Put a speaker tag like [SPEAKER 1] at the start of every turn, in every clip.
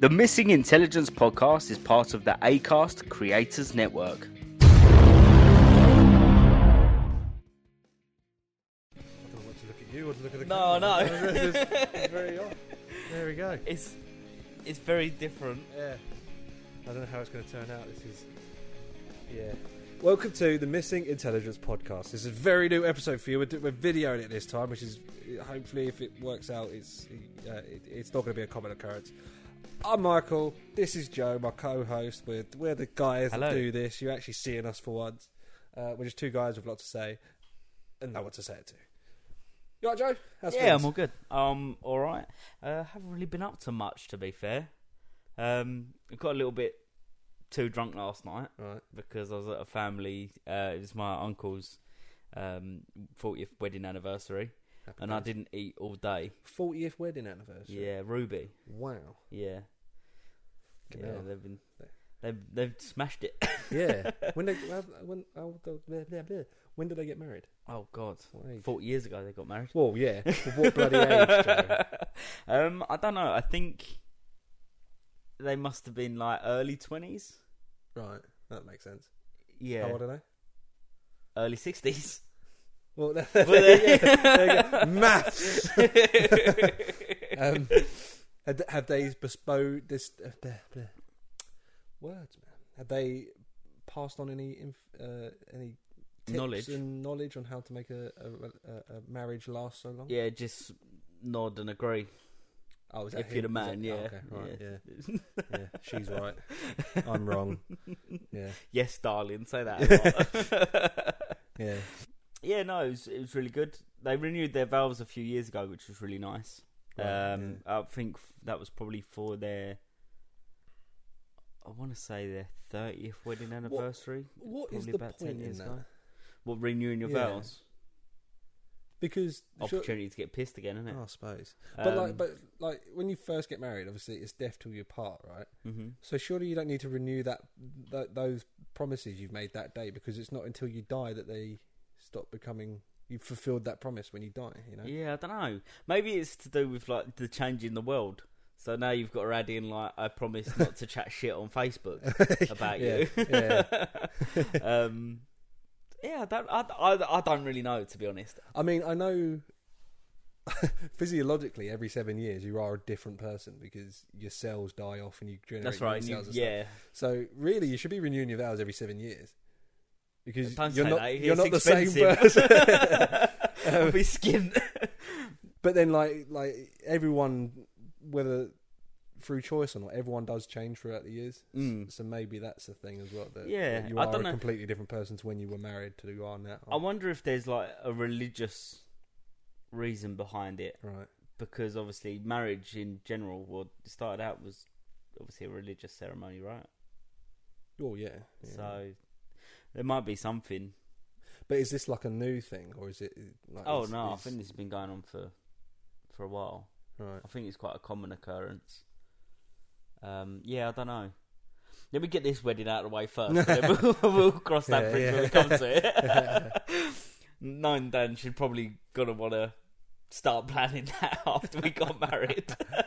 [SPEAKER 1] The Missing Intelligence podcast is part of the ACAST Creators Network.
[SPEAKER 2] I don't know what to look at you or to look at the
[SPEAKER 3] No,
[SPEAKER 2] camera.
[SPEAKER 3] no.
[SPEAKER 2] This is- it's very odd. There we go.
[SPEAKER 3] It's it's very different.
[SPEAKER 2] Yeah. I don't know how it's going to turn out. This is. Yeah. Welcome to the Missing Intelligence Podcast. This is a very new episode for you. We're, do- we're videoing it this time, which is hopefully, if it works out, it's uh, it, it's not going to be a common occurrence. I'm Michael. This is Joe, my co-host. We're, we're the guys
[SPEAKER 3] Hello.
[SPEAKER 2] that do this. You're actually seeing us for once. Uh, we're just two guys with a lot to say and know what to say it to. You all right, Joe? How's
[SPEAKER 3] yeah,
[SPEAKER 2] things?
[SPEAKER 3] I'm all good. Um, all right. Uh, haven't really been up to much, to be fair. Um, I got a little bit too drunk last night
[SPEAKER 2] All right.
[SPEAKER 3] because I was at a family. Uh, it was my uncle's um 40th wedding anniversary,
[SPEAKER 2] Happy
[SPEAKER 3] and I
[SPEAKER 2] days.
[SPEAKER 3] didn't eat all day.
[SPEAKER 2] 40th wedding anniversary.
[SPEAKER 3] Yeah, Ruby.
[SPEAKER 2] Wow.
[SPEAKER 3] Yeah,
[SPEAKER 2] Fucking
[SPEAKER 3] yeah.
[SPEAKER 2] hell.
[SPEAKER 3] They've been they've they've smashed it.
[SPEAKER 2] Yeah. when they well, when oh, the- blah, blah, blah. when did they get married?
[SPEAKER 3] oh God,
[SPEAKER 2] What age?
[SPEAKER 3] forty years ago they got married.
[SPEAKER 2] Well, yeah. But what bloody age? Joe?
[SPEAKER 3] um, I don't know. I think they must have been like early twenties.
[SPEAKER 2] Right. That makes sense.
[SPEAKER 3] Yeah,
[SPEAKER 2] How old are they?
[SPEAKER 3] early sixties.
[SPEAKER 2] Well,
[SPEAKER 3] Were they?
[SPEAKER 2] yeah, there you go. maths. um, had- have they bespoke this? Uh, blah, blah. Words, man. Have they passed on any inf- uh, any tips
[SPEAKER 3] Knowledge.
[SPEAKER 2] and knowledge on how to make a, a, a, a marriage last so long?
[SPEAKER 3] yeah, just nod and agree.
[SPEAKER 2] Oh, is
[SPEAKER 3] If
[SPEAKER 2] him?
[SPEAKER 3] you're the
[SPEAKER 2] Is
[SPEAKER 3] man,
[SPEAKER 2] oh,
[SPEAKER 3] yeah.
[SPEAKER 2] okay, right, yeah. yeah, She's right. I'm wrong. Yeah,
[SPEAKER 3] Yes, darling, say that. a lot.
[SPEAKER 2] yeah.
[SPEAKER 3] yeah, no, it was, it was really good. They renewed their vows a few years ago, which was really nice.
[SPEAKER 2] Right,
[SPEAKER 3] um, I think f- that was probably for their, I want to say their thirtieth wedding anniversary.
[SPEAKER 2] What is
[SPEAKER 3] Probably
[SPEAKER 2] the
[SPEAKER 3] about 10
[SPEAKER 2] point in
[SPEAKER 3] years
[SPEAKER 2] that?
[SPEAKER 3] ago. What renewing your
[SPEAKER 2] Yeah.
[SPEAKER 3] vows?
[SPEAKER 2] Because sure-
[SPEAKER 3] Opportunity to get pissed again, isn't it?
[SPEAKER 2] I suppose, but
[SPEAKER 3] Um,
[SPEAKER 2] like, but like, when you first get married, obviously it's death till you part, right?
[SPEAKER 3] mhm.
[SPEAKER 2] So surely you don't need to renew that th- those promises you've made that day because it's not until you die that they stop becoming. You have fulfilled that promise when you die, you know.
[SPEAKER 3] Yeah, I don't know. Maybe it's to do with like the change in the world. So now you've got to add in like I promise not to chat shit on Facebook about you.
[SPEAKER 2] yeah.
[SPEAKER 3] um, yeah, I don't, I, I, I don't really know to be honest.
[SPEAKER 2] I mean, I know physiologically every seven years you are a different person because your cells die off and you generate
[SPEAKER 3] That's
[SPEAKER 2] new
[SPEAKER 3] right. and you-
[SPEAKER 2] cells. and stuff.
[SPEAKER 3] yeah,
[SPEAKER 2] So really, you should be renewing your vows every seven years because
[SPEAKER 3] Don't
[SPEAKER 2] you're
[SPEAKER 3] say
[SPEAKER 2] not
[SPEAKER 3] that,
[SPEAKER 2] you're
[SPEAKER 3] it's
[SPEAKER 2] not the same person.
[SPEAKER 3] expensive. I'll be skinned.
[SPEAKER 2] but then, like like everyone, whether through choice or not, everyone does change throughout the years. S-
[SPEAKER 3] Mm.
[SPEAKER 2] So maybe that's the thing as well. That,
[SPEAKER 3] Yeah,
[SPEAKER 2] that you
[SPEAKER 3] I
[SPEAKER 2] are
[SPEAKER 3] don't
[SPEAKER 2] a
[SPEAKER 3] know.
[SPEAKER 2] completely different person to when you were married to who you are now.
[SPEAKER 3] I wonder if there's like a religious reason behind it
[SPEAKER 2] right.
[SPEAKER 3] because obviously marriage in general, what started out was obviously a religious ceremony, right?
[SPEAKER 2] Oh yeah. yeah.
[SPEAKER 3] So there might be something.
[SPEAKER 2] But is this like a new thing, or is it? Like,
[SPEAKER 3] Oh
[SPEAKER 2] is-
[SPEAKER 3] no, I
[SPEAKER 2] is-
[SPEAKER 3] think this has been going on for for a while.
[SPEAKER 2] Right.
[SPEAKER 3] I think it's quite a common occurrence. Um, yeah, I don't know. Let me get this wedding out of the way first. and then we'll, we'll cross that
[SPEAKER 2] Yeah,
[SPEAKER 3] bridge when
[SPEAKER 2] yeah.
[SPEAKER 3] we come to it. Knowing Dan, she'd probably gonna want to start planning that after we got married.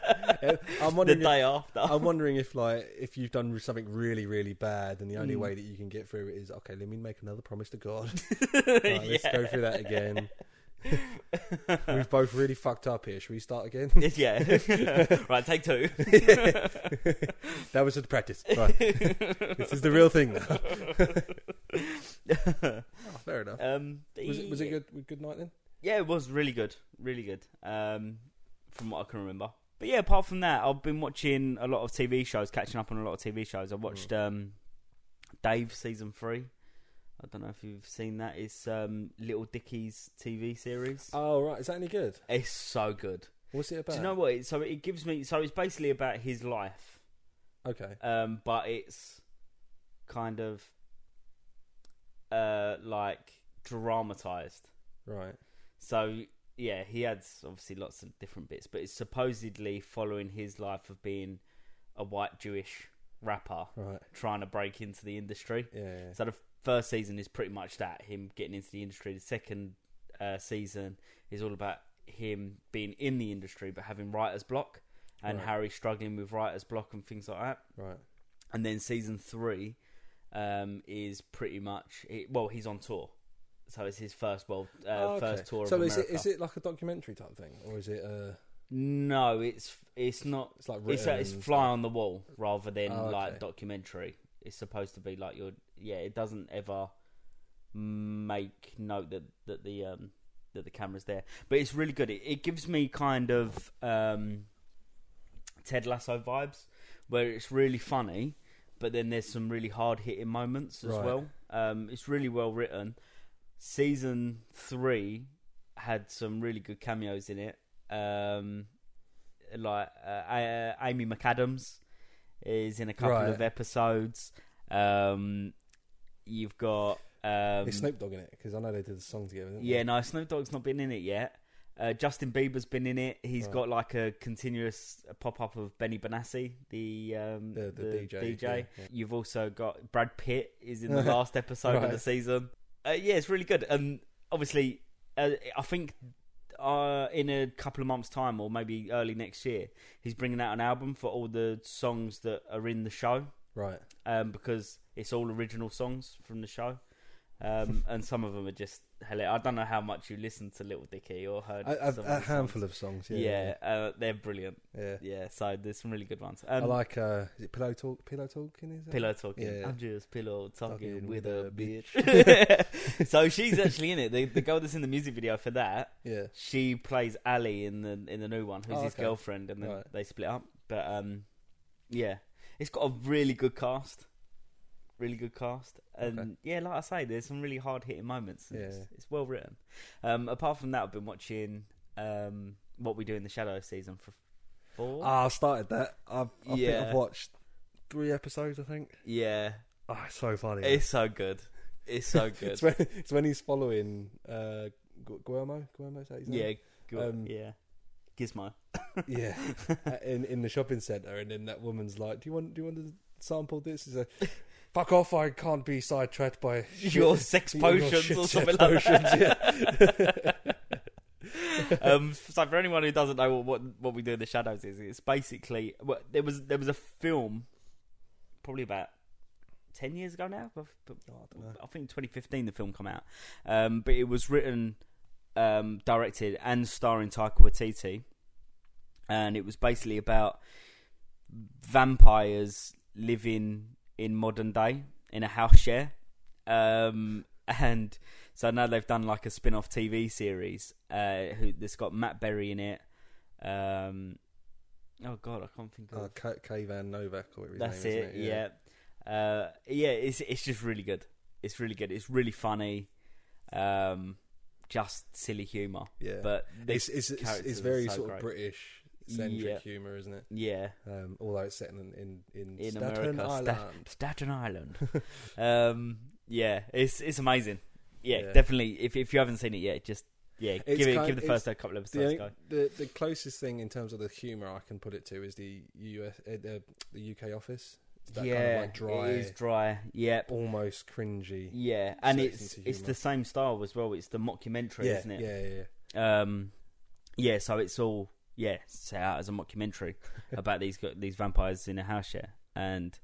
[SPEAKER 2] I'm
[SPEAKER 3] the
[SPEAKER 2] wondering. If,
[SPEAKER 3] day after.
[SPEAKER 2] I'm wondering if like if you've done something really really bad, and the only
[SPEAKER 3] Mm.
[SPEAKER 2] way that you can get through it is okay. Let me make another promise to God. Right, Let's go through that again. We've both really fucked up here. Should we start again?
[SPEAKER 3] yeah. right, take two.
[SPEAKER 2] that was just practice. Right. this is the real thing now. Oh, fair enough.
[SPEAKER 3] um,
[SPEAKER 2] Was it was it
[SPEAKER 3] yeah.
[SPEAKER 2] good? Good night then.
[SPEAKER 3] Yeah, it was really good, really good. Um, from what I can remember. But yeah, apart from that, I've been watching a lot of TV shows, catching up on a lot of TV shows. I watched
[SPEAKER 2] Hmm.
[SPEAKER 3] um, Dave season three. I don't know if you've seen that. It's um, Little Dickie's TV series.
[SPEAKER 2] Oh right, is that any good?
[SPEAKER 3] it's so good.
[SPEAKER 2] What's it about?
[SPEAKER 3] Do you know what? It, so it gives me. So it's basically about his life,
[SPEAKER 2] Okay.
[SPEAKER 3] um, but it's kind of uh, like dramatized.
[SPEAKER 2] Right.
[SPEAKER 3] So yeah, he had obviously lots of different bits, but it's supposedly following his life of being a white Jewish rapper
[SPEAKER 2] Right.
[SPEAKER 3] trying to break into the industry.
[SPEAKER 2] Yeah. yeah.
[SPEAKER 3] So the first season is pretty much that him getting into the industry. The second uh, season is all about him being in the industry but having writer's block and
[SPEAKER 2] Right.
[SPEAKER 3] Harry struggling with writer's block and things like that.
[SPEAKER 2] Right.
[SPEAKER 3] And then season three um, is pretty much it, well, he's on tour, so it's his first world uh,
[SPEAKER 2] Oh, okay.
[SPEAKER 3] first tour.
[SPEAKER 2] So
[SPEAKER 3] of
[SPEAKER 2] is it
[SPEAKER 3] America.
[SPEAKER 2] is it like a documentary type thing, or is it uh,
[SPEAKER 3] No, it's it's not.
[SPEAKER 2] it's like
[SPEAKER 3] It's, uh,
[SPEAKER 2] written
[SPEAKER 3] it's
[SPEAKER 2] and
[SPEAKER 3] fly on the wall rather than
[SPEAKER 2] Oh, okay.
[SPEAKER 3] like documentary. It's supposed to be like your yeah. It doesn't ever make note that that the um that the camera's there, but it's really good. It, it gives me kind of um Ted Lasso vibes, where it's really funny, but then there's some really hard hitting moments as
[SPEAKER 2] Right.
[SPEAKER 3] well. Um, it's really well written. Season three had some really good cameos in it. Um, like uh, uh, Amy McAdams is in a couple
[SPEAKER 2] Right.
[SPEAKER 3] of episodes. Um, you've got um,
[SPEAKER 2] Is Snoop Dogg in it? Because I know they did the song together. Didn't
[SPEAKER 3] yeah,
[SPEAKER 2] they?
[SPEAKER 3] no, Snoop Dogg's not been in it yet. Uh, Justin Bieber's been in it. He's
[SPEAKER 2] Right.
[SPEAKER 3] got like a continuous pop up of Benny Benassi, the um,
[SPEAKER 2] The- the DJ, yeah, yeah.
[SPEAKER 3] You've also got Brad Pitt is in the last episode of
[SPEAKER 2] Right.
[SPEAKER 3] the season. Uh, yeah, it's really good. And obviously, uh, I think uh, in a couple of months' time, or maybe early next year, he's bringing out an album for all the songs that are in the show
[SPEAKER 2] Right.
[SPEAKER 3] um, because it's all original songs from the show, um, and some of them are just hell. I don't know how much you listened to Little Dicky or heard
[SPEAKER 2] A, a,
[SPEAKER 3] some
[SPEAKER 2] a
[SPEAKER 3] of
[SPEAKER 2] handful of songs. Yeah.
[SPEAKER 3] yeah, Uh, they're brilliant.
[SPEAKER 2] Yeah. yeah.
[SPEAKER 3] Yeah, so there's some really good ones. Um,
[SPEAKER 2] I like. Uh, is it pillow talk? Pillow talking is it?
[SPEAKER 3] pillow talking.
[SPEAKER 2] Yeah.
[SPEAKER 3] I'm just pillow talking,
[SPEAKER 2] Talking
[SPEAKER 3] with,
[SPEAKER 2] with
[SPEAKER 3] a
[SPEAKER 2] a
[SPEAKER 3] bitch. so she's actually in it. The, the girl that's in the music video for that,
[SPEAKER 2] Yeah.
[SPEAKER 3] she plays Ali in the in the new one, who's
[SPEAKER 2] Oh,
[SPEAKER 3] his
[SPEAKER 2] okay.
[SPEAKER 3] girlfriend, and then
[SPEAKER 2] Right.
[SPEAKER 3] they split up. But um, yeah, it's got a really good cast, really good cast, and
[SPEAKER 2] Okay.
[SPEAKER 3] yeah, like I say, there's some really hard hitting moments. and It's,
[SPEAKER 2] Yeah.
[SPEAKER 3] it's well written. Um, apart from that, I've been watching um, what we do in the shadow season for four.
[SPEAKER 2] Ah, I started that. I've, I think
[SPEAKER 3] Yeah.
[SPEAKER 2] I've watched three episodes. I think.
[SPEAKER 3] yeah,
[SPEAKER 2] Oh, it's so funny.
[SPEAKER 3] it's so good. It's so good.
[SPEAKER 2] It's when, it's when he's following uh, Gu- Guillermo. Guillermo's that his name?
[SPEAKER 3] yeah, good.
[SPEAKER 2] Um,
[SPEAKER 3] yeah. Gizmo.
[SPEAKER 2] yeah, Uh, in in the shopping centre, and then that woman's like, "Do you want? Do you want to sample this?" He's like, "Fuck off! I can't be sidetracked by
[SPEAKER 3] Your sex potions or something like
[SPEAKER 2] that."
[SPEAKER 3] um, so for anyone who doesn't know what, what what we do in the shadows is, it's basically well, there was there was a film, probably about ten years ago now. but- but
[SPEAKER 2] Oh, I don't know.
[SPEAKER 3] I think 2015 the film come out, um, but it was written, um, directed, and starring Taika Waititi, and it was basically about vampires living in modern day in a house share, um, and so now they've done like a spin-off TV series. Uh, who that's got Matt Berry in it. Um, oh God, I can't think of
[SPEAKER 2] Oh, K- K Van Novak or whatever his
[SPEAKER 3] that's
[SPEAKER 2] name is,
[SPEAKER 3] it.
[SPEAKER 2] isn't
[SPEAKER 3] Yeah. Uh, yeah. It's it's just really good. It's really good. It's really funny. Um, just silly humor.
[SPEAKER 2] yeah. yeah.
[SPEAKER 3] But they-
[SPEAKER 2] it's it's it's,
[SPEAKER 3] characters
[SPEAKER 2] it's
[SPEAKER 3] are
[SPEAKER 2] very
[SPEAKER 3] so
[SPEAKER 2] sort
[SPEAKER 3] great.
[SPEAKER 2] of British centric
[SPEAKER 3] Yeah.
[SPEAKER 2] humour, isn't it?
[SPEAKER 3] yeah,
[SPEAKER 2] Um, although it's set in in in,
[SPEAKER 3] In
[SPEAKER 2] Staten
[SPEAKER 3] America,
[SPEAKER 2] Island.
[SPEAKER 3] Stat- Staten Island. um, yeah. It's it's amazing. Yeah,
[SPEAKER 2] Yeah.
[SPEAKER 3] definitely. If if you haven't seen it yet, just yeah, give it
[SPEAKER 2] kind-
[SPEAKER 3] give the
[SPEAKER 2] it's-
[SPEAKER 3] first couple of
[SPEAKER 2] the,
[SPEAKER 3] episodes a go.
[SPEAKER 2] only- the the closest thing in terms of the humour I can put it to is the US uh, the, the UK office. It's that
[SPEAKER 3] yeah,
[SPEAKER 2] kind of like dry,
[SPEAKER 3] it is dry. Yeah,
[SPEAKER 2] almost cringy.
[SPEAKER 3] yeah, and
[SPEAKER 2] Sets
[SPEAKER 3] it's
[SPEAKER 2] into
[SPEAKER 3] it's
[SPEAKER 2] humour.
[SPEAKER 3] the same style as well. It's the mockumentary,
[SPEAKER 2] yeah,
[SPEAKER 3] isn't it?
[SPEAKER 2] yeah, yeah, yeah.
[SPEAKER 3] Um, yeah, so it's all yeah set out as a mockumentary about these gu- these vampires in a house share, and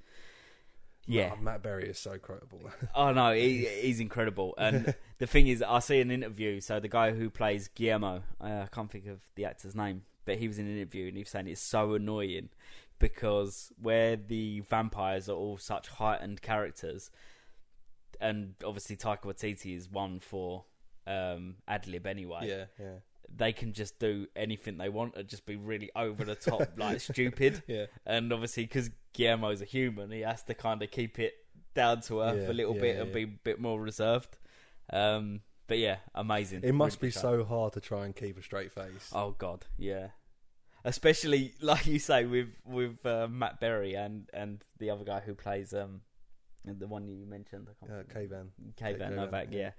[SPEAKER 3] yeah,
[SPEAKER 2] Oh, Matt Berry is so quotable.
[SPEAKER 3] oh no, he, he's incredible. And the thing is, I see an interview. So the guy who plays Guillermo, uh, I can't think of the actor's name, but he was in an interview and he was saying it's so annoying because where the vampires are all such heightened characters, and obviously Taika Waititi is one for um, ad lib anyway
[SPEAKER 2] yeah, yeah,
[SPEAKER 3] they can just do anything they want and just be really over the top, like stupid.
[SPEAKER 2] yeah.
[SPEAKER 3] And obviously, because Guillermo's a human, he has to kind of keep it down to earth a
[SPEAKER 2] Yeah,
[SPEAKER 3] little
[SPEAKER 2] yeah,
[SPEAKER 3] bit
[SPEAKER 2] yeah,
[SPEAKER 3] and
[SPEAKER 2] yeah.
[SPEAKER 3] be a bit more reserved. Um, but yeah, amazing.
[SPEAKER 2] It must
[SPEAKER 3] Really
[SPEAKER 2] be
[SPEAKER 3] good show.
[SPEAKER 2] so hard to try and keep a straight face.
[SPEAKER 3] Oh God, yeah. Especially like you say with with uh, Matt Berry and and the other guy who plays um the one you mentioned. I can't
[SPEAKER 2] Uh,
[SPEAKER 3] think of-
[SPEAKER 2] K Van.
[SPEAKER 3] K
[SPEAKER 2] K-
[SPEAKER 3] Van
[SPEAKER 2] K Van,
[SPEAKER 3] Novak, yeah.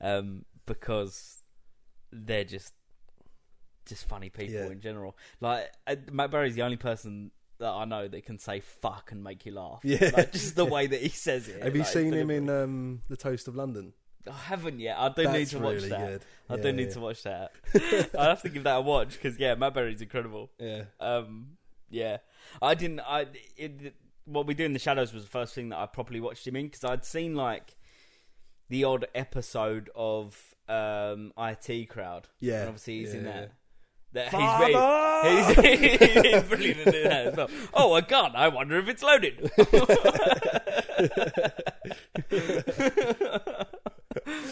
[SPEAKER 2] yeah.
[SPEAKER 3] Um, because they're just just funny people
[SPEAKER 2] Yeah.
[SPEAKER 3] in general. Like uh, Matt Berry's the only person that I know that can say fuck and make you laugh.
[SPEAKER 2] Yeah.
[SPEAKER 3] Like, just the way that he says it.
[SPEAKER 2] Have you
[SPEAKER 3] like,
[SPEAKER 2] seen him in
[SPEAKER 3] deliberately.
[SPEAKER 2] um, The Toast of London?
[SPEAKER 3] I haven't yet. I do need
[SPEAKER 2] That's
[SPEAKER 3] to watch
[SPEAKER 2] really
[SPEAKER 3] that.
[SPEAKER 2] good.
[SPEAKER 3] I
[SPEAKER 2] yeah,
[SPEAKER 3] do need
[SPEAKER 2] yeah.
[SPEAKER 3] to watch that. I'll have to give that a watch because yeah, Matt Berry's incredible.
[SPEAKER 2] Yeah.
[SPEAKER 3] Um, Yeah, I didn't. I it, what we do in the shadows was the first thing that I properly watched him in because I'd seen like the odd episode of um, IT Crowd.
[SPEAKER 2] Yeah.
[SPEAKER 3] and obviously he's in
[SPEAKER 2] Yeah,
[SPEAKER 3] that.
[SPEAKER 2] yeah.
[SPEAKER 3] That
[SPEAKER 2] Father!
[SPEAKER 3] he's, really, he's, he's brilliant at doing that as well. Oh my god! I wonder if it's loaded.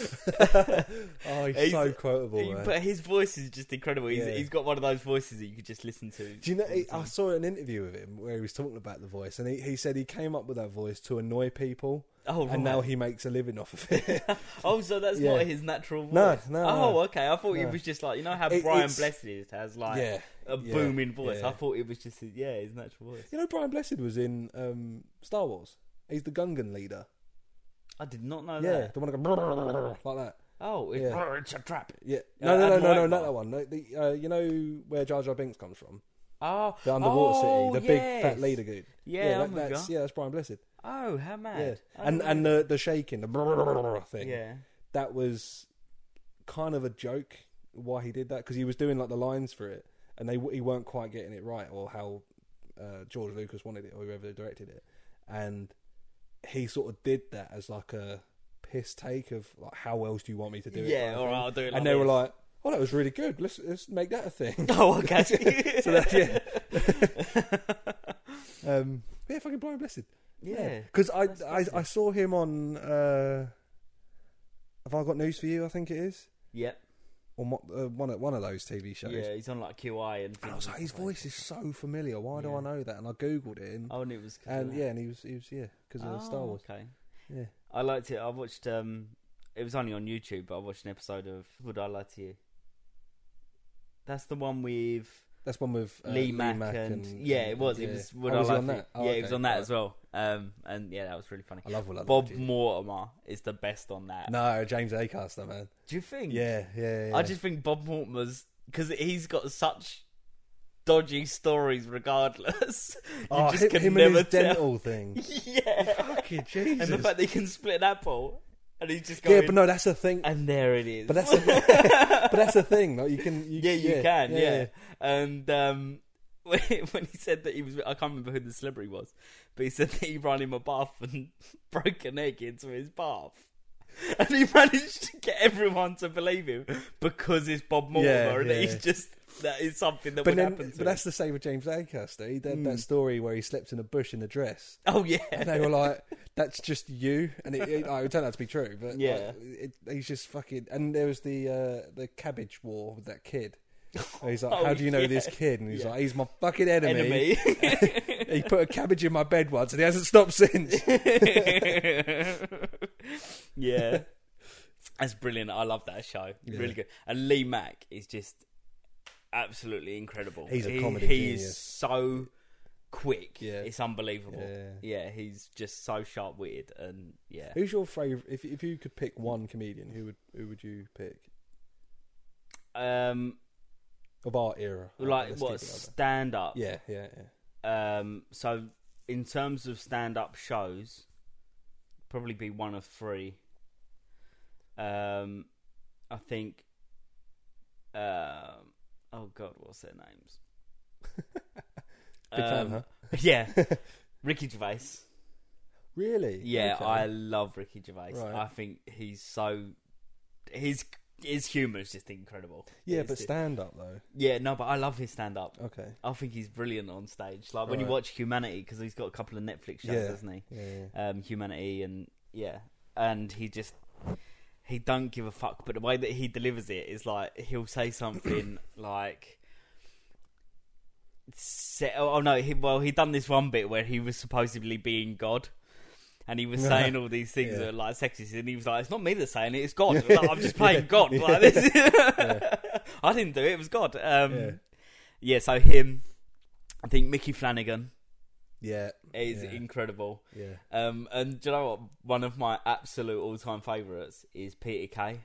[SPEAKER 2] Oh, he's,
[SPEAKER 3] He's-
[SPEAKER 2] so quotable, man.
[SPEAKER 3] but his voice is just incredible. He's,
[SPEAKER 2] Yeah.
[SPEAKER 3] he's got one of those voices that you could just listen to.
[SPEAKER 2] Do you know? He, I saw an interview with him where he was talking about the voice, and he, he said he came up with that voice to annoy people,
[SPEAKER 3] Oh, right.
[SPEAKER 2] and now he makes a living off of it.
[SPEAKER 3] Oh, so that's
[SPEAKER 2] Yeah.
[SPEAKER 3] not his natural voice.
[SPEAKER 2] No, no,
[SPEAKER 3] Oh,
[SPEAKER 2] no.
[SPEAKER 3] okay. I thought it
[SPEAKER 2] No.
[SPEAKER 3] was just like you know how
[SPEAKER 2] It-
[SPEAKER 3] Brian
[SPEAKER 2] it's-
[SPEAKER 3] Blessed is has like
[SPEAKER 2] yeah,
[SPEAKER 3] a
[SPEAKER 2] yeah,
[SPEAKER 3] booming voice.
[SPEAKER 2] yeah.
[SPEAKER 3] I thought it was just his, yeah his natural voice.
[SPEAKER 2] you know, Brian Blessed was in um, Star Wars. He's the Gungan leader.
[SPEAKER 3] I did not know
[SPEAKER 2] Oh, yeah,
[SPEAKER 3] that.
[SPEAKER 2] the one that goes like that.
[SPEAKER 3] Oh, it,
[SPEAKER 2] Yeah.
[SPEAKER 3] it's a trap.
[SPEAKER 2] Yeah,
[SPEAKER 3] Uh,
[SPEAKER 2] no, no, no,
[SPEAKER 3] Admiral
[SPEAKER 2] no, no, not
[SPEAKER 3] Akbar.
[SPEAKER 2] that one. No, the, uh, you know where Jar Jar Binks comes from?
[SPEAKER 3] Oh,
[SPEAKER 2] The underwater
[SPEAKER 3] oh,
[SPEAKER 2] city, the big
[SPEAKER 3] yes.
[SPEAKER 2] fat leader dude.
[SPEAKER 3] Yeah, I'm
[SPEAKER 2] that,
[SPEAKER 3] with
[SPEAKER 2] that's
[SPEAKER 3] ya.
[SPEAKER 2] yeah, that's Brian Blessed.
[SPEAKER 3] Oh, how
[SPEAKER 2] Yeah,
[SPEAKER 3] mad. Oh,
[SPEAKER 2] and and
[SPEAKER 3] yeah.
[SPEAKER 2] the the shaking, the thing.
[SPEAKER 3] yeah,
[SPEAKER 2] that was kind of a joke why he did that because he was doing like the lines for it and they he weren't quite getting it right or how uh, George Lucas wanted it or whoever directed it and he sort of did that as like a piss take of like how else do you want me to do it kind
[SPEAKER 3] yeah.
[SPEAKER 2] of
[SPEAKER 3] All
[SPEAKER 2] thing.
[SPEAKER 3] right, I'll do it.
[SPEAKER 2] and they were
[SPEAKER 3] this.
[SPEAKER 2] like oh that was really good let's let's make that a thing
[SPEAKER 3] oh, okay.
[SPEAKER 2] so that yeah um yeah fucking Brian Blessed
[SPEAKER 3] yeah.
[SPEAKER 2] because I,
[SPEAKER 3] That's
[SPEAKER 2] I I saw him on uh have I got news for you I think it is
[SPEAKER 3] Yep.
[SPEAKER 2] on what, uh, one of one of those TV shows.
[SPEAKER 3] Yeah, he's on like QI and.
[SPEAKER 2] And I
[SPEAKER 3] things
[SPEAKER 2] was like, his voice is so familiar. Why do
[SPEAKER 3] Yeah.
[SPEAKER 2] I know that? And I googled him,
[SPEAKER 3] Oh, and it was. 'cause of
[SPEAKER 2] and
[SPEAKER 3] that.
[SPEAKER 2] yeah, and he was he was yeah because of
[SPEAKER 3] oh,
[SPEAKER 2] Star Wars.
[SPEAKER 3] Okay.
[SPEAKER 2] Yeah.
[SPEAKER 3] I liked it. I watched. um It was only on YouTube, but I watched an episode of Would I Lie to You? That's the one with
[SPEAKER 2] That's one with uh,
[SPEAKER 3] Lee Mack, and, yeah, it was. It was Would
[SPEAKER 2] Oh,
[SPEAKER 3] I
[SPEAKER 2] was he
[SPEAKER 3] Lie
[SPEAKER 2] on
[SPEAKER 3] to You?
[SPEAKER 2] that? Oh,
[SPEAKER 3] yeah,
[SPEAKER 2] okay,
[SPEAKER 3] it was on that
[SPEAKER 2] right.
[SPEAKER 3] as well. Um, and yeah, that was really funny.
[SPEAKER 2] I love what I
[SPEAKER 3] Bob Mortimer is the best on that.
[SPEAKER 2] No, James Acaster, man.
[SPEAKER 3] Do you think?
[SPEAKER 2] Yeah, yeah. yeah.
[SPEAKER 3] I just think Bob Mortimer's because he's got such dodgy stories. Regardless, you
[SPEAKER 2] oh,
[SPEAKER 3] just
[SPEAKER 2] him,
[SPEAKER 3] can
[SPEAKER 2] him
[SPEAKER 3] never
[SPEAKER 2] and his
[SPEAKER 3] tell.
[SPEAKER 2] dental thing.
[SPEAKER 3] yeah.
[SPEAKER 2] Fucking Jesus.
[SPEAKER 3] And the fact that he can split an apple, and he's just going,
[SPEAKER 2] yeah, but no, that's a thing.
[SPEAKER 3] and there it is.
[SPEAKER 2] But that's a, but that's a thing. Like you can. You,
[SPEAKER 3] yeah, you can, yeah.
[SPEAKER 2] yeah.
[SPEAKER 3] And um, when, when he said that he was, I can't remember who the celebrity was, but he said that he ran him a bath and broke an egg into his bath. And he managed to get everyone to believe him because it's Bob Mortimer,
[SPEAKER 2] Yeah,
[SPEAKER 3] and that
[SPEAKER 2] yeah.
[SPEAKER 3] he's just that is something that
[SPEAKER 2] But
[SPEAKER 3] would
[SPEAKER 2] then,
[SPEAKER 3] happen to
[SPEAKER 2] but
[SPEAKER 3] him.
[SPEAKER 2] that's the same with James Lancaster. He did
[SPEAKER 3] Mm.
[SPEAKER 2] that story where he slept in a bush in a dress,
[SPEAKER 3] Oh yeah,
[SPEAKER 2] and they were like, "That's just you," and it, it, like, it turned out to be true. But like,
[SPEAKER 3] Yeah.
[SPEAKER 2] it, he's just fucking. And there was the uh, the cabbage war with that kid. And he's like,
[SPEAKER 3] Oh,
[SPEAKER 2] "How do you know this
[SPEAKER 3] yeah.
[SPEAKER 2] kid?" And he's
[SPEAKER 3] Yeah.
[SPEAKER 2] like, "He's my fucking enemy."
[SPEAKER 3] enemy.
[SPEAKER 2] He put a cabbage in my bed once, and he hasn't stopped since.
[SPEAKER 3] yeah. That's brilliant. I love that show. Really good. And Lee Mack is just absolutely incredible.
[SPEAKER 2] He's a
[SPEAKER 3] He-
[SPEAKER 2] comedy
[SPEAKER 3] He is
[SPEAKER 2] genius.
[SPEAKER 3] so quick.
[SPEAKER 2] Yeah.
[SPEAKER 3] It's unbelievable.
[SPEAKER 2] Yeah.
[SPEAKER 3] Yeah, he's just so sharp witted and yeah.
[SPEAKER 2] Who's your favorite? If if you could pick one comedian, who would who would you pick
[SPEAKER 3] Um
[SPEAKER 2] of our era?
[SPEAKER 3] like
[SPEAKER 2] Let's
[SPEAKER 3] what
[SPEAKER 2] keep it like that.
[SPEAKER 3] stand up.
[SPEAKER 2] Yeah, yeah, yeah.
[SPEAKER 3] Um so in terms of stand up shows, probably be one of three. Um, I think. Um, oh God, what's their names?
[SPEAKER 2] Big fan,
[SPEAKER 3] Um,
[SPEAKER 2] huh?
[SPEAKER 3] Yeah, Ricky Gervais.
[SPEAKER 2] Really?
[SPEAKER 3] Yeah,
[SPEAKER 2] Okay.
[SPEAKER 3] I love Ricky Gervais.
[SPEAKER 2] Right.
[SPEAKER 3] I think he's so his his humor is just incredible.
[SPEAKER 2] Yeah,
[SPEAKER 3] It's
[SPEAKER 2] but
[SPEAKER 3] just-
[SPEAKER 2] stand up though.
[SPEAKER 3] yeah, no, but I love his stand up.
[SPEAKER 2] Okay.
[SPEAKER 3] I think he's brilliant on stage. Like when you
[SPEAKER 2] Right.
[SPEAKER 3] watch Humanity, because he's got a couple of Netflix shows,
[SPEAKER 2] Yeah.
[SPEAKER 3] doesn't he?
[SPEAKER 2] Yeah. yeah.
[SPEAKER 3] um, humanity and yeah and he just he don't give a fuck but the way that he delivers it is like he'll say something like se- oh oh, no he, well he done this one bit where he was supposedly being god and he was saying all these things
[SPEAKER 2] Yeah.
[SPEAKER 3] that are like sexist, and he was like, "It's not me that's saying it; it's God. Like, I'm just playing God. Like this, I didn't do it; it was God." Um, yeah.
[SPEAKER 2] Yeah.
[SPEAKER 3] So him, I think Mickey Flanagan
[SPEAKER 2] Yeah.
[SPEAKER 3] is
[SPEAKER 2] yeah.
[SPEAKER 3] incredible.
[SPEAKER 2] yeah.
[SPEAKER 3] Um, and do you know what? One of my absolute all-time favourites is Peter Kay.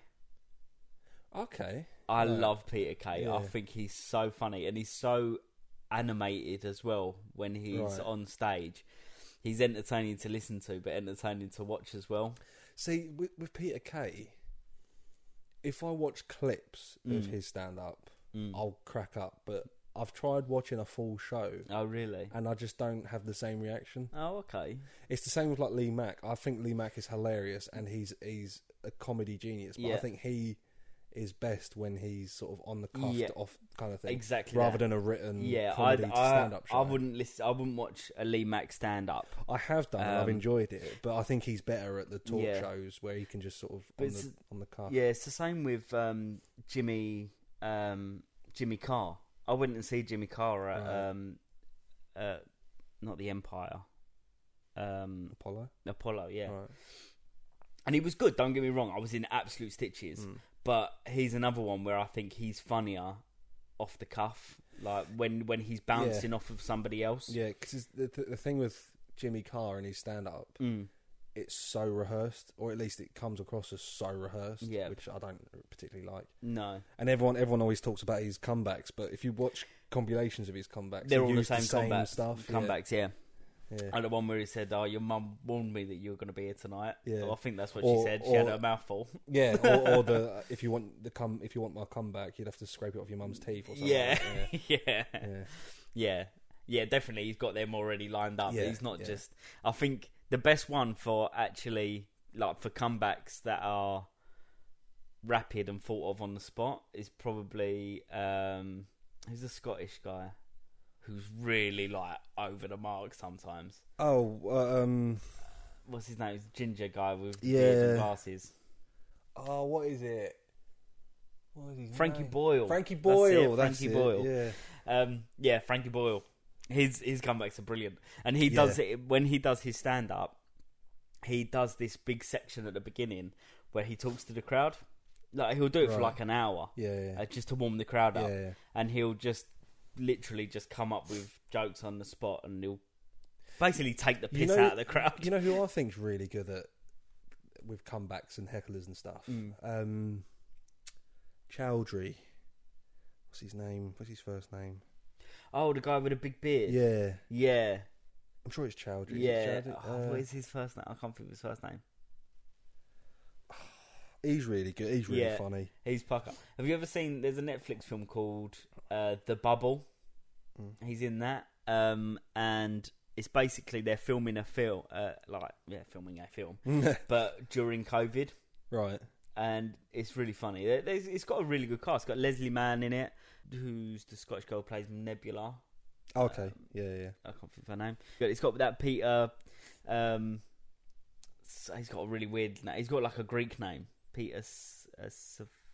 [SPEAKER 2] Okay.
[SPEAKER 3] I
[SPEAKER 2] Right.
[SPEAKER 3] love Peter Kay. I
[SPEAKER 2] Yeah.
[SPEAKER 3] think he's so funny and he's so animated as well when he's
[SPEAKER 2] Right.
[SPEAKER 3] on stage. He's entertaining to listen to, but entertaining to watch as well.
[SPEAKER 2] See, with, with Peter Kay,
[SPEAKER 3] Mm.
[SPEAKER 2] if I watch clips of his stand up, I'll crack up, but I've tried watching a full show
[SPEAKER 3] Oh, really?
[SPEAKER 2] and I just don't have the same reaction.
[SPEAKER 3] Oh, okay.
[SPEAKER 2] It's the same with like Lee Mack. I think Lee Mack is hilarious and he's he's a comedy genius, but I
[SPEAKER 3] Yeah.
[SPEAKER 2] think he is best when he's sort of on the cuff
[SPEAKER 3] Yeah.
[SPEAKER 2] to off kind of thing,
[SPEAKER 3] Exactly
[SPEAKER 2] rather
[SPEAKER 3] that.
[SPEAKER 2] than a written
[SPEAKER 3] Yeah, I,
[SPEAKER 2] comedy to
[SPEAKER 3] I,
[SPEAKER 2] stand up show.
[SPEAKER 3] I wouldn't listen. I wouldn't watch a Lee Mack stand up.
[SPEAKER 2] I have done. and I've
[SPEAKER 3] Um,
[SPEAKER 2] enjoyed it, but I think he's better at the talk
[SPEAKER 3] Yeah.
[SPEAKER 2] shows where he can just sort of
[SPEAKER 3] But
[SPEAKER 2] on the,
[SPEAKER 3] it's-
[SPEAKER 2] on the cuff.
[SPEAKER 3] Yeah, it's the same with um, Jimmy um, Jimmy Carr. I went and see Jimmy Carr at
[SPEAKER 2] Right.
[SPEAKER 3] um, uh, not the Empire, um,
[SPEAKER 2] Apollo.
[SPEAKER 3] Apollo. Yeah,
[SPEAKER 2] Right.
[SPEAKER 3] and he was good. Don't get me wrong. I was in absolute stitches.
[SPEAKER 2] Mm.
[SPEAKER 3] But he's another one where I think he's funnier off the cuff, like when when he's bouncing off of somebody else.
[SPEAKER 2] Yeah, because the, the, the thing with Jimmy Carr and his stand up,
[SPEAKER 3] Mm.
[SPEAKER 2] it's so rehearsed, or at least it comes across as so rehearsed,
[SPEAKER 3] Yeah.
[SPEAKER 2] which I don't particularly like.
[SPEAKER 3] No,
[SPEAKER 2] And everyone everyone always talks about his comebacks, but if you watch compilations of his comebacks,
[SPEAKER 3] they're
[SPEAKER 2] he
[SPEAKER 3] all the
[SPEAKER 2] used
[SPEAKER 3] same, comebacks.
[SPEAKER 2] stuff. yeah,
[SPEAKER 3] comebacks, yeah.
[SPEAKER 2] yeah.
[SPEAKER 3] And the one where he said, "Oh, your mum warned me that you were going to be here tonight."
[SPEAKER 2] Yeah.
[SPEAKER 3] Well, I think that's what
[SPEAKER 2] Or-
[SPEAKER 3] she said. She had
[SPEAKER 2] or-
[SPEAKER 3] a mouthful.
[SPEAKER 2] Yeah, or, or the if you want the come if you want my comeback, you'd have to scrape it off your mum's teeth or something.
[SPEAKER 3] Yeah.
[SPEAKER 2] like that,
[SPEAKER 3] yeah,
[SPEAKER 2] yeah. yeah.
[SPEAKER 3] yeah, yeah. Definitely, he's got them already lined up.
[SPEAKER 2] Yeah,
[SPEAKER 3] he's not
[SPEAKER 2] yeah.
[SPEAKER 3] just. I think the best one for actually like for comebacks that are rapid and thought of on the spot is probably um who's the Scottish guy who's really like over the mark sometimes.
[SPEAKER 2] Oh, uh, um,
[SPEAKER 3] What's his name? He's a ginger guy with the beard and
[SPEAKER 2] Yeah.
[SPEAKER 3] glasses.
[SPEAKER 2] oh, what is it? What is his
[SPEAKER 3] Frankie
[SPEAKER 2] name?
[SPEAKER 3] Boyle.
[SPEAKER 2] Frankie
[SPEAKER 3] That's it,
[SPEAKER 2] Boyle. That's
[SPEAKER 3] Frankie
[SPEAKER 2] it,
[SPEAKER 3] Boyle.
[SPEAKER 2] Yeah.
[SPEAKER 3] Um, yeah, Frankie Boyle. His his comebacks are brilliant, and he
[SPEAKER 2] Yeah.
[SPEAKER 3] does it when he does his stand up. He does this big section at the beginning where he talks to the crowd. Like he'll do it for
[SPEAKER 2] Right.
[SPEAKER 3] like an hour,
[SPEAKER 2] Yeah. Yeah.
[SPEAKER 3] uh, just to warm the crowd up,
[SPEAKER 2] yeah, yeah.
[SPEAKER 3] and he'll just literally just come up with jokes on the spot, and he'll basically take the piss
[SPEAKER 2] You know-
[SPEAKER 3] out of the crowd.
[SPEAKER 2] You know who I think's really good at with comebacks and hecklers and stuff?
[SPEAKER 3] Mm.
[SPEAKER 2] Um, Chowdhury. What's his name? What's his first name?
[SPEAKER 3] oh, the guy with a big beard.
[SPEAKER 2] Yeah,
[SPEAKER 3] yeah,
[SPEAKER 2] I'm sure it's Chowdhury.
[SPEAKER 3] yeah.
[SPEAKER 2] Is it Chowdhury?
[SPEAKER 3] Oh,
[SPEAKER 2] Uh,
[SPEAKER 3] what is his first name? I can't think of his first name.
[SPEAKER 2] he's really good. He's really
[SPEAKER 3] Yeah.
[SPEAKER 2] funny.
[SPEAKER 3] He's pucker. Have you ever seen? There's a Netflix film called uh, The Bubble.
[SPEAKER 2] Mm.
[SPEAKER 3] He's in that, um, and it's basically they're filming a film, uh, like yeah, filming a film, but during COVID,
[SPEAKER 2] right.
[SPEAKER 3] and it's really funny. There- there's- It's got a really good cast. It's got Leslie Mann in it, who's the Scottish girl who plays Nebula.
[SPEAKER 2] Okay.
[SPEAKER 3] Um,
[SPEAKER 2] yeah, yeah.
[SPEAKER 3] I can't think of her name. But It's got that Peter. Um, s- he's got a really weird name. He's got like a Greek name, Peter. S- uh, Soph-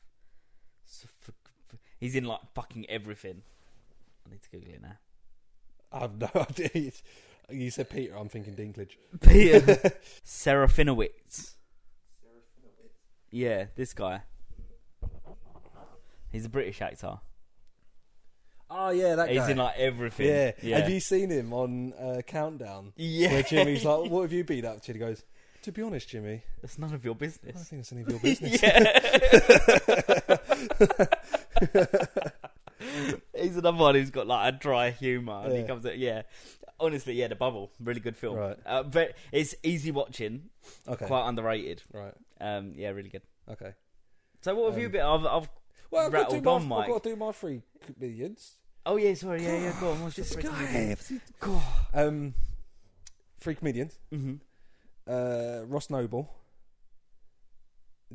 [SPEAKER 3] Soph- he's in like fucking everything. I need to Google it now.
[SPEAKER 2] I've no idea. It's- You said Peter. I'm thinking Dinklage.
[SPEAKER 3] Peter Serafinowicz. Yeah, this guy. He's a British actor.
[SPEAKER 2] Oh yeah, that
[SPEAKER 3] He's
[SPEAKER 2] guy.
[SPEAKER 3] in like everything.
[SPEAKER 2] yeah.
[SPEAKER 3] yeah.
[SPEAKER 2] Have you seen him on uh, Countdown?
[SPEAKER 3] Yeah.
[SPEAKER 2] Where Jimmy's like, "What have you been up to?" And he goes, "To be honest, Jimmy,
[SPEAKER 3] That's none of your
[SPEAKER 2] I don't
[SPEAKER 3] business.
[SPEAKER 2] think it's any of your business."
[SPEAKER 3] He's another one who's got like a dry humour. And he
[SPEAKER 2] Yeah.
[SPEAKER 3] comes at, yeah. Honestly, yeah, The Bubble. Really good film.
[SPEAKER 2] Right.
[SPEAKER 3] Uh, but it's easy watching,
[SPEAKER 2] Okay.
[SPEAKER 3] quite underrated.
[SPEAKER 2] Right.
[SPEAKER 3] Um, yeah, really good.
[SPEAKER 2] Okay.
[SPEAKER 3] So what have you
[SPEAKER 2] Um,
[SPEAKER 3] been? I've, I've,
[SPEAKER 2] Well, I've got, to do
[SPEAKER 3] Rattled
[SPEAKER 2] my,
[SPEAKER 3] on,
[SPEAKER 2] I've
[SPEAKER 3] Mike.
[SPEAKER 2] got to do my three comedians.
[SPEAKER 3] oh, yeah, sorry. Yeah, yeah, go on. What's
[SPEAKER 2] This
[SPEAKER 3] your
[SPEAKER 2] guy. Um, three comedians.
[SPEAKER 3] Mm-hmm.
[SPEAKER 2] Uh, Ross Noble.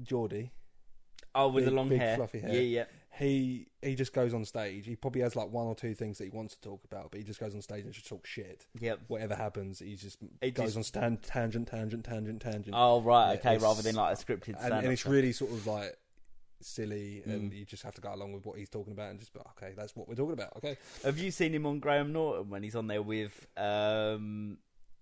[SPEAKER 2] Geordie.
[SPEAKER 3] Oh, with
[SPEAKER 2] Big-
[SPEAKER 3] the long
[SPEAKER 2] big
[SPEAKER 3] hair.
[SPEAKER 2] fluffy hair.
[SPEAKER 3] Yeah, yeah.
[SPEAKER 2] He he just goes on stage. He probably has like one or two things that he wants to talk about, but he just goes on stage and just talks shit.
[SPEAKER 3] Yep.
[SPEAKER 2] Whatever happens, he just
[SPEAKER 3] He
[SPEAKER 2] goes
[SPEAKER 3] just-
[SPEAKER 2] on stand, tangent, tangent, tangent, tangent.
[SPEAKER 3] Oh, right.
[SPEAKER 2] Yeah,
[SPEAKER 3] okay,
[SPEAKER 2] it's-
[SPEAKER 3] rather than like a scripted
[SPEAKER 2] and,
[SPEAKER 3] stand
[SPEAKER 2] and it's really sort of like silly, and
[SPEAKER 3] Mm.
[SPEAKER 2] you just have to go along with what he's talking about and just be like, okay, that's what we're talking about. Okay,
[SPEAKER 3] Have you seen him on Graham Norton when he's on there with um,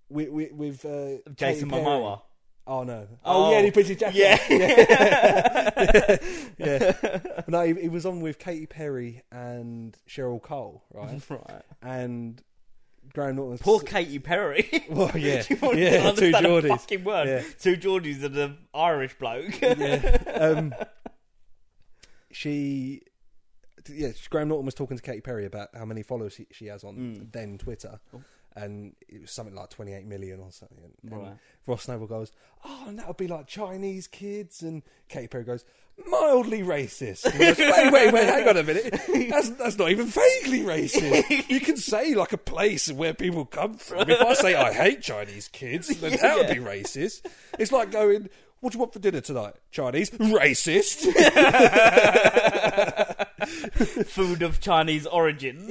[SPEAKER 2] we, we, with uh, Katy
[SPEAKER 3] Jason
[SPEAKER 2] Perry.
[SPEAKER 3] Momoa?
[SPEAKER 2] Oh no!
[SPEAKER 3] Oh.
[SPEAKER 2] Oh, yeah, and he puts his jacket.
[SPEAKER 3] Yeah.
[SPEAKER 2] on. yeah. Yeah. No, he, he was on with Katy Perry and Cheryl Cole, right?
[SPEAKER 3] Right.
[SPEAKER 2] and Graham Norton.
[SPEAKER 3] Mm-hmm. Poor Katy Perry.
[SPEAKER 2] Well, yeah,
[SPEAKER 3] You wouldn't
[SPEAKER 2] yeah, two
[SPEAKER 3] understand a
[SPEAKER 2] Geordies.
[SPEAKER 3] fucking word.
[SPEAKER 2] Yeah.
[SPEAKER 3] Two Geordies and an Irish bloke.
[SPEAKER 2] Yeah. Um, she, yeah, Graham Norton was talking to Katy Perry about how many followers she, she has on
[SPEAKER 3] Mm.
[SPEAKER 2] then Twitter, and it was something like 28 million or something. And, and
[SPEAKER 3] Right.
[SPEAKER 2] Ross Noble goes, "Oh, and that would be like Chinese kids." And Katy Perry goes, "Mildly racist." And he goes, wait, wait, wait, hang on a minute. That's that's not even vaguely racist. You can say like a place where people come from. If I say I hate Chinese kids, then that would be racist. It's like going, "What do you want for dinner tonight?" Chinese racist.
[SPEAKER 3] Food of Chinese origin.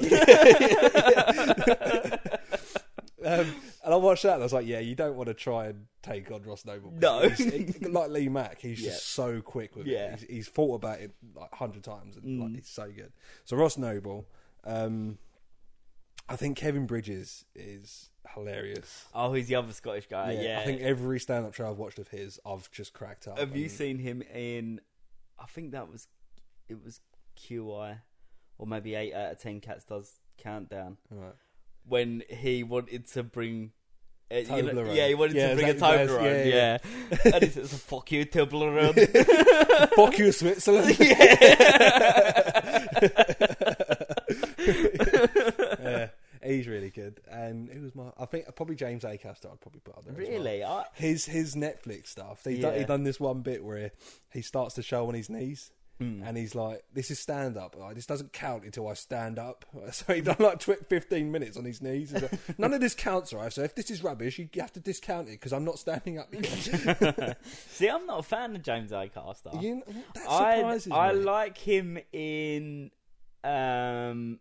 [SPEAKER 2] Um, and I watched that and I was like, yeah, you don't want to try and take on Ross Noble.
[SPEAKER 3] No.
[SPEAKER 2] He's- he- like Lee Mack, he's
[SPEAKER 3] Yeah.
[SPEAKER 2] just so quick with
[SPEAKER 3] Yeah. Mm.
[SPEAKER 2] it. He's, he's thought about it like hundred times and like, he's so good. So Ross Noble, um, I think Kevin Bridges is hilarious.
[SPEAKER 3] oh, he's the other Scottish guy. Yeah.
[SPEAKER 2] I think every stand-up show I've watched of his, I've just cracked up.
[SPEAKER 3] Have you
[SPEAKER 2] and-
[SPEAKER 3] seen him in? I think that was it was QI, or maybe eight out of ten cats does countdown
[SPEAKER 2] Right.
[SPEAKER 3] when he wanted to bring. uh, you know-
[SPEAKER 2] Toblerone.
[SPEAKER 3] yeah, he wanted
[SPEAKER 2] Yeah,
[SPEAKER 3] to bring a
[SPEAKER 2] exactly,
[SPEAKER 3] Toblerone.
[SPEAKER 2] yes,
[SPEAKER 3] yeah,
[SPEAKER 2] yeah,
[SPEAKER 3] and he says, "Fuck you, Toblerone."
[SPEAKER 2] Fuck you, Switzerland. yeah, he's really good. And who was my? I think probably James Acaster. I'd probably put up there. as well.
[SPEAKER 3] really? I,
[SPEAKER 2] his his Netflix stuff. He
[SPEAKER 3] Yeah.
[SPEAKER 2] done, he done this one bit where he starts to show on his knees.
[SPEAKER 3] Hmm.
[SPEAKER 2] And he's like, "This is stand up. Like, this doesn't count until I stand up." So he done like tw- fifteen minutes on his knees. He's like, None of this counts, all right? So if this is rubbish, you have to discount it because I'm not standing up. Again.
[SPEAKER 3] see, I'm not a fan of James Icaster.
[SPEAKER 2] you know, that
[SPEAKER 3] I
[SPEAKER 2] surprises
[SPEAKER 3] I
[SPEAKER 2] me.
[SPEAKER 3] like him in um,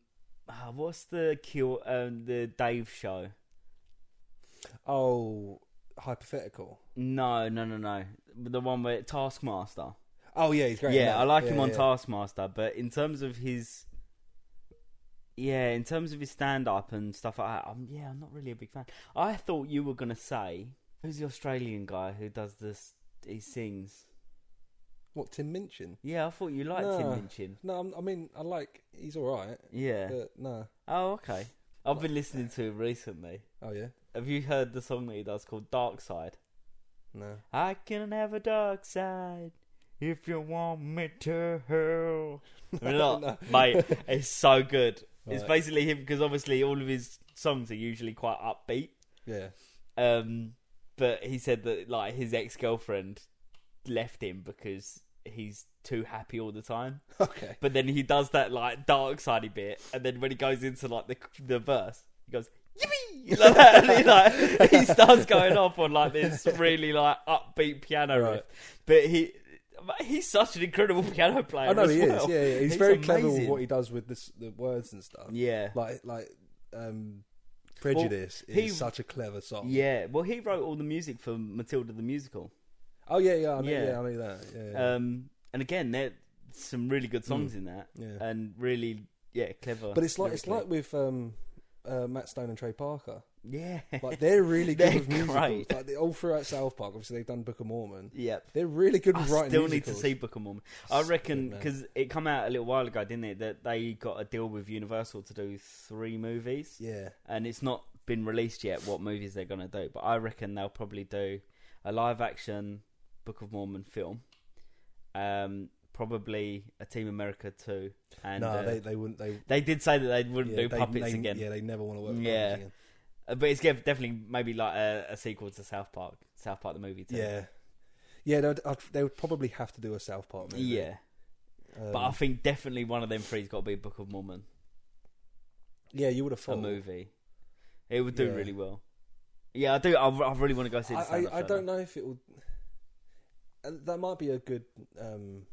[SPEAKER 3] ah, what's the Q um, the Dave show?
[SPEAKER 2] oh, hypothetical.
[SPEAKER 3] No, no, no, no. The one where Taskmaster.
[SPEAKER 2] Oh yeah, he's great. in
[SPEAKER 3] yeah,
[SPEAKER 2] that.
[SPEAKER 3] I like him
[SPEAKER 2] Yeah,
[SPEAKER 3] on
[SPEAKER 2] yeah.
[SPEAKER 3] Taskmaster, but in terms of his, yeah, in terms of his stand up and stuff like that, I'm, yeah, I'm not really a big fan. I thought you were gonna say who's the Australian guy who does this? He sings.
[SPEAKER 2] What Tim Minchin?
[SPEAKER 3] Yeah, I thought you liked him,
[SPEAKER 2] No.
[SPEAKER 3] Minchin.
[SPEAKER 2] No, I'm, I mean I like. He's all right,
[SPEAKER 3] Yeah.
[SPEAKER 2] but no.
[SPEAKER 3] Oh, okay. I've been listening to him recently.
[SPEAKER 2] Oh yeah,
[SPEAKER 3] Have you heard the song that he does called Dark Side?
[SPEAKER 2] no.
[SPEAKER 3] I can have a dark side if you want me to. Really not,
[SPEAKER 2] No.
[SPEAKER 3] mate. It's so good. It's
[SPEAKER 2] Right.
[SPEAKER 3] basically him because obviously all of his songs are usually quite upbeat.
[SPEAKER 2] Yeah.
[SPEAKER 3] Um, but he said that like his ex girlfriend left him because he's too happy all the time.
[SPEAKER 2] Okay.
[SPEAKER 3] But then he does that like dark sidey bit, and then when he goes into like the the verse, he goes yippee like that, and he, like he starts going off on like this really like upbeat piano
[SPEAKER 2] Right.
[SPEAKER 3] riff. But he he's such an incredible piano player.
[SPEAKER 2] I know
[SPEAKER 3] as
[SPEAKER 2] he
[SPEAKER 3] well.
[SPEAKER 2] is. Yeah, yeah. He's, very clever with
[SPEAKER 3] amazing.
[SPEAKER 2] what he does with this, the words and stuff.
[SPEAKER 3] Yeah,
[SPEAKER 2] Like like um, prejudice
[SPEAKER 3] he-
[SPEAKER 2] is such a clever song.
[SPEAKER 3] yeah. Well, he wrote all the music for Matilda the musical.
[SPEAKER 2] Oh yeah, yeah. I knew,
[SPEAKER 3] Yeah.
[SPEAKER 2] yeah. I knew that. Yeah. yeah.
[SPEAKER 3] Um, and again, there's some really good songs in that,
[SPEAKER 2] Yeah.
[SPEAKER 3] and really yeah, clever.
[SPEAKER 2] but it's like it's
[SPEAKER 3] lyrically.
[SPEAKER 2] like with um, uh, Matt Stone and Trey Parker.
[SPEAKER 3] yeah,
[SPEAKER 2] Like they're really
[SPEAKER 3] They're
[SPEAKER 2] good with musicals.
[SPEAKER 3] great.
[SPEAKER 2] Like they, all throughout South Park, obviously they've done Book of Mormon.
[SPEAKER 3] yep.
[SPEAKER 2] They're really good
[SPEAKER 3] I
[SPEAKER 2] with writing
[SPEAKER 3] still need
[SPEAKER 2] musicals.
[SPEAKER 3] to see Book of Mormon. I reckon
[SPEAKER 2] man.
[SPEAKER 3] because it come out a little while ago, didn't it? That they got a deal with Universal to do three movies,
[SPEAKER 2] Yeah.
[SPEAKER 3] and it's not been released yet what movies they're gonna do. But I reckon they'll probably do a live action Book of Mormon film, um, probably a Team America two, and
[SPEAKER 2] no,
[SPEAKER 3] uh,
[SPEAKER 2] they
[SPEAKER 3] they,
[SPEAKER 2] they wouldn't they
[SPEAKER 3] did say that they wouldn't
[SPEAKER 2] yeah,
[SPEAKER 3] do
[SPEAKER 2] they-
[SPEAKER 3] puppets
[SPEAKER 2] they-
[SPEAKER 3] again.
[SPEAKER 2] Yeah, they never want to work. With
[SPEAKER 3] Yeah.
[SPEAKER 2] puppets again.
[SPEAKER 3] Uh, But it's gef- definitely maybe like a, a sequel to South Park, South Park the movie. Too.
[SPEAKER 2] Yeah. Yeah, they would, I'd- they would probably have to do a South Park movie.
[SPEAKER 3] yeah.
[SPEAKER 2] Um,
[SPEAKER 3] But I think definitely one of them three's got to be Book of Mormon.
[SPEAKER 2] yeah, you would have
[SPEAKER 3] a
[SPEAKER 2] thought.
[SPEAKER 3] movie. It would do
[SPEAKER 2] Yeah.
[SPEAKER 3] really well. Yeah, I do. I, I really want to go
[SPEAKER 2] I,
[SPEAKER 3] see the
[SPEAKER 2] I,
[SPEAKER 3] stand-up
[SPEAKER 2] I
[SPEAKER 3] show
[SPEAKER 2] don't
[SPEAKER 3] now.
[SPEAKER 2] know if it will. And that might be a good um,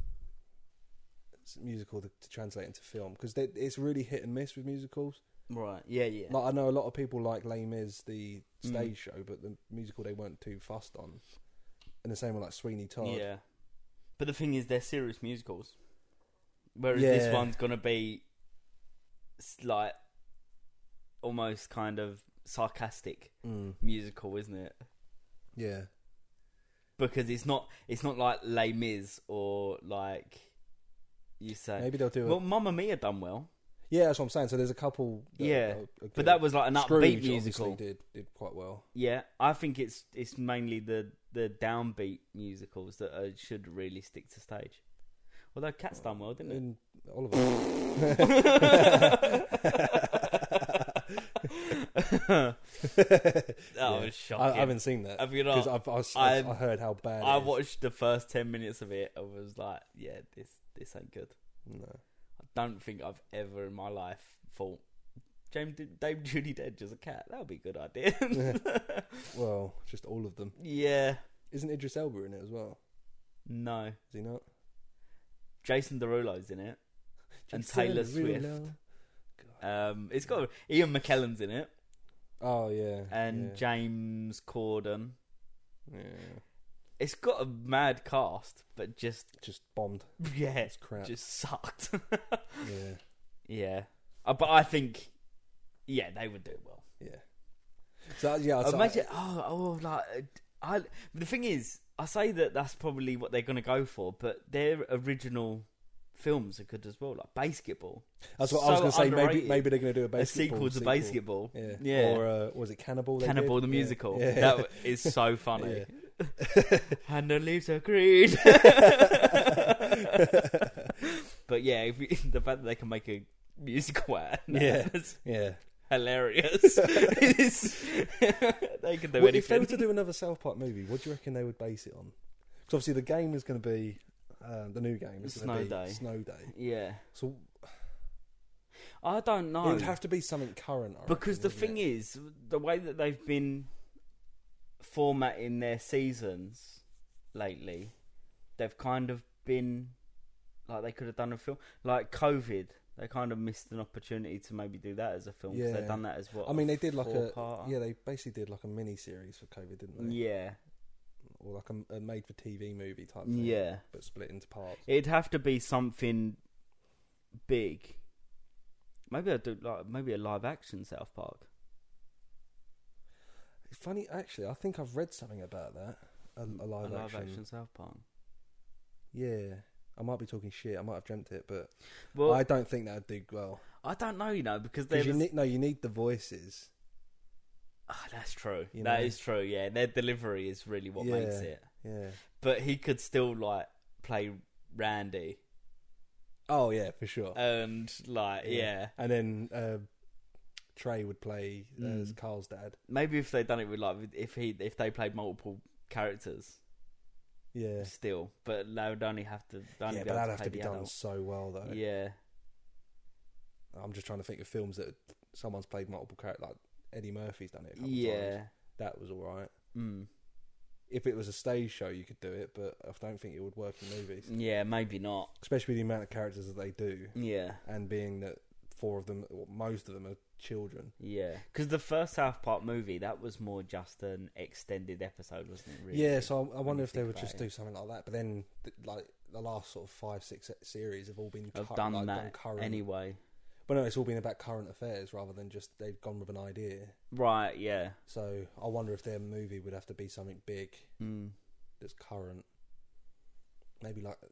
[SPEAKER 2] s- musical to, to translate into film because it's really hit and miss with musicals.
[SPEAKER 3] Right? Yeah, yeah.
[SPEAKER 2] Like I know a lot of people like Les Mis, the
[SPEAKER 3] Mm.
[SPEAKER 2] stage show, but the musical they weren't too fussed on. And the same with like Sweeney Todd.
[SPEAKER 3] yeah. But the thing is, they're serious musicals, whereas
[SPEAKER 2] Yeah.
[SPEAKER 3] this one's gonna be s- like almost kind of sarcastic
[SPEAKER 2] Mm,
[SPEAKER 3] musical, isn't it?
[SPEAKER 2] yeah.
[SPEAKER 3] Because it's not. It's not like Les Mis or like you say.
[SPEAKER 2] Maybe they'll do it.
[SPEAKER 3] Well, Mamma Mia done well,
[SPEAKER 2] yeah, that's what I'm saying. So there's a couple. That
[SPEAKER 3] Yeah.
[SPEAKER 2] are- are
[SPEAKER 3] but
[SPEAKER 2] good.
[SPEAKER 3] that was like an upbeat
[SPEAKER 2] Scrooge
[SPEAKER 3] musical.
[SPEAKER 2] obviously did did quite well.
[SPEAKER 3] Yeah, I think it's it's mainly the the downbeat musicals that uh should really stick to stage. Although Cat's done well, Oh, didn't it?
[SPEAKER 2] And Oliver.
[SPEAKER 3] that
[SPEAKER 2] Yeah.
[SPEAKER 3] was shocking.
[SPEAKER 2] I, I haven't seen that
[SPEAKER 3] Have you not?
[SPEAKER 2] because I've, I,
[SPEAKER 3] I'm-
[SPEAKER 2] I heard how bad.
[SPEAKER 3] I
[SPEAKER 2] it is.
[SPEAKER 3] watched the first ten minutes of it and was like, "Yeah, this this ain't good."
[SPEAKER 2] No.
[SPEAKER 3] I don't think I've ever in my life thought James Dame Judy Dench as a cat. That would be a good idea.
[SPEAKER 2] Well, just all of them.
[SPEAKER 3] yeah,
[SPEAKER 2] Isn't Idris Elba in it as well?
[SPEAKER 3] no.
[SPEAKER 2] Is he not?
[SPEAKER 3] Jason Derulo's in it. And
[SPEAKER 2] Jason
[SPEAKER 3] Taylor
[SPEAKER 2] Derulo.
[SPEAKER 3] Um, it's got Ian McKellen's in it
[SPEAKER 2] Oh yeah.
[SPEAKER 3] and
[SPEAKER 2] yeah.
[SPEAKER 3] James Corden.
[SPEAKER 2] yeah.
[SPEAKER 3] It's got a mad cast, but just
[SPEAKER 2] just bombed.
[SPEAKER 3] yeah,
[SPEAKER 2] It's crap.
[SPEAKER 3] just sucked.
[SPEAKER 2] Yeah.
[SPEAKER 3] yeah, uh, but I think yeah they would do well.
[SPEAKER 2] Yeah. So yeah, so
[SPEAKER 3] Imagine oh oh like uh, I the thing is I say that that's probably what they're gonna go for, but their original films are good as well, like Basketball,
[SPEAKER 2] that's what I
[SPEAKER 3] so
[SPEAKER 2] was going to say. Maybe
[SPEAKER 3] underrated.
[SPEAKER 2] maybe they're going to do a
[SPEAKER 3] a
[SPEAKER 2] basketball
[SPEAKER 3] sequel to Basketball.
[SPEAKER 2] Yeah.
[SPEAKER 3] Yeah.
[SPEAKER 2] Or uh, was it Cannibal? they
[SPEAKER 3] Cannibal
[SPEAKER 2] did?
[SPEAKER 3] the
[SPEAKER 2] Yeah.
[SPEAKER 3] musical.
[SPEAKER 2] Yeah.
[SPEAKER 3] That is so funny.
[SPEAKER 2] Yeah.
[SPEAKER 3] and the leaves are green. but yeah, if we, the fact that they can make a musical out of that
[SPEAKER 2] Yeah.
[SPEAKER 3] is
[SPEAKER 2] yeah.
[SPEAKER 3] hilarious. It's- they can do
[SPEAKER 2] Well, if they
[SPEAKER 3] anything.
[SPEAKER 2] were to do another South Park movie, what do you reckon they would base it on? Because obviously the game is going to be uh, the new game. Is
[SPEAKER 3] Snow
[SPEAKER 2] gonna be
[SPEAKER 3] Day.
[SPEAKER 2] Snow Day.
[SPEAKER 3] yeah,
[SPEAKER 2] So
[SPEAKER 3] I don't
[SPEAKER 2] it
[SPEAKER 3] know
[SPEAKER 2] would have to be something current. I
[SPEAKER 3] because
[SPEAKER 2] reckon,
[SPEAKER 3] the thing
[SPEAKER 2] wouldn't it?
[SPEAKER 3] is, the way that they've been formatting their seasons lately, they've kind of been like they could have done a film like COVID. They kind of missed an opportunity to maybe do that as a film. 'cause
[SPEAKER 2] Yeah.
[SPEAKER 3] They've done that as well.
[SPEAKER 2] I mean, they did like a
[SPEAKER 3] Four-parter?
[SPEAKER 2] yeah, they basically did like a mini series for COVID, didn't they?
[SPEAKER 3] Yeah,
[SPEAKER 2] Or like a, a made-for-TV movie type thing,
[SPEAKER 3] yeah.
[SPEAKER 2] but split into parts.
[SPEAKER 3] It'd have to be something big. Maybe I do like maybe a live action South Park.
[SPEAKER 2] It's funny, actually. I think I've read something about that. A, a
[SPEAKER 3] A
[SPEAKER 2] live,
[SPEAKER 3] live
[SPEAKER 2] action.
[SPEAKER 3] action South Park.
[SPEAKER 2] Yeah, I might be talking shit. I might have dreamt it, but
[SPEAKER 3] Well,
[SPEAKER 2] I
[SPEAKER 3] I,
[SPEAKER 2] don't think that'd do well.
[SPEAKER 3] don't know, you know, because
[SPEAKER 2] Because
[SPEAKER 3] there's
[SPEAKER 2] you need no, you need the voices.
[SPEAKER 3] Ah, that's true. That
[SPEAKER 2] You
[SPEAKER 3] is
[SPEAKER 2] know?
[SPEAKER 3] true. Yeah, their delivery is really what makes
[SPEAKER 2] Yeah.
[SPEAKER 3] it.
[SPEAKER 2] Yeah.
[SPEAKER 3] But he could still like play Randy
[SPEAKER 2] Oh yeah, for sure.
[SPEAKER 3] Uh, and like yeah.
[SPEAKER 2] And then uh, Trey would play uh, as
[SPEAKER 3] Mm.
[SPEAKER 2] Carl's dad.
[SPEAKER 3] Maybe if they done it with like if he if they played multiple characters
[SPEAKER 2] Yeah.
[SPEAKER 3] still, but they would only have to they only
[SPEAKER 2] yeah,
[SPEAKER 3] be
[SPEAKER 2] but
[SPEAKER 3] able
[SPEAKER 2] that'd
[SPEAKER 3] to
[SPEAKER 2] have
[SPEAKER 3] play
[SPEAKER 2] to be
[SPEAKER 3] the
[SPEAKER 2] done
[SPEAKER 3] adult.
[SPEAKER 2] so well though.
[SPEAKER 3] Yeah,
[SPEAKER 2] I'm just trying to think of films that someone's played multiple characters. Like Eddie Murphy's done it. A couple
[SPEAKER 3] yeah.
[SPEAKER 2] Times. That was all right.
[SPEAKER 3] Mm.
[SPEAKER 2] If it was a stage show, you could do it, but I don't think it would work in movies,
[SPEAKER 3] Yeah, maybe not.
[SPEAKER 2] especially the amount of characters that they do.
[SPEAKER 3] Yeah,
[SPEAKER 2] and being that four of them, or most of them, are children.
[SPEAKER 3] yeah. Because the first South Park movie that was more just an extended episode, wasn't it? Really?
[SPEAKER 2] Yeah, so I, I
[SPEAKER 3] When
[SPEAKER 2] wonder
[SPEAKER 3] you
[SPEAKER 2] if they
[SPEAKER 3] think
[SPEAKER 2] would
[SPEAKER 3] about
[SPEAKER 2] just
[SPEAKER 3] it.
[SPEAKER 2] do something like that. But then, th- like the last sort of five, six e- series have all been
[SPEAKER 3] I've
[SPEAKER 2] cu-
[SPEAKER 3] done
[SPEAKER 2] like,
[SPEAKER 3] that
[SPEAKER 2] current.
[SPEAKER 3] anyway.
[SPEAKER 2] But no, it's all been about current affairs rather than just they've gone with an idea.
[SPEAKER 3] Right? Yeah.
[SPEAKER 2] So I wonder if their movie would have to be something big
[SPEAKER 3] Mm.
[SPEAKER 2] that's current. Maybe like an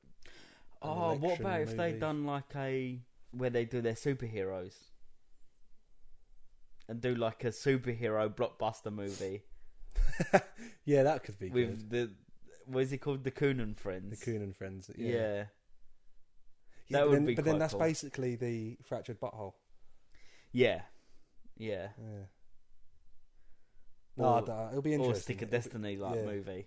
[SPEAKER 3] Oh, what
[SPEAKER 2] election
[SPEAKER 3] about if they
[SPEAKER 2] movie.
[SPEAKER 3] done like a where they do their superheroes and do like a superhero blockbuster movie
[SPEAKER 2] yeah, that could be good.
[SPEAKER 3] with the what is it called, the Coonan
[SPEAKER 2] The
[SPEAKER 3] Friends?
[SPEAKER 2] Coon and Friends.
[SPEAKER 3] yeah.
[SPEAKER 2] Yeah,
[SPEAKER 3] That
[SPEAKER 2] but
[SPEAKER 3] would
[SPEAKER 2] then,
[SPEAKER 3] be
[SPEAKER 2] But then
[SPEAKER 3] quite
[SPEAKER 2] that's
[SPEAKER 3] cool.
[SPEAKER 2] basically the fractured butthole.
[SPEAKER 3] yeah, yeah,
[SPEAKER 2] Yeah. No,
[SPEAKER 3] Or-
[SPEAKER 2] I don't- it'll be
[SPEAKER 3] or
[SPEAKER 2] interesting.
[SPEAKER 3] Stick of
[SPEAKER 2] It'll be-
[SPEAKER 3] Destiny like
[SPEAKER 2] yeah.
[SPEAKER 3] movie.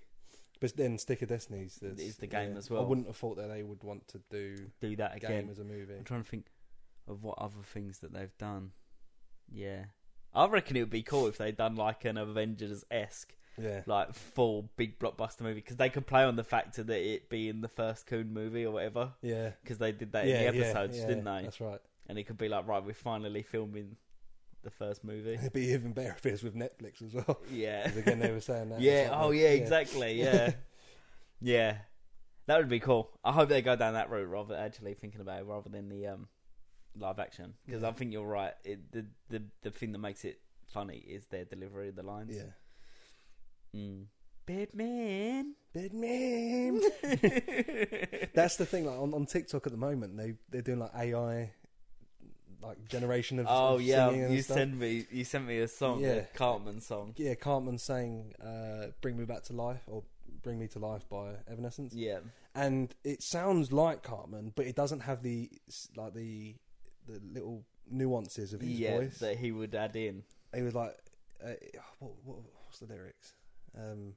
[SPEAKER 2] But then Stick of Destiny's
[SPEAKER 3] It
[SPEAKER 2] that's-
[SPEAKER 3] is the game as
[SPEAKER 2] I
[SPEAKER 3] well.
[SPEAKER 2] wouldn't have thought that they would want to do
[SPEAKER 3] Do that
[SPEAKER 2] a
[SPEAKER 3] again.
[SPEAKER 2] game as a movie.
[SPEAKER 3] I'm trying to think of what other things that they've done. Yeah, I reckon it would be cool if they'd done like an Avengers esque
[SPEAKER 2] Yeah,
[SPEAKER 3] like full big blockbuster movie because they could play on the factor that it being the first Coon movie or whatever
[SPEAKER 2] yeah,
[SPEAKER 3] because they did that
[SPEAKER 2] yeah,
[SPEAKER 3] in the
[SPEAKER 2] yeah,
[SPEAKER 3] episodes,
[SPEAKER 2] yeah,
[SPEAKER 3] didn't they?
[SPEAKER 2] That's right.
[SPEAKER 3] And it could be like, right, we're finally filming the first movie.
[SPEAKER 2] It'd be even better if it was with Netflix as well.
[SPEAKER 3] yeah,
[SPEAKER 2] 'Cause again, they were saying that.
[SPEAKER 3] yeah.
[SPEAKER 2] It's like,
[SPEAKER 3] Oh yeah, exactly. Yeah, yeah. That would be cool. I hope they go down that route rather actually thinking about it rather than the um, live action because
[SPEAKER 2] Yeah.
[SPEAKER 3] I think you're right. It, the the the thing that makes it funny is their delivery of the lines.
[SPEAKER 2] Yeah.
[SPEAKER 3] Mm. Batman.
[SPEAKER 2] Big man. That's the thing. Like on, on TikTok at the moment, they they're doing like AI, like generation of.
[SPEAKER 3] Oh
[SPEAKER 2] of
[SPEAKER 3] yeah,
[SPEAKER 2] singing and
[SPEAKER 3] you
[SPEAKER 2] stuff.
[SPEAKER 3] sent me you sent me a song,
[SPEAKER 2] Yeah.
[SPEAKER 3] a Cartman song.
[SPEAKER 2] Yeah, Cartman saying uh, "Bring Me Back to Life" or "Bring Me to Life" by Evanescence.
[SPEAKER 3] Yeah,
[SPEAKER 2] and it sounds like Cartman, but it doesn't have the like the the little nuances of his
[SPEAKER 3] yeah,
[SPEAKER 2] voice.
[SPEAKER 3] that he would add in.
[SPEAKER 2] he was like, uh, what, what, what's the lyrics? Um,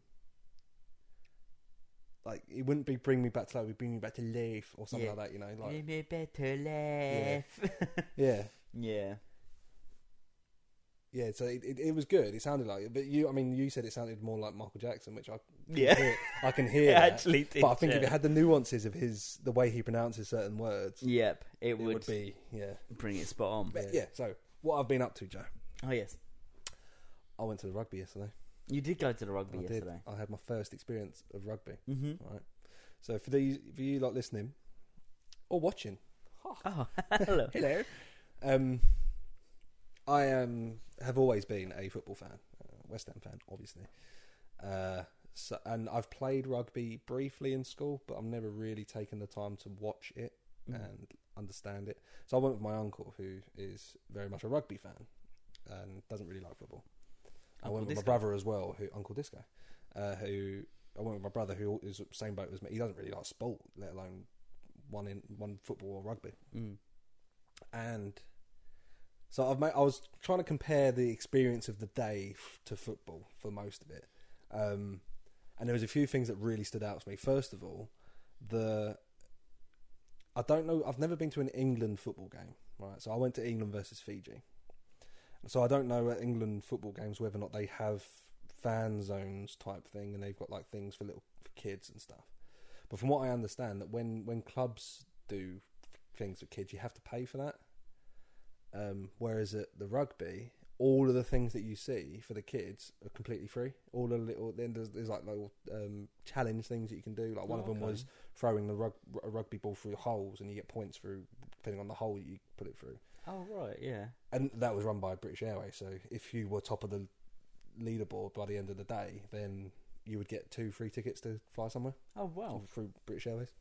[SPEAKER 2] like it wouldn't be bring me back to life, it would bring me back to life or something
[SPEAKER 3] Yeah.
[SPEAKER 2] like that. You know, like
[SPEAKER 3] Like, better laugh.
[SPEAKER 2] yeah,
[SPEAKER 3] yeah.
[SPEAKER 2] yeah. So it, it, it was good. It sounded like, it. but you, I mean, you said it sounded more like Michael Jackson, which I can
[SPEAKER 3] Yeah.
[SPEAKER 2] hear- I can
[SPEAKER 3] It
[SPEAKER 2] hear. that.
[SPEAKER 3] actually did.
[SPEAKER 2] but I think
[SPEAKER 3] yeah.
[SPEAKER 2] if it had the nuances of his, the way he pronounces certain words,
[SPEAKER 3] Yep, it,
[SPEAKER 2] it
[SPEAKER 3] would,
[SPEAKER 2] would be yeah.
[SPEAKER 3] bring it spot on.
[SPEAKER 2] But yeah. So what I've been up to, Joe.
[SPEAKER 3] Oh yes,
[SPEAKER 2] I went to the rugby yesterday.
[SPEAKER 3] you did go to the rugby
[SPEAKER 2] I did.
[SPEAKER 3] yesterday.
[SPEAKER 2] I had my first experience of rugby.
[SPEAKER 3] Mm-hmm.
[SPEAKER 2] Right. So for these, for you like listening or watching,
[SPEAKER 3] Oh, hello.
[SPEAKER 2] hello. Um, I um have always been a football fan, uh, West Ham fan, obviously. Uh, so, and I've played rugby briefly in school, but I've never really taken the time to watch it
[SPEAKER 3] Mm.
[SPEAKER 2] and understand it. So I went with my uncle, who is very much a rugby fan and doesn't really like football. I
[SPEAKER 3] Uncle
[SPEAKER 2] went with
[SPEAKER 3] Disco.
[SPEAKER 2] my brother as well, who Uncle Disco, uh, who I went with my brother, who is the same boat as me. He doesn't really like sport, let alone one in one football or rugby.
[SPEAKER 3] Mm.
[SPEAKER 2] And so I've made, I was trying to compare the experience of the day f- to football for most of it, um, and there was a few things that really stood out to me. First of all, the I don't know. I've never been to an England football game, right? So I went to England versus Fiji. So I don't know at England football games whether or not they have fan zones type thing, and they've got like things for little for kids and stuff. But from what I understand, that when when clubs do things for kids, you have to pay for that. Um, whereas at the rugby, all of the things that you see for the kids are completely free. All the little then there's, there's like little um, challenge things that you can do. Like one
[SPEAKER 3] Oh,
[SPEAKER 2] of them
[SPEAKER 3] okay.
[SPEAKER 2] was throwing the rug, a rugby ball through holes, and you get points through depending on the hole you put it through.
[SPEAKER 3] Oh right, yeah.
[SPEAKER 2] And that was run by British Airways. So if you were top of the leaderboard by the end of the day, then you would get two free tickets to fly somewhere
[SPEAKER 3] Oh wow.
[SPEAKER 2] through British Airways.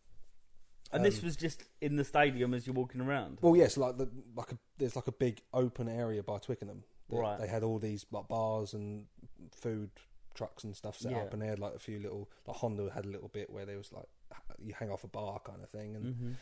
[SPEAKER 3] And this
[SPEAKER 2] Um,
[SPEAKER 3] was just in the stadium as you're walking around.
[SPEAKER 2] Well, yes, like the like a, there's like a big open area by Twickenham. They,
[SPEAKER 3] Right.
[SPEAKER 2] they had all these like bars and food trucks and stuff set
[SPEAKER 3] Yeah.
[SPEAKER 2] up, and they had like a few little. Like Honda had a little bit where there was like h- you hang off a bar kind of thing, and
[SPEAKER 3] Mhm.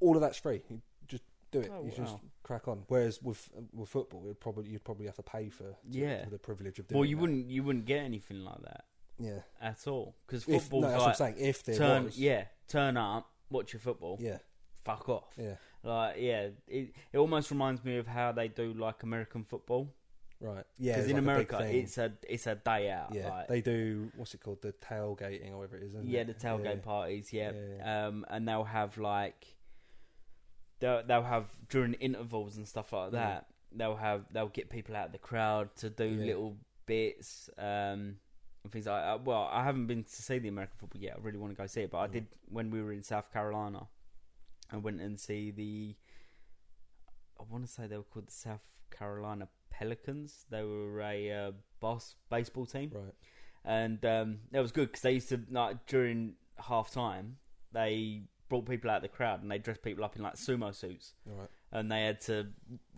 [SPEAKER 2] all of that's free. You just do it.
[SPEAKER 3] Oh,
[SPEAKER 2] you just
[SPEAKER 3] wow.
[SPEAKER 2] crack on. Whereas with with football, you'd probably you'd probably have to pay for to-
[SPEAKER 3] Yeah.
[SPEAKER 2] for the privilege of doing.
[SPEAKER 3] Well, you
[SPEAKER 2] that.
[SPEAKER 3] wouldn't you wouldn't get anything like that
[SPEAKER 2] Yeah.
[SPEAKER 3] at all because
[SPEAKER 2] If, no,
[SPEAKER 3] football's
[SPEAKER 2] that's what I'm
[SPEAKER 3] like
[SPEAKER 2] saying. If there
[SPEAKER 3] turn
[SPEAKER 2] was,
[SPEAKER 3] yeah turn up watch your football
[SPEAKER 2] yeah,
[SPEAKER 3] fuck off
[SPEAKER 2] yeah,
[SPEAKER 3] like yeah it it almost reminds me of how they do like American football
[SPEAKER 2] right, yeah.
[SPEAKER 3] because
[SPEAKER 2] it's
[SPEAKER 3] in
[SPEAKER 2] like a big
[SPEAKER 3] America
[SPEAKER 2] thing.
[SPEAKER 3] it's a it's a day out
[SPEAKER 2] yeah,
[SPEAKER 3] like,
[SPEAKER 2] they do what's it called, the tailgating or whatever it is. Isn't
[SPEAKER 3] yeah
[SPEAKER 2] it?
[SPEAKER 3] the tailgate parties yeah.
[SPEAKER 2] Yeah,
[SPEAKER 3] um and they'll have like they'll they'll have during intervals and stuff
[SPEAKER 2] Mm.
[SPEAKER 3] like that they'll have they'll get people out of the crowd to do
[SPEAKER 2] Yeah.
[SPEAKER 3] little bits um and things like that. well I haven't been to see the American football yet I really want to go see it but I
[SPEAKER 2] Mm.
[SPEAKER 3] did when we were in South Carolina I went and see the I want to say they were called the South Carolina Pelicans they were a uh, boss baseball team
[SPEAKER 2] Right.
[SPEAKER 3] and um, that was good because they used to like during half time they brought people out of the crowd and they dressed people up in like sumo suits
[SPEAKER 2] All right.
[SPEAKER 3] and they had to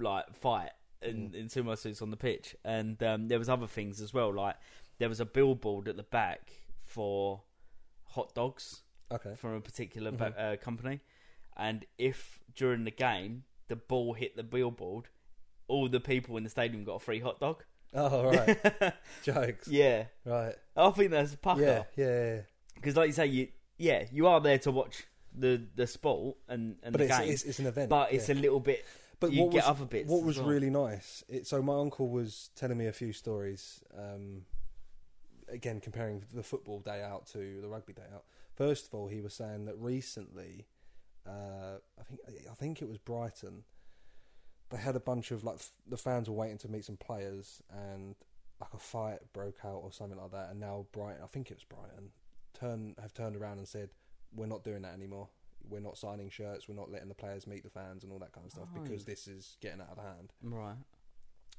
[SPEAKER 3] like fight in, in sumo suits on the pitch and um, there was other things as well like there was a billboard at the back for hot dogs
[SPEAKER 2] Okay.
[SPEAKER 3] from a particular ba- uh, company, and if during the game the ball hit the billboard, all the people in the stadium got a free hot dog.
[SPEAKER 2] Oh right. Jokes.
[SPEAKER 3] Yeah,
[SPEAKER 2] Right.
[SPEAKER 3] I think that's a
[SPEAKER 2] Yeah.
[SPEAKER 3] pucker
[SPEAKER 2] Yeah. yeah.
[SPEAKER 3] because, like you say, you yeah you are there to watch the the sport and and
[SPEAKER 2] But
[SPEAKER 3] the
[SPEAKER 2] it's,
[SPEAKER 3] game,
[SPEAKER 2] it's it's an event.
[SPEAKER 3] but it's a
[SPEAKER 2] yeah.
[SPEAKER 3] little bit.
[SPEAKER 2] but
[SPEAKER 3] you
[SPEAKER 2] what
[SPEAKER 3] get
[SPEAKER 2] was,
[SPEAKER 3] other bits
[SPEAKER 2] What
[SPEAKER 3] as
[SPEAKER 2] was
[SPEAKER 3] well.
[SPEAKER 2] really nice. It, so my uncle was telling me a few stories. Um, again, comparing the football day out to the rugby day out. First of all, he was saying that recently, uh, I think I think it was Brighton. They had a bunch of like f- the fans were waiting to meet some players, and like a fight broke out or something like that. And now Brighton, I think it was Brighton, turn have turned around and said, "We're not doing that anymore. We're not signing shirts. We're not letting the players meet the fans and all that kind of stuff because this is getting out of hand."
[SPEAKER 3] Right.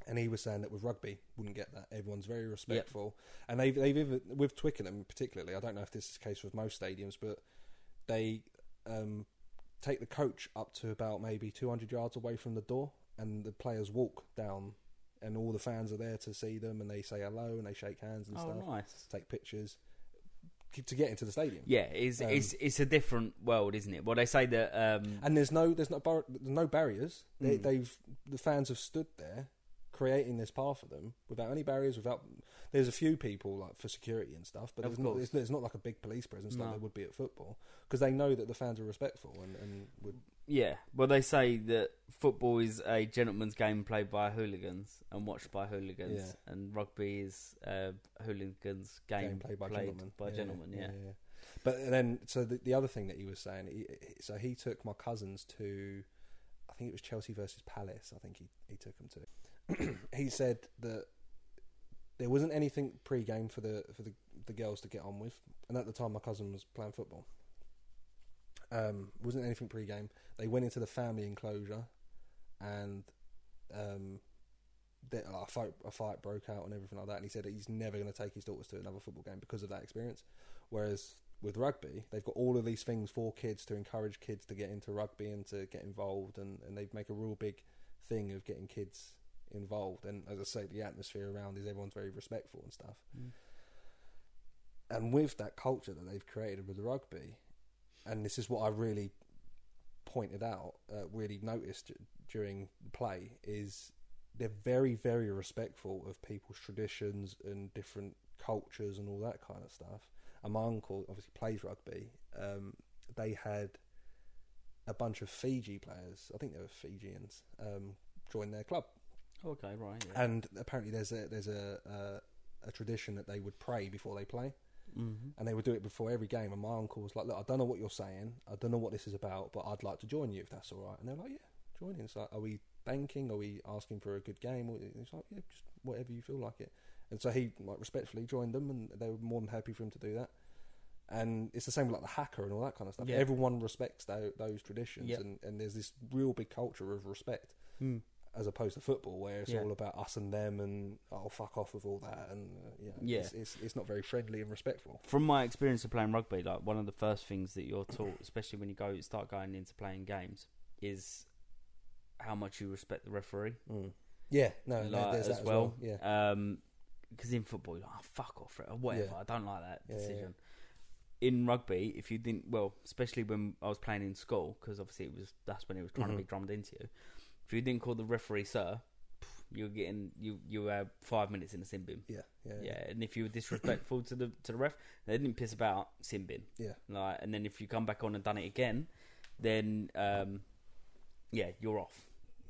[SPEAKER 2] and he was saying that with rugby wouldn't get that. Everyone's very respectful, and they've they've even with Twickenham particularly. I don't know if this is the case with most stadiums, but they um, take the coach up to about maybe two hundred yards away from the door, and the players walk down, and all the fans are there to see them, and they say hello and they shake hands and
[SPEAKER 3] Oh,
[SPEAKER 2] stuff,
[SPEAKER 3] nice.
[SPEAKER 2] take pictures to get into the stadium.
[SPEAKER 3] Yeah, it's
[SPEAKER 2] Um,
[SPEAKER 3] it's it's a different world, isn't it? Well, they say that. Um, Mm.
[SPEAKER 2] And there's no there's no bar- no barriers. They, They've the fans have stood there creating this path for them without any barriers. Without there's a few people like for security and stuff, but
[SPEAKER 3] Of
[SPEAKER 2] there's not,
[SPEAKER 3] course.
[SPEAKER 2] it's, it's not like a big police presence like
[SPEAKER 3] No.
[SPEAKER 2] there would be at football because they know that the fans are respectful and, and would.
[SPEAKER 3] Yeah, well, they say that football is a gentleman's game played by hooligans and watched by hooligans, and rugby is uh, hooligans game,
[SPEAKER 2] game played by gentlemen.
[SPEAKER 3] by gentlemen, yeah.
[SPEAKER 2] But then, so the, the other thing that he was saying, he, he- so he took my cousins to, I think it was Chelsea versus Palace. I think he he took them to. he said that there wasn't anything pre-game for the for the, the girls to get on with, and at the time my cousin was playing football. Um, wasn't anything pre-game. They went into the family enclosure, and um, that like, a fight a fight broke out and everything like that. And he said that he's never going to take his daughters to another football game because of that experience. Whereas with rugby, they've got all of these things for kids to encourage kids to get into rugby and to get involved, and, and they make a real big thing of getting kids involved. And as I say, the atmosphere around is everyone's very respectful and stuff.
[SPEAKER 3] Mm.
[SPEAKER 2] And with that culture that they've created with rugby, and this is what I really pointed out, uh, really noticed d- during play, is they're very, very respectful of people's traditions and different cultures and all that kind of stuff. And my uncle obviously plays rugby. Um, they had a bunch of Fiji players, I think they were Fijians, um, join their club.
[SPEAKER 3] Okay, right. Yeah.
[SPEAKER 2] And apparently, there's a there's a uh, a tradition that they would pray before they play
[SPEAKER 3] mm-hmm.
[SPEAKER 2] and they would do it before every game. And my uncle was like, "Look, I don't know what you're saying. I don't know what this is about, but I'd like to join you if that's all right." And they're like, "Yeah, join in." It's like, "Are we banking? Are we asking for a good game?" Or it's like, "Yeah, just whatever you feel like it." And so he like respectfully joined them, and they were more than happy for him to do that. And it's the same with like the hacker and all that kind of stuff.
[SPEAKER 3] Yeah.
[SPEAKER 2] Everyone respects tho- those traditions,
[SPEAKER 3] Yeah.
[SPEAKER 2] and, and there's this real big culture of respect
[SPEAKER 3] Mm.
[SPEAKER 2] as opposed to football, where it's
[SPEAKER 3] Yeah.
[SPEAKER 2] all about us and them, and oh fuck off with all that, and uh, yeah,
[SPEAKER 3] Yeah.
[SPEAKER 2] It's, it's it's not very friendly and respectful.
[SPEAKER 3] From my experience of playing rugby, like one of the first things that you're taught, especially when you go start going into playing games, is how much you respect the referee.
[SPEAKER 2] Yeah, no, Oh, no,
[SPEAKER 3] like,
[SPEAKER 2] there's
[SPEAKER 3] Mm. as,
[SPEAKER 2] that as well.
[SPEAKER 3] well.
[SPEAKER 2] Yeah,
[SPEAKER 3] because in football, you're like, oh, fuck off, or whatever.
[SPEAKER 2] Yeah.
[SPEAKER 3] I don't like that
[SPEAKER 2] Yeah, yeah,
[SPEAKER 3] decision. In rugby, if you didn't, well, especially when I was playing in school, because obviously it was that's when it was trying
[SPEAKER 2] Mhm.
[SPEAKER 3] to be drummed into you. If you didn't call the referee sir, pff, you're getting you you were five minutes in the sin bin.
[SPEAKER 2] yeah, yeah,
[SPEAKER 3] Yeah, and if you were disrespectful to the to the ref, they didn't piss about sin bin.
[SPEAKER 2] Yeah.
[SPEAKER 3] like, and then if you come back on and done it again, then um, yeah, you're off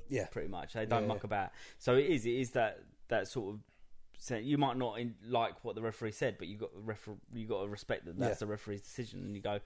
[SPEAKER 2] yeah.
[SPEAKER 3] pretty much. They don't
[SPEAKER 2] Yeah.
[SPEAKER 3] muck about. So it is. It is that that sort of. So you might not in, like what the referee said, but you got the refer- you got to respect that that's
[SPEAKER 2] Yeah.
[SPEAKER 3] the referee's decision, and you go,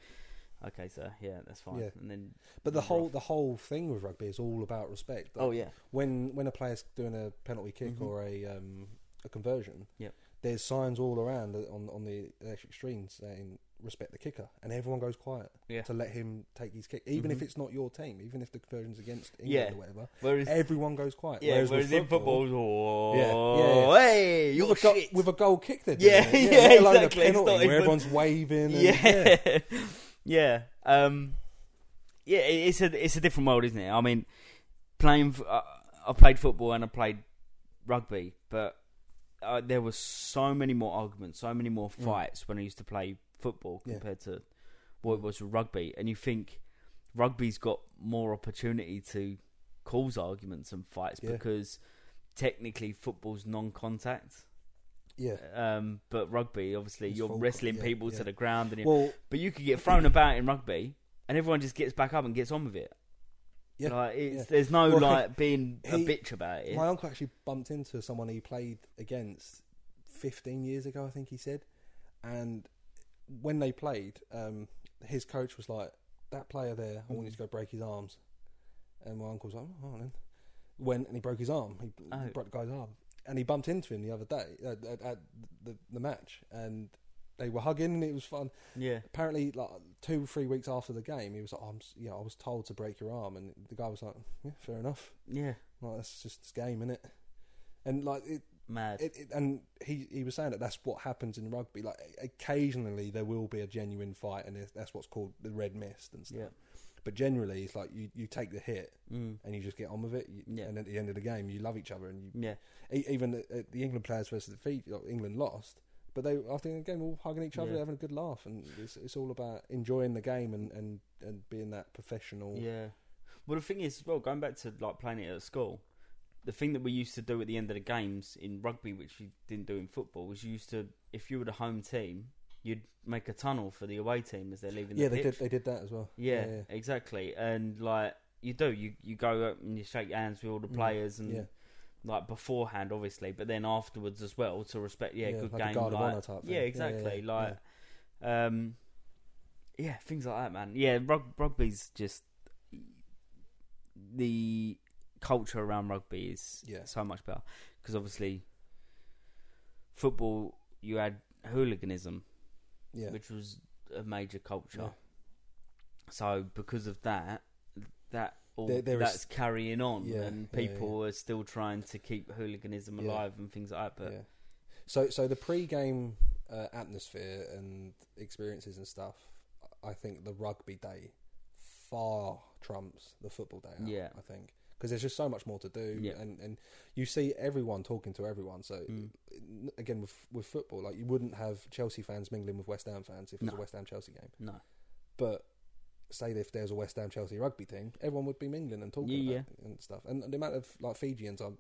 [SPEAKER 3] okay, sir, yeah, that's fine.
[SPEAKER 2] Yeah.
[SPEAKER 3] And then,
[SPEAKER 2] But the
[SPEAKER 3] Rough.
[SPEAKER 2] whole the whole thing with rugby is all about respect. Like,
[SPEAKER 3] oh yeah,
[SPEAKER 2] when when a player's doing a penalty kick
[SPEAKER 3] Mhm.
[SPEAKER 2] or a um, a conversion,
[SPEAKER 3] Yep.
[SPEAKER 2] there's signs all around that- on on the electric screen saying respect the kicker, and everyone goes quiet
[SPEAKER 3] Yeah.
[SPEAKER 2] to let him take his kick, even if
[SPEAKER 3] Mhm.
[SPEAKER 2] it's not your team, even if the conversion's against England
[SPEAKER 3] Yeah.
[SPEAKER 2] or whatever.
[SPEAKER 3] whereas
[SPEAKER 2] Everyone goes quiet.
[SPEAKER 3] yeah,
[SPEAKER 2] whereas,
[SPEAKER 3] whereas,
[SPEAKER 2] with
[SPEAKER 3] in football,
[SPEAKER 2] Yeah,
[SPEAKER 3] oh, hey, you're
[SPEAKER 2] with a, go-
[SPEAKER 3] shit.
[SPEAKER 2] with a goal kick, they're
[SPEAKER 3] Yeah,
[SPEAKER 2] doing it.
[SPEAKER 3] yeah,
[SPEAKER 2] let alone
[SPEAKER 3] exactly.
[SPEAKER 2] a
[SPEAKER 3] It's
[SPEAKER 2] penalty
[SPEAKER 3] not
[SPEAKER 2] where
[SPEAKER 3] even-
[SPEAKER 2] everyone's waving. And, yeah,
[SPEAKER 3] yeah, yeah. Um, yeah, it- it's a it's a different world, isn't it? I mean, playing. f- Uh, I played football and I played rugby, but uh, there were so many more arguments, so many more
[SPEAKER 2] Mm.
[SPEAKER 3] fights when I used to play football
[SPEAKER 2] Yeah.
[SPEAKER 3] compared to what it was with rugby. And you think rugby's got more opportunity to cause arguments and fights
[SPEAKER 2] Yeah.
[SPEAKER 3] because technically football's non-contact.
[SPEAKER 2] yeah.
[SPEAKER 3] Um, but rugby, obviously,
[SPEAKER 2] It's
[SPEAKER 3] you're
[SPEAKER 2] full-
[SPEAKER 3] wrestling
[SPEAKER 2] yeah,
[SPEAKER 3] people
[SPEAKER 2] yeah.
[SPEAKER 3] to the ground and you're
[SPEAKER 2] Well,
[SPEAKER 3] but you could get thrown about in rugby, and everyone just gets back up and gets on with it.
[SPEAKER 2] Yeah,
[SPEAKER 3] like it's,
[SPEAKER 2] yeah.
[SPEAKER 3] there's no
[SPEAKER 2] Well,
[SPEAKER 3] like being a
[SPEAKER 2] he-
[SPEAKER 3] bitch about it.
[SPEAKER 2] My uncle actually bumped into someone he played against 15 years ago, I think he said. And when they played, um, his coach was like, That player there,
[SPEAKER 3] Hmm.
[SPEAKER 2] I want you to go break his arms. And my uncle's like, Oh, all right then. Went and he broke his arm. He
[SPEAKER 3] Oh.
[SPEAKER 2] broke the guy's arm. And he bumped into him the other day uh, at, at the, the match. And they were hugging and it was fun
[SPEAKER 3] yeah,
[SPEAKER 2] apparently like two three weeks after the game he was like oh, I'm, s- you know, i was told to break your arm and the guy was like yeah fair enough
[SPEAKER 3] yeah,
[SPEAKER 2] like that's just this game innit? and like it,
[SPEAKER 3] mad.
[SPEAKER 2] it, it and he he was saying that that's what happens in rugby like occasionally there will be a genuine fight and it- that's what's called the red mist and stuff
[SPEAKER 3] yeah,
[SPEAKER 2] but generally it's like you you take the hit
[SPEAKER 3] mm.
[SPEAKER 2] and you just get on with it you,
[SPEAKER 3] Yeah.
[SPEAKER 2] and at the end of the game you love each other and you
[SPEAKER 3] yeah,
[SPEAKER 2] e- even the, uh, the England players versus the Fiji, like, England lost, but they after the game all hugging each other,
[SPEAKER 3] Yeah.
[SPEAKER 2] having a good laugh, and it's, it's all about enjoying the game and, and, and being that professional.
[SPEAKER 3] yeah. Well, the thing is, as well, going back to like playing it at school, the thing that we used to do at the end of the games in rugby, which we didn't do in football, was you used to if you were the home team, you'd make a tunnel for the away team as they're leaving.
[SPEAKER 2] yeah,
[SPEAKER 3] the
[SPEAKER 2] they
[SPEAKER 3] pitch.
[SPEAKER 2] did. They did that as well.
[SPEAKER 3] Yeah, exactly. And like you do, you you go up and you shake hands with all the
[SPEAKER 2] Mm,
[SPEAKER 3] players and
[SPEAKER 2] yeah.
[SPEAKER 3] like beforehand, obviously, but then afterwards as well to respect. Yeah,
[SPEAKER 2] Yeah,
[SPEAKER 3] good
[SPEAKER 2] like a
[SPEAKER 3] game.
[SPEAKER 2] guard of
[SPEAKER 3] like-
[SPEAKER 2] honour type thing.
[SPEAKER 3] yeah,
[SPEAKER 2] Yeah, yeah,
[SPEAKER 3] exactly.
[SPEAKER 2] yeah,
[SPEAKER 3] like, um, yeah, things like that, man. Yeah, rug- rugby's just the culture around rugby is
[SPEAKER 2] Yeah.
[SPEAKER 3] so much better because obviously football you had hooliganism
[SPEAKER 2] Yeah.
[SPEAKER 3] which was a major culture.
[SPEAKER 2] Yeah.
[SPEAKER 3] So because of that, that all
[SPEAKER 2] There- there is-
[SPEAKER 3] that's carrying on,
[SPEAKER 2] Yeah,
[SPEAKER 3] and
[SPEAKER 2] yeah, yeah.
[SPEAKER 3] people are still trying to keep hooliganism
[SPEAKER 2] Yeah.
[SPEAKER 3] alive and things like that. But
[SPEAKER 2] yeah. So, so the pre-game uh, atmosphere and experiences and stuff, I think the rugby day far trumps the football day. Out,
[SPEAKER 3] Yeah.
[SPEAKER 2] I think because there's just so much more to do,
[SPEAKER 3] Yeah.
[SPEAKER 2] and and you see everyone talking to everyone. So
[SPEAKER 3] Mm.
[SPEAKER 2] n- again, with with football, like you wouldn't have Chelsea fans mingling with West Ham fans if it was
[SPEAKER 3] No.
[SPEAKER 2] a West Ham Chelsea game,
[SPEAKER 3] no,
[SPEAKER 2] but. Say if there's a West Ham Chelsea rugby team, everyone would be mingling and talking
[SPEAKER 3] Yeah,
[SPEAKER 2] about it and stuff. And, and the amount of like Fijians, i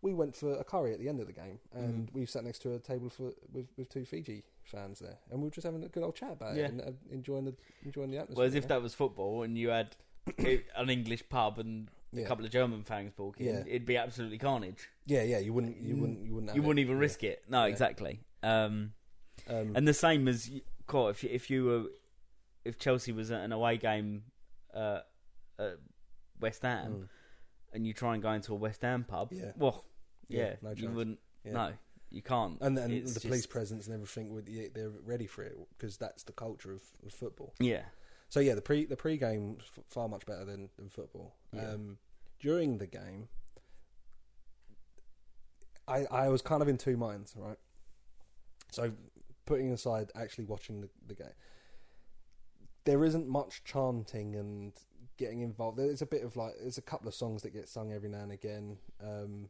[SPEAKER 2] we went for a curry at the end of the game, and
[SPEAKER 3] Mm-hmm.
[SPEAKER 2] we sat next to a table for, with with two Fiji fans there, and we were just having a good old chat about
[SPEAKER 3] Yeah.
[SPEAKER 2] it and uh, enjoying the enjoying the atmosphere.
[SPEAKER 3] whereas if
[SPEAKER 2] yeah.
[SPEAKER 3] that was football and you had an English pub and a
[SPEAKER 2] Yeah.
[SPEAKER 3] couple of German fans walking,
[SPEAKER 2] Yeah.
[SPEAKER 3] it'd be absolutely carnage.
[SPEAKER 2] yeah, yeah, you wouldn't, you wouldn't, you wouldn't, have
[SPEAKER 3] Mm. you wouldn't
[SPEAKER 2] it.
[SPEAKER 3] even
[SPEAKER 2] Yeah.
[SPEAKER 3] risk it. No,
[SPEAKER 2] Yeah.
[SPEAKER 3] exactly. Um,
[SPEAKER 2] Um,
[SPEAKER 3] And the same as, God, if you, if you were, if Chelsea was at an away game uh, at West Ham,
[SPEAKER 2] mm,
[SPEAKER 3] and you try and go into a West Ham pub,
[SPEAKER 2] Yeah.
[SPEAKER 3] well, yeah,
[SPEAKER 2] Yeah, no
[SPEAKER 3] you
[SPEAKER 2] chance.
[SPEAKER 3] wouldn't.
[SPEAKER 2] Yeah. Uh,
[SPEAKER 3] No, you can't.
[SPEAKER 2] and then
[SPEAKER 3] It's
[SPEAKER 2] the police
[SPEAKER 3] just-
[SPEAKER 2] presence and everything, would, yeah, they're ready for it because that's the culture of, of football.
[SPEAKER 3] Yeah,
[SPEAKER 2] So yeah, the pre the pre game f- far much better than, than football.
[SPEAKER 3] Yeah.
[SPEAKER 2] Um, during the game, I I was kind of in two minds, right? So putting aside actually watching the, the game, there isn't much chanting and getting involved. There's a bit of like there's a couple of songs that get sung every now and again, um,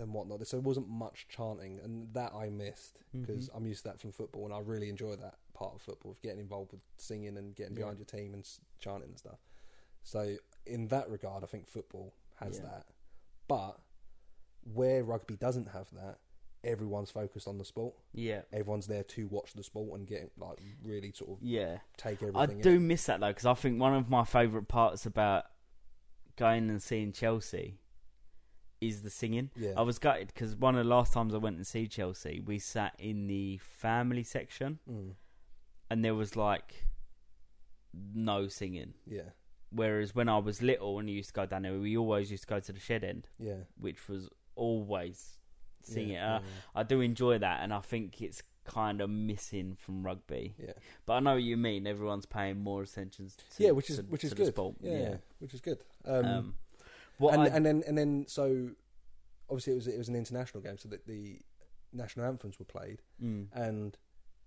[SPEAKER 2] and whatnot. So there wasn't much chanting, and that I missed
[SPEAKER 3] Mm-hmm.
[SPEAKER 2] because I'm used to that from football, and I really enjoy that part of football of getting involved with singing and getting
[SPEAKER 3] Yeah.
[SPEAKER 2] behind your team and s- chanting and stuff. So in that regard, I think football has
[SPEAKER 3] Yeah.
[SPEAKER 2] that, but where rugby doesn't have that, everyone's focused on the sport.
[SPEAKER 3] yeah,
[SPEAKER 2] Everyone's there to watch the sport and get like really sort of
[SPEAKER 3] yeah.
[SPEAKER 2] take
[SPEAKER 3] I
[SPEAKER 2] everything.
[SPEAKER 3] do
[SPEAKER 2] in.
[SPEAKER 3] miss that though, because I think one of my favourite parts about going and seeing Chelsea is the singing.
[SPEAKER 2] Yeah.
[SPEAKER 3] I was gutted because one of the last times I went and see Chelsea, we sat in the family section,
[SPEAKER 2] Mm,
[SPEAKER 3] and there was like no singing.
[SPEAKER 2] yeah,
[SPEAKER 3] Whereas when I was little and I used to go down there, we always used to go to the shed end.
[SPEAKER 2] yeah.
[SPEAKER 3] which was always singing.
[SPEAKER 2] Yeah,
[SPEAKER 3] Uh, I do enjoy that, and I think it's kind of missing from rugby.
[SPEAKER 2] yeah, yeah.
[SPEAKER 3] But I know what you mean. Everyone's paying more attention to
[SPEAKER 2] yeah, which is
[SPEAKER 3] to-
[SPEAKER 2] which
[SPEAKER 3] to
[SPEAKER 2] is
[SPEAKER 3] the
[SPEAKER 2] good.
[SPEAKER 3] sport.
[SPEAKER 2] Yeah, which is good. Um,
[SPEAKER 3] Um, what
[SPEAKER 2] and,
[SPEAKER 3] I,
[SPEAKER 2] and then and then so obviously it was it was an international game, so that the national anthems were played,
[SPEAKER 3] mm,
[SPEAKER 2] and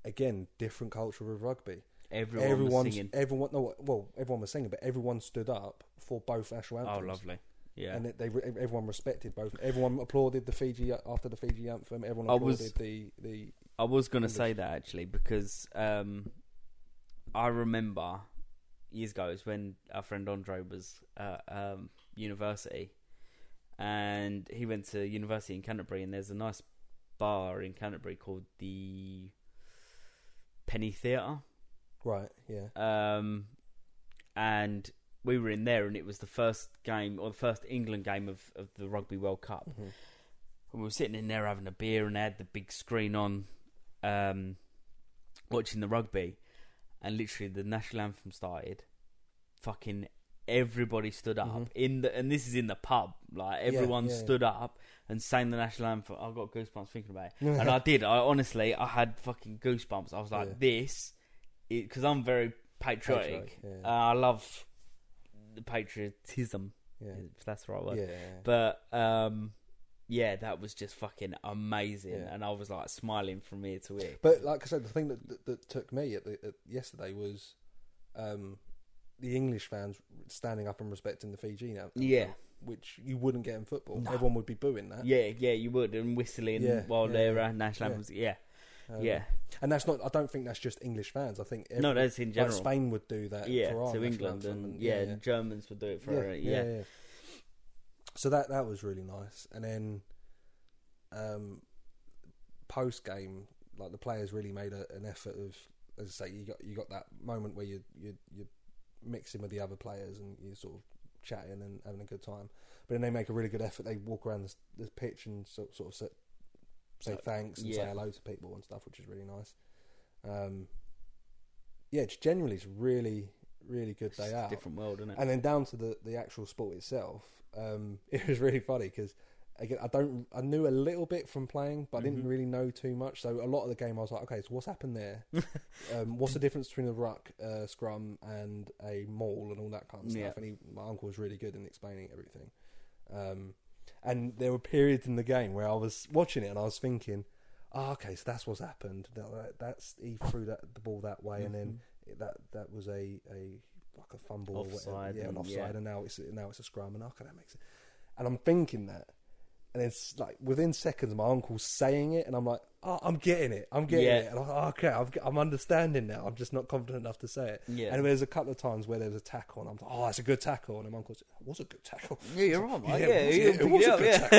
[SPEAKER 2] again different culture of rugby.
[SPEAKER 3] everyone
[SPEAKER 2] everyone,
[SPEAKER 3] was singing.
[SPEAKER 2] everyone, no, well, everyone was singing, but everyone stood up for both national
[SPEAKER 3] Oh,
[SPEAKER 2] anthems.
[SPEAKER 3] lovely. Yeah.
[SPEAKER 2] And it, they re- everyone respected both. Everyone applauded the Fiji after the Fiji anthem. Everyone
[SPEAKER 3] I
[SPEAKER 2] applauded
[SPEAKER 3] was-
[SPEAKER 2] the the
[SPEAKER 3] I was going to
[SPEAKER 2] English.
[SPEAKER 3] say that actually because um, I remember years ago it was when our friend Andre was at um, university and he went to university in Canterbury and there's a nice bar in Canterbury called the Penny Theatre
[SPEAKER 2] right, yeah,
[SPEAKER 3] um, and we were in there, and it was the first game or the first England game of, of the Rugby World Cup.
[SPEAKER 2] Mhm.
[SPEAKER 3] And we were sitting in there having a beer, and they had the big screen on, um, watching the rugby, and literally the national anthem started. Fucking everybody stood up
[SPEAKER 2] Mhm.
[SPEAKER 3] in the, and this is in the pub. Like everyone
[SPEAKER 2] yeah, yeah.
[SPEAKER 3] stood up and sang the national anthem. I got goosebumps thinking about it and I did. I honestly, I had fucking goosebumps. I was like,
[SPEAKER 2] Yeah.
[SPEAKER 3] this, because I'm very patriotic.
[SPEAKER 2] Patriotic, yeah.
[SPEAKER 3] Uh, I love the patriotism,
[SPEAKER 2] yeah,
[SPEAKER 3] if that's the right word.
[SPEAKER 2] yeah,
[SPEAKER 3] But um, yeah, that was just fucking amazing,
[SPEAKER 2] Yeah.
[SPEAKER 3] and I was like smiling from ear to ear.
[SPEAKER 2] But like I said, the thing that that, that took me at, the, at yesterday was um, the English fans standing up and respecting the Fiji now,
[SPEAKER 3] yeah,
[SPEAKER 2] which you wouldn't get in football.
[SPEAKER 3] No.
[SPEAKER 2] Everyone would be booing that.
[SPEAKER 3] yeah, yeah, you would, and whistling
[SPEAKER 2] uh, Yeah,
[SPEAKER 3] while
[SPEAKER 2] yeah,
[SPEAKER 3] they're
[SPEAKER 2] yeah.
[SPEAKER 3] uh, national
[SPEAKER 2] Yeah.
[SPEAKER 3] anthems. Yeah, yeah,
[SPEAKER 2] Um, and that's not. I don't think that's just English fans. I think
[SPEAKER 3] no,
[SPEAKER 2] every-
[SPEAKER 3] that's in
[SPEAKER 2] like
[SPEAKER 3] general.
[SPEAKER 2] Spain would do that.
[SPEAKER 3] yeah,
[SPEAKER 2] for our
[SPEAKER 3] to
[SPEAKER 2] national
[SPEAKER 3] England,
[SPEAKER 2] anthem
[SPEAKER 3] and yeah, and Germans would do it for yeah, yeah.
[SPEAKER 2] yeah. so that that was really nice. And then um, post game, like the players really made a, an effort of, as I say, you got you got that moment where you you you mixing with the other players and you sort of chatting and having a good time. But then they make a really good effort. They walk around this, this pitch and sort, sort of say, say
[SPEAKER 3] So-
[SPEAKER 2] thanks and say
[SPEAKER 3] yeah.
[SPEAKER 2] hello to people and stuff, which is really nice. Um, yeah, it's generally it's really really good
[SPEAKER 3] It's
[SPEAKER 2] day
[SPEAKER 3] just a
[SPEAKER 2] out.
[SPEAKER 3] different world, isn't it?
[SPEAKER 2] And then down to the, the actual sport itself, um, it was really funny because again, I don't I knew a little bit from playing, but I didn't
[SPEAKER 3] Mhm.
[SPEAKER 2] really know too much. So a lot of the game, I was like, okay, so what's happened there? um, what's the difference between a ruck, uh, scrum, and a maul, and all that kind of stuff?
[SPEAKER 3] Yeah.
[SPEAKER 2] And he, my uncle was really good in explaining everything. Um, and there were periods in the game where I was watching it and I was thinking, oh, okay, so that's what's happened. That, that- that's he threw that the ball that way, and then that that was a a like a fumble or
[SPEAKER 3] Mm-hmm. Offside
[SPEAKER 2] whatever. Yeah, an
[SPEAKER 3] and-
[SPEAKER 2] offside,
[SPEAKER 3] yeah.
[SPEAKER 2] and now it's now it's a scrum, and okay, that makes it. And I'm thinking that, and it's like within seconds, my uncle's saying it, and I'm like, oh, I'm getting it, I'm getting
[SPEAKER 3] Yeah.
[SPEAKER 2] it, and I'm like, "Oh, okay, I'm, I'm understanding now. I'm just not confident enough to say it.
[SPEAKER 3] Yeah.
[SPEAKER 2] And there's a couple of times where there was a tackle, and I'm like, oh, that's a good tackle, and my uncle's, that was a good tackle.
[SPEAKER 3] yeah, you're right, mate.
[SPEAKER 2] Yeah,
[SPEAKER 3] Yeah,
[SPEAKER 2] it
[SPEAKER 3] you
[SPEAKER 2] was- it
[SPEAKER 3] picked
[SPEAKER 2] was
[SPEAKER 3] it
[SPEAKER 2] a
[SPEAKER 3] up,
[SPEAKER 2] good
[SPEAKER 3] yeah.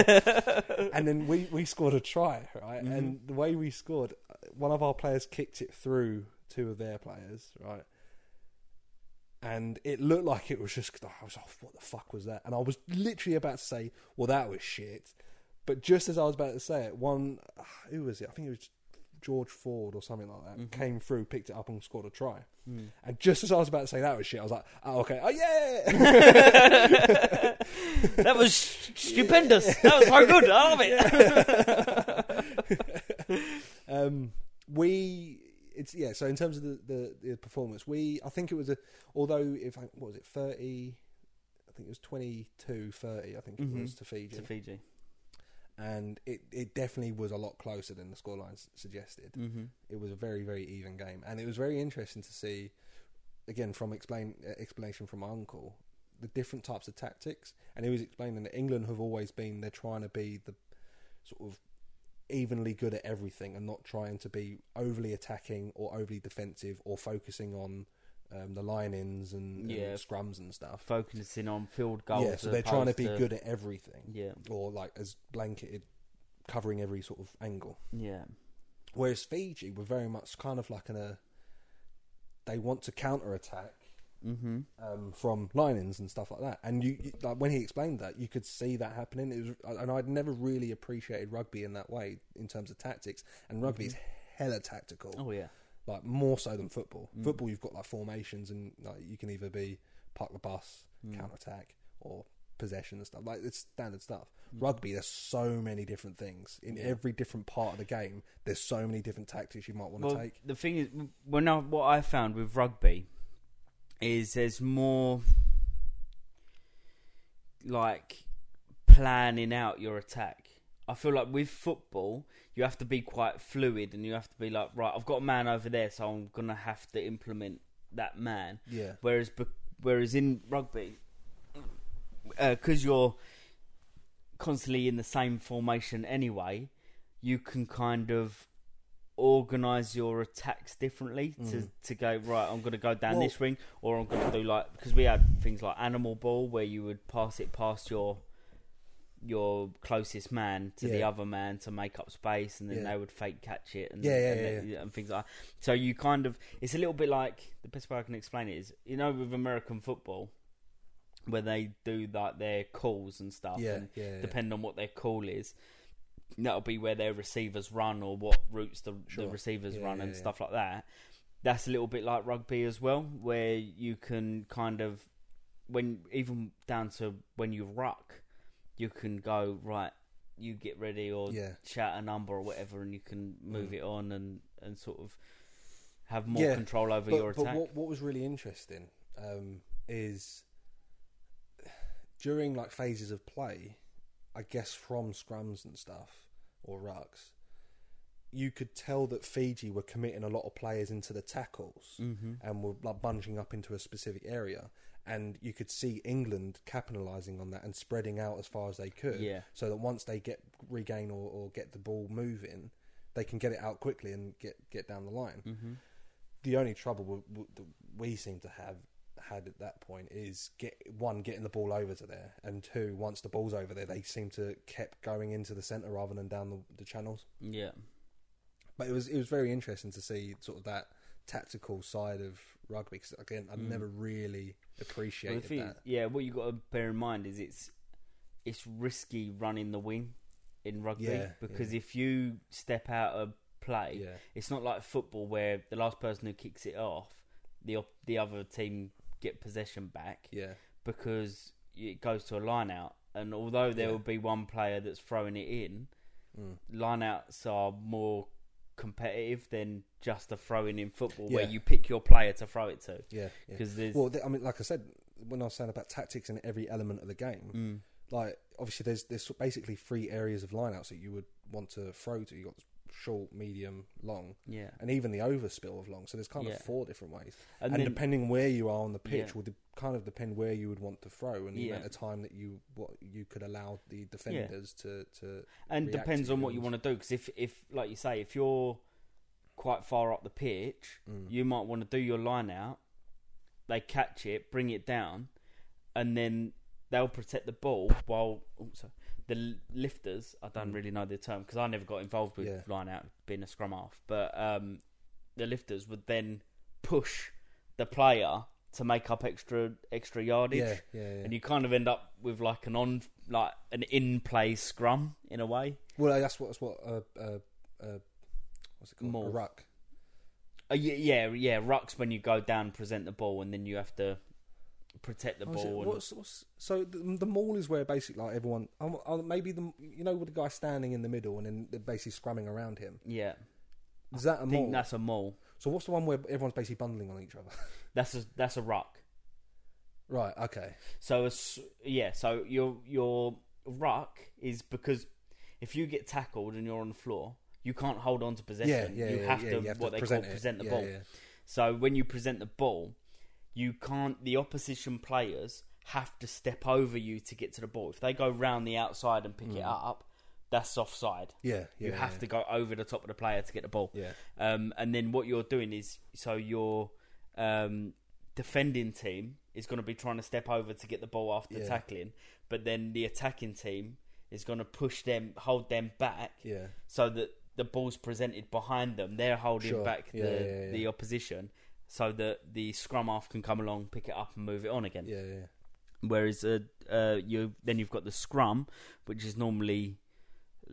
[SPEAKER 3] Mm-hmm.
[SPEAKER 2] and then we, we scored a try, right? And the way we scored, uh, one of our players kicked it through two of their players, right? And it looked like it was just. I was off. What the fuck was that? And I was literally about to say, "Well, that was shit." But just as I was about to say it, one ah, who was it? I think it was George Ford or something like that.
[SPEAKER 3] Mm-hmm.
[SPEAKER 2] Came through, picked it up, and scored a try.
[SPEAKER 3] Mm.
[SPEAKER 2] And just as I was about to say that was shit, I was like, "Oh, okay, oh yeah."
[SPEAKER 3] That was st- stupendous. That was so good. I love it.
[SPEAKER 2] um, we it's yeah. So in terms of the, the, the performance, we I think it was a although if I, what was it thirty, I think it was 22, 30, I think it
[SPEAKER 3] Mhm.
[SPEAKER 2] was to Fiji,
[SPEAKER 3] to Fiji.
[SPEAKER 2] and it it definitely was a lot closer than the scoreline s- suggested.
[SPEAKER 3] Mm-hmm.
[SPEAKER 2] It was a very very even game, and it was very interesting to see again from explain uh, explanation from my uncle the different types of tactics, and he was explaining that England have always been they're trying to be the sort of evenly good at everything and not trying to be overly attacking or overly defensive or focusing on um, the line-ins and,
[SPEAKER 3] Yeah.
[SPEAKER 2] and scrums and stuff.
[SPEAKER 3] Focusing on field goals.
[SPEAKER 2] yeah, so
[SPEAKER 3] as
[SPEAKER 2] they're trying to
[SPEAKER 3] opposed
[SPEAKER 2] be good at everything
[SPEAKER 3] Yeah,
[SPEAKER 2] or like as blanketed, covering every sort of angle.
[SPEAKER 3] yeah,
[SPEAKER 2] Whereas Fiji were very much kind of like in a they want to counter attack
[SPEAKER 3] mm-hmm.
[SPEAKER 2] um, from linings and stuff like that. And you, you like when he explained that, you could see that happening. It was, and I'd never really appreciated rugby in that way in terms of tactics. And rugby is hella tactical,
[SPEAKER 3] Oh yeah,
[SPEAKER 2] like more so than football. Football, you've got like formations, and like you can either be park the bus, counter attack, or possession and stuff. Like it's standard stuff. Rugby, there's so many different things in every different part of the game. There's so many different tactics you might want to
[SPEAKER 3] Well,
[SPEAKER 2] take.
[SPEAKER 3] the thing is, well, now what I found with rugby is there's more like planning out your attack. I feel like with football, you have to be quite fluid and you have to be like, right, I've got a man over there, so I'm gonna have to implement that man.
[SPEAKER 2] Yeah,
[SPEAKER 3] Whereas, bec- whereas in rugby, because you're constantly in the same formation anyway, you can kind of organize your attacks differently to to go right. I'm going to go down
[SPEAKER 2] Mm-hmm. Well-
[SPEAKER 3] this ring, or I'm going to do like because we had things like animal ball where you would pass it past your your closest man to the
[SPEAKER 2] Yeah.
[SPEAKER 3] other man to make up space and then
[SPEAKER 2] Yeah.
[SPEAKER 3] they would fake catch it and
[SPEAKER 2] Yeah, yeah,
[SPEAKER 3] and,
[SPEAKER 2] yeah,
[SPEAKER 3] let- and things like that. So you kind of it's a little bit like the best way I can explain it is you know with American football where they do like their calls and stuff.
[SPEAKER 2] yeah,
[SPEAKER 3] and
[SPEAKER 2] yeah, yeah.
[SPEAKER 3] Depending on what their call is, that'll be where their receivers run or what routes the,
[SPEAKER 2] Sure.
[SPEAKER 3] the receivers
[SPEAKER 2] Yeah,
[SPEAKER 3] run
[SPEAKER 2] yeah,
[SPEAKER 3] and
[SPEAKER 2] yeah.
[SPEAKER 3] stuff like that. That's a little bit like rugby as well, where you can kind of when even down to when you ruck, you can go right. You get ready or
[SPEAKER 2] Yeah.
[SPEAKER 3] shout a number or whatever, and you can move
[SPEAKER 2] Mm.
[SPEAKER 3] it on and and sort of have more
[SPEAKER 2] Yeah,
[SPEAKER 3] control over your attack.
[SPEAKER 2] what, what was really interesting um, is during like phases of play, I guess from scrums and stuff or rucks, you could tell that Fiji were committing a lot of players into the tackles
[SPEAKER 3] Mm-hmm.
[SPEAKER 2] and were like bunching up into a specific area. And you could see England capitalising on that and spreading out as far as they could,
[SPEAKER 3] Yeah.
[SPEAKER 2] so that once they get regain or, or get the ball moving, they can get it out quickly
[SPEAKER 3] Mm-hmm.
[SPEAKER 2] and get get down the line the only trouble we, we, that we seem to have had at that point is get one getting the ball over to there, and two once the ball's over there, they seem to kept going into the centre rather than down the, the channels.
[SPEAKER 3] Yeah.
[SPEAKER 2] But it was it was very interesting to see sort of that tactical side of rugby because again, I've
[SPEAKER 3] Mm.
[SPEAKER 2] never really
[SPEAKER 3] Well, the
[SPEAKER 2] appreciated
[SPEAKER 3] thing is-
[SPEAKER 2] that.
[SPEAKER 3] yeah, what you got to bear in mind is it's it's risky running the wing in rugby
[SPEAKER 2] Yeah,
[SPEAKER 3] because if you step out of play,
[SPEAKER 2] Yeah,
[SPEAKER 3] it's not like football where the last person who kicks it off, the op- the other team get possession back
[SPEAKER 2] yeah,
[SPEAKER 3] because it goes to a line out. And although there
[SPEAKER 2] Yeah.
[SPEAKER 3] will be one player that's throwing it in,
[SPEAKER 2] Mm.
[SPEAKER 3] line outs are more competitive than just a throwing in football where
[SPEAKER 2] Yeah.
[SPEAKER 3] you pick your player to throw it to.
[SPEAKER 2] yeah. yeah.
[SPEAKER 3] Because there's.
[SPEAKER 2] Well, th- I mean, like I said, when I was saying about tactics in every element of the game,
[SPEAKER 3] Mm.
[SPEAKER 2] like obviously there's there's basically three areas of lineouts that you would want to throw to. You got short, medium, long,
[SPEAKER 3] yeah.
[SPEAKER 2] and even the overspill of long. So there's kind
[SPEAKER 3] Yeah.
[SPEAKER 2] of four different ways,
[SPEAKER 3] And,
[SPEAKER 2] and,
[SPEAKER 3] then,
[SPEAKER 2] depending where you are on the pitch
[SPEAKER 3] Yeah.
[SPEAKER 2] will de- kind of depend where you would want to throw and the
[SPEAKER 3] Yeah.
[SPEAKER 2] amount of time that you what you could allow the defenders to to
[SPEAKER 3] and
[SPEAKER 2] react
[SPEAKER 3] depends
[SPEAKER 2] to
[SPEAKER 3] on what you
[SPEAKER 2] things.
[SPEAKER 3] want to do. Because if, if, like you say, if you're quite far up the pitch,
[SPEAKER 2] Mm.
[SPEAKER 3] you might want to do your line out. They catch it, bring it down, and then they'll protect the ball while also the l- lifters. I don't
[SPEAKER 2] Mm.
[SPEAKER 3] really know the term because I never got involved with
[SPEAKER 2] Yeah.
[SPEAKER 3] line out, being a scrum half. But um, the lifters would then push the player to make up extra extra yardage,
[SPEAKER 2] yeah yeah, yeah.
[SPEAKER 3] and you kind of end up with like an on like an in play scrum in a way.
[SPEAKER 2] well that's what that's what uh, uh, uh, what's it called
[SPEAKER 3] Maul.
[SPEAKER 2] a ruck
[SPEAKER 3] Uh, yeah, yeah, yeah. Rucks when you go down, present the ball, and then you have to protect the
[SPEAKER 2] Oh, is it-
[SPEAKER 3] ball. and-
[SPEAKER 2] what's- what's- so the, the mall is where basically like everyone oh, oh, maybe the you know with the guy standing in the middle and then they're basically scrumming around him
[SPEAKER 3] Yeah,
[SPEAKER 2] is that
[SPEAKER 3] I
[SPEAKER 2] a
[SPEAKER 3] think
[SPEAKER 2] mall
[SPEAKER 3] that's a mall.
[SPEAKER 2] so what's the one where everyone's basically bundling on each other
[SPEAKER 3] That's a that's a ruck.
[SPEAKER 2] right okay
[SPEAKER 3] So a s yeah, so your your ruck is because if you get tackled and you're on the floor, you can't hold on to
[SPEAKER 2] yeah
[SPEAKER 3] possession.
[SPEAKER 2] yeah
[SPEAKER 3] you
[SPEAKER 2] yeah,
[SPEAKER 3] have
[SPEAKER 2] yeah,
[SPEAKER 3] to
[SPEAKER 2] you have
[SPEAKER 3] what
[SPEAKER 2] to
[SPEAKER 3] they
[SPEAKER 2] present
[SPEAKER 3] call
[SPEAKER 2] it.
[SPEAKER 3] present the
[SPEAKER 2] Yeah,
[SPEAKER 3] ball.
[SPEAKER 2] yeah.
[SPEAKER 3] So when you present the ball, you can't. The opposition players have to step over you to get to the ball. If they go round the outside and pick it up, that's offside.
[SPEAKER 2] Yeah, Mm. yeah.
[SPEAKER 3] you have to go over the top of the player to get the ball.
[SPEAKER 2] Yeah.
[SPEAKER 3] Um, and then what you're doing is so your um, defending team is going to be trying to step over to get the ball after
[SPEAKER 2] Yeah.
[SPEAKER 3] tackling, but then the attacking team is going to push them, hold them back,
[SPEAKER 2] Yeah.
[SPEAKER 3] so that the ball's presented behind them. They're holding
[SPEAKER 2] Sure.
[SPEAKER 3] back
[SPEAKER 2] Yeah,
[SPEAKER 3] the
[SPEAKER 2] yeah, yeah.
[SPEAKER 3] the opposition. So that the scrum half can come along, pick it up, and move it on again.
[SPEAKER 2] Yeah, yeah.
[SPEAKER 3] Whereas uh, uh, you then you've got the scrum, which is normally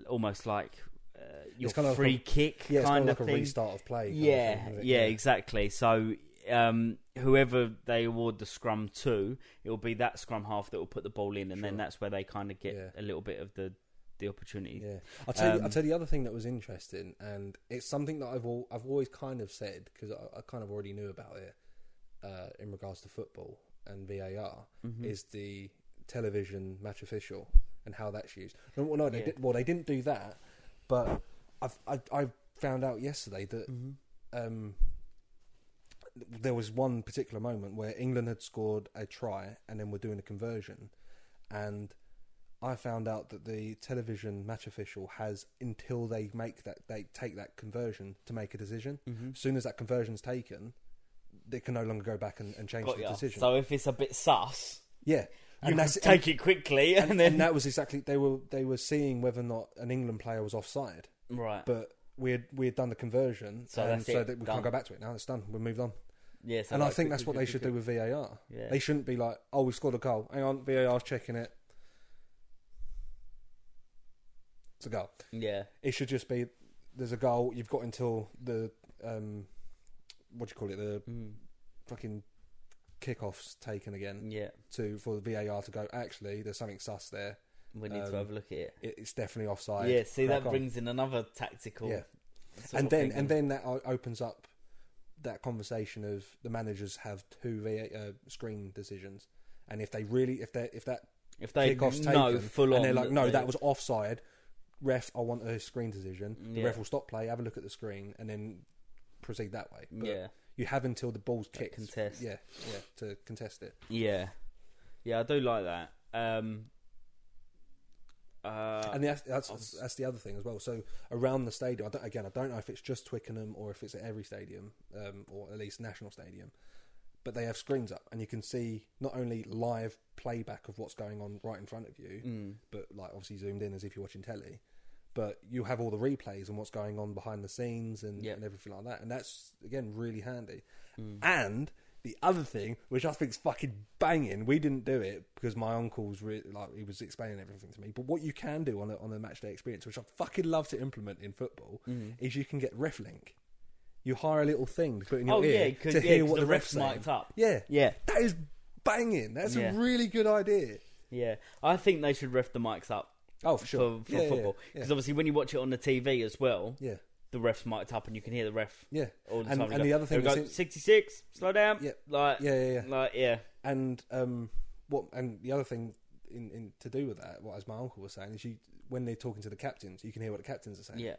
[SPEAKER 3] almost like uh, your
[SPEAKER 2] It's kind of
[SPEAKER 3] free
[SPEAKER 2] like
[SPEAKER 3] kick
[SPEAKER 2] Yeah, it's
[SPEAKER 3] kind
[SPEAKER 2] kind
[SPEAKER 3] of
[SPEAKER 2] of like a
[SPEAKER 3] thing.
[SPEAKER 2] restart of play. kind of
[SPEAKER 3] yeah,
[SPEAKER 2] thing, isn't it?
[SPEAKER 3] yeah, exactly. So um, whoever they award the scrum to, it will be that scrum half that will put the ball in, and then
[SPEAKER 2] Sure.
[SPEAKER 3] that's where they kind of get
[SPEAKER 2] Yeah.
[SPEAKER 3] a little bit of the the opportunity.
[SPEAKER 2] Yeah. I'll tell you.
[SPEAKER 3] Um,
[SPEAKER 2] I'll tell you the other thing that was interesting, and it's something that I've all, I've always kind of said because I, I kind of already knew about it uh, in regards to football and VAR
[SPEAKER 3] Mhm.
[SPEAKER 2] is the television match official and how that's used. No, well, no, they
[SPEAKER 3] Yeah.
[SPEAKER 2] did, well, they didn't do that, but I've, I I found out yesterday that
[SPEAKER 3] Mhm.
[SPEAKER 2] um, there was one particular moment where England had scored a try and then were doing a conversion, and I found out that the television match official has until they make that they take that conversion to make a decision.
[SPEAKER 3] Mm-hmm.
[SPEAKER 2] As soon as that conversion's taken, they can no longer go back and, and change
[SPEAKER 3] Got
[SPEAKER 2] the
[SPEAKER 3] ya.
[SPEAKER 2] decision.
[SPEAKER 3] So if it's a bit sus,
[SPEAKER 2] yeah,
[SPEAKER 3] you
[SPEAKER 2] and that's and-
[SPEAKER 3] take it quickly, and,
[SPEAKER 2] and,
[SPEAKER 3] then
[SPEAKER 2] and that was exactly they were they were seeing whether or not an England player was offside,
[SPEAKER 3] right.
[SPEAKER 2] but. We had, we had done the conversion,
[SPEAKER 3] So
[SPEAKER 2] and
[SPEAKER 3] that's
[SPEAKER 2] so
[SPEAKER 3] it,
[SPEAKER 2] that we
[SPEAKER 3] done.
[SPEAKER 2] can't go back to it now. It's done. We moved on
[SPEAKER 3] yeah, so
[SPEAKER 2] and I
[SPEAKER 3] like
[SPEAKER 2] think
[SPEAKER 3] quick,
[SPEAKER 2] that's what
[SPEAKER 3] quick, quick,
[SPEAKER 2] they should
[SPEAKER 3] quick,
[SPEAKER 2] do with VAR.
[SPEAKER 3] quick. Yeah.
[SPEAKER 2] They shouldn't be like, "Oh, we've scored a goal. Hang on, VAR's checking it. It's a goal."
[SPEAKER 3] yeah.
[SPEAKER 2] It should just be, "There's a goal. You've got until the um, what do you call it? The
[SPEAKER 3] Mm.
[SPEAKER 2] fucking kickoffs taken again
[SPEAKER 3] Yeah,
[SPEAKER 2] to for the VAR to go. Actually, there's something sus there.
[SPEAKER 3] we need
[SPEAKER 2] Um,
[SPEAKER 3] to have a look at it.
[SPEAKER 2] It, it's definitely offside."
[SPEAKER 3] yeah, see
[SPEAKER 2] Crack
[SPEAKER 3] that
[SPEAKER 2] on.
[SPEAKER 3] brings in another tactical.
[SPEAKER 2] Yeah.
[SPEAKER 3] sort
[SPEAKER 2] and
[SPEAKER 3] of
[SPEAKER 2] then
[SPEAKER 3] thing.
[SPEAKER 2] and then that o- opens up that conversation of the managers have two VA, uh, screen decisions, and if they really if they if that
[SPEAKER 3] if they
[SPEAKER 2] kickoff's taken
[SPEAKER 3] know full on,
[SPEAKER 2] and they're like, no,
[SPEAKER 3] they-
[SPEAKER 2] that was offside. Ref, I want a screen decision. The
[SPEAKER 3] Yeah.
[SPEAKER 2] ref will stop play, have a look at the screen, and then proceed that way. But
[SPEAKER 3] yeah,
[SPEAKER 2] you have until the ball's kicked.
[SPEAKER 3] contest.
[SPEAKER 2] Yeah, yeah, to contest it.
[SPEAKER 3] yeah, yeah. I do like that. Um, uh,
[SPEAKER 2] and that's, that's
[SPEAKER 3] I was-
[SPEAKER 2] that's the other thing as well. So around the stadium, I don't, again, I don't know if it's just Twickenham or if it's at every stadium, um, or at least national stadium,
[SPEAKER 4] but they have screens up, and you can see not only live playback of what's going on right in front of you,
[SPEAKER 3] Mm.
[SPEAKER 4] but like obviously zoomed in as if you're watching telly. But you have all the replays and what's going on behind the scenes and,
[SPEAKER 3] Yeah. Mm.
[SPEAKER 4] and everything like that, and that's again really handy. And the other thing, which I think's fucking banging, we didn't do it because my uncle's re- like he was explaining everything to me. But what you can do on a, on the match day experience, which I fucking love to implement in football,
[SPEAKER 3] Mm.
[SPEAKER 4] is you can get ref link. You hire a little thing to put in your
[SPEAKER 3] Oh, yeah,
[SPEAKER 4] ear
[SPEAKER 3] 'cause-
[SPEAKER 4] to
[SPEAKER 3] yeah,
[SPEAKER 4] hear
[SPEAKER 3] 'cause
[SPEAKER 4] what
[SPEAKER 3] the
[SPEAKER 4] the,
[SPEAKER 3] ref's
[SPEAKER 4] ref's saying.
[SPEAKER 3] mic'd up.
[SPEAKER 4] Yeah,
[SPEAKER 3] Yeah.
[SPEAKER 4] that is banging. That's
[SPEAKER 3] Yeah.
[SPEAKER 4] a really good idea.
[SPEAKER 3] Yeah, I think they should ref the mics up
[SPEAKER 4] Oh, for sure.
[SPEAKER 3] for, for
[SPEAKER 4] Yeah, yeah,
[SPEAKER 3] football
[SPEAKER 4] yeah.
[SPEAKER 3] because obviously when you watch it on the TV as well,
[SPEAKER 4] Yeah.
[SPEAKER 3] the ref's mic'd up and you can hear the ref.
[SPEAKER 4] Yeah.
[SPEAKER 3] all the
[SPEAKER 4] and
[SPEAKER 3] time.
[SPEAKER 4] and the other thing
[SPEAKER 3] go,
[SPEAKER 4] that's in-
[SPEAKER 3] sixty six, slow down.
[SPEAKER 4] Yeah.
[SPEAKER 3] like
[SPEAKER 4] yeah, yeah, yeah.
[SPEAKER 3] like yeah,
[SPEAKER 4] and um, what and the other thing in, in to do with that, what as my uncle was saying, is you when they're talking to the captains, you can hear what the captains are saying.
[SPEAKER 3] yeah.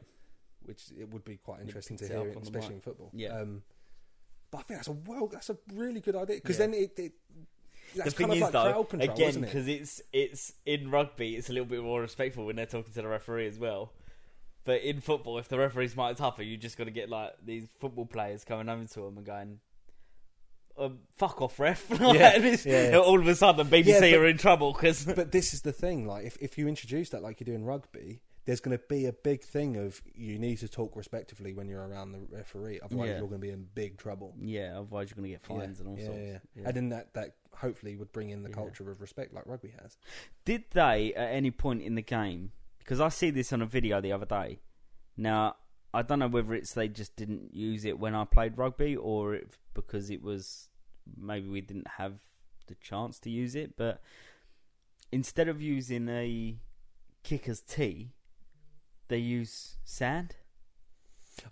[SPEAKER 4] which it would be quite
[SPEAKER 3] it
[SPEAKER 4] interesting to
[SPEAKER 3] picks it up
[SPEAKER 4] hear,
[SPEAKER 3] on the
[SPEAKER 4] especially
[SPEAKER 3] mic.
[SPEAKER 4] in football.
[SPEAKER 3] Yeah.
[SPEAKER 4] Um, but I think that's a well, that's a really good idea because
[SPEAKER 3] Yeah.
[SPEAKER 4] then it. it that's
[SPEAKER 3] the thing
[SPEAKER 4] kind of
[SPEAKER 3] is
[SPEAKER 4] like
[SPEAKER 3] though,
[SPEAKER 4] crowd control,
[SPEAKER 3] again,
[SPEAKER 4] isn't it?
[SPEAKER 3] because it's it's in rugby, it's a little bit more respectful when they're talking to the referee as well. But in football, if the referee's might tougher, you just got to get like these football players coming over to him and going, um, "Fuck off, ref!" Like,
[SPEAKER 4] Yeah,
[SPEAKER 3] and it's-
[SPEAKER 4] yeah, yeah.
[SPEAKER 3] All of a sudden, the BBC
[SPEAKER 4] Yeah, but-
[SPEAKER 3] are in trouble because
[SPEAKER 4] But this is the thing, like if, if you introduce that like you do in rugby, there's going to be a big thing of you need to talk respectfully when you're around the referee, otherwise
[SPEAKER 3] Yeah.
[SPEAKER 4] you're going to be in big trouble.
[SPEAKER 3] yeah, otherwise you're gonna get fines and all
[SPEAKER 4] yeah,
[SPEAKER 3] sorts.
[SPEAKER 4] yeah, yeah.
[SPEAKER 3] Yeah.
[SPEAKER 4] And then that, that hopefully would bring in the
[SPEAKER 3] Yeah.
[SPEAKER 4] culture of respect like rugby has.
[SPEAKER 3] Did they at any point in the game? Because I see this on a video the other day. Now I don't know whether it's they just didn't use it when I played rugby, or if because it was maybe we didn't have the chance to use it. But instead of using a kicker's tee, they use sand.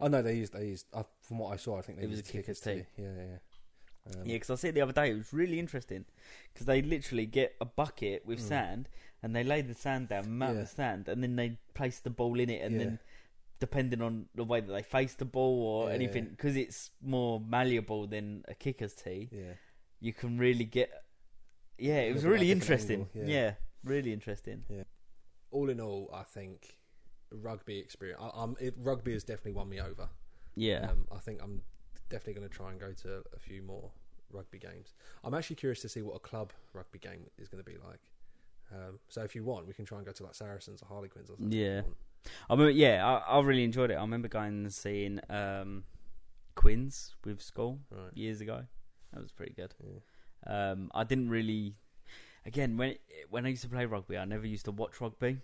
[SPEAKER 4] Oh no, they used they used uh, from what I saw, I think they
[SPEAKER 3] It was
[SPEAKER 4] used
[SPEAKER 3] a kicker's
[SPEAKER 4] too. Yeah, yeah, yeah. Um,
[SPEAKER 3] Yeah, because I see it the other day. It was really interesting because they literally get a bucket with
[SPEAKER 4] Mm.
[SPEAKER 3] sand and they lay the sand down, mount
[SPEAKER 4] Yeah.
[SPEAKER 3] the sand, and then they place the ball in it, and
[SPEAKER 4] Yeah.
[SPEAKER 3] then depending on the way that they face the ball or
[SPEAKER 4] Yeah,
[SPEAKER 3] anything,
[SPEAKER 4] yeah.
[SPEAKER 3] because it's more malleable than a kicker's tee,
[SPEAKER 4] yeah.
[SPEAKER 3] you can really get. Yeah, it was
[SPEAKER 4] Look at
[SPEAKER 3] really
[SPEAKER 4] that different
[SPEAKER 3] interesting.
[SPEAKER 4] angle,
[SPEAKER 3] yeah.
[SPEAKER 4] yeah.
[SPEAKER 3] really interesting.
[SPEAKER 2] All in all, I think rugby experience. I, I'm, it, rugby has definitely won me over.
[SPEAKER 3] Yeah,
[SPEAKER 2] Um, I think I'm definitely going to try and go to a few more rugby games. I'm actually curious to see what a club rugby game is going to be like. Um, so if you want, we can try and go to like Saracens or Harlequins or something. if you
[SPEAKER 3] Yeah.
[SPEAKER 2] want.
[SPEAKER 3] I remember. Yeah, I, I really enjoyed it. I remember going and seeing um, Quins with school
[SPEAKER 2] Right.
[SPEAKER 3] years ago. That was pretty good. Um, I didn't really. Again, when when I used to play rugby, I never used to watch rugby,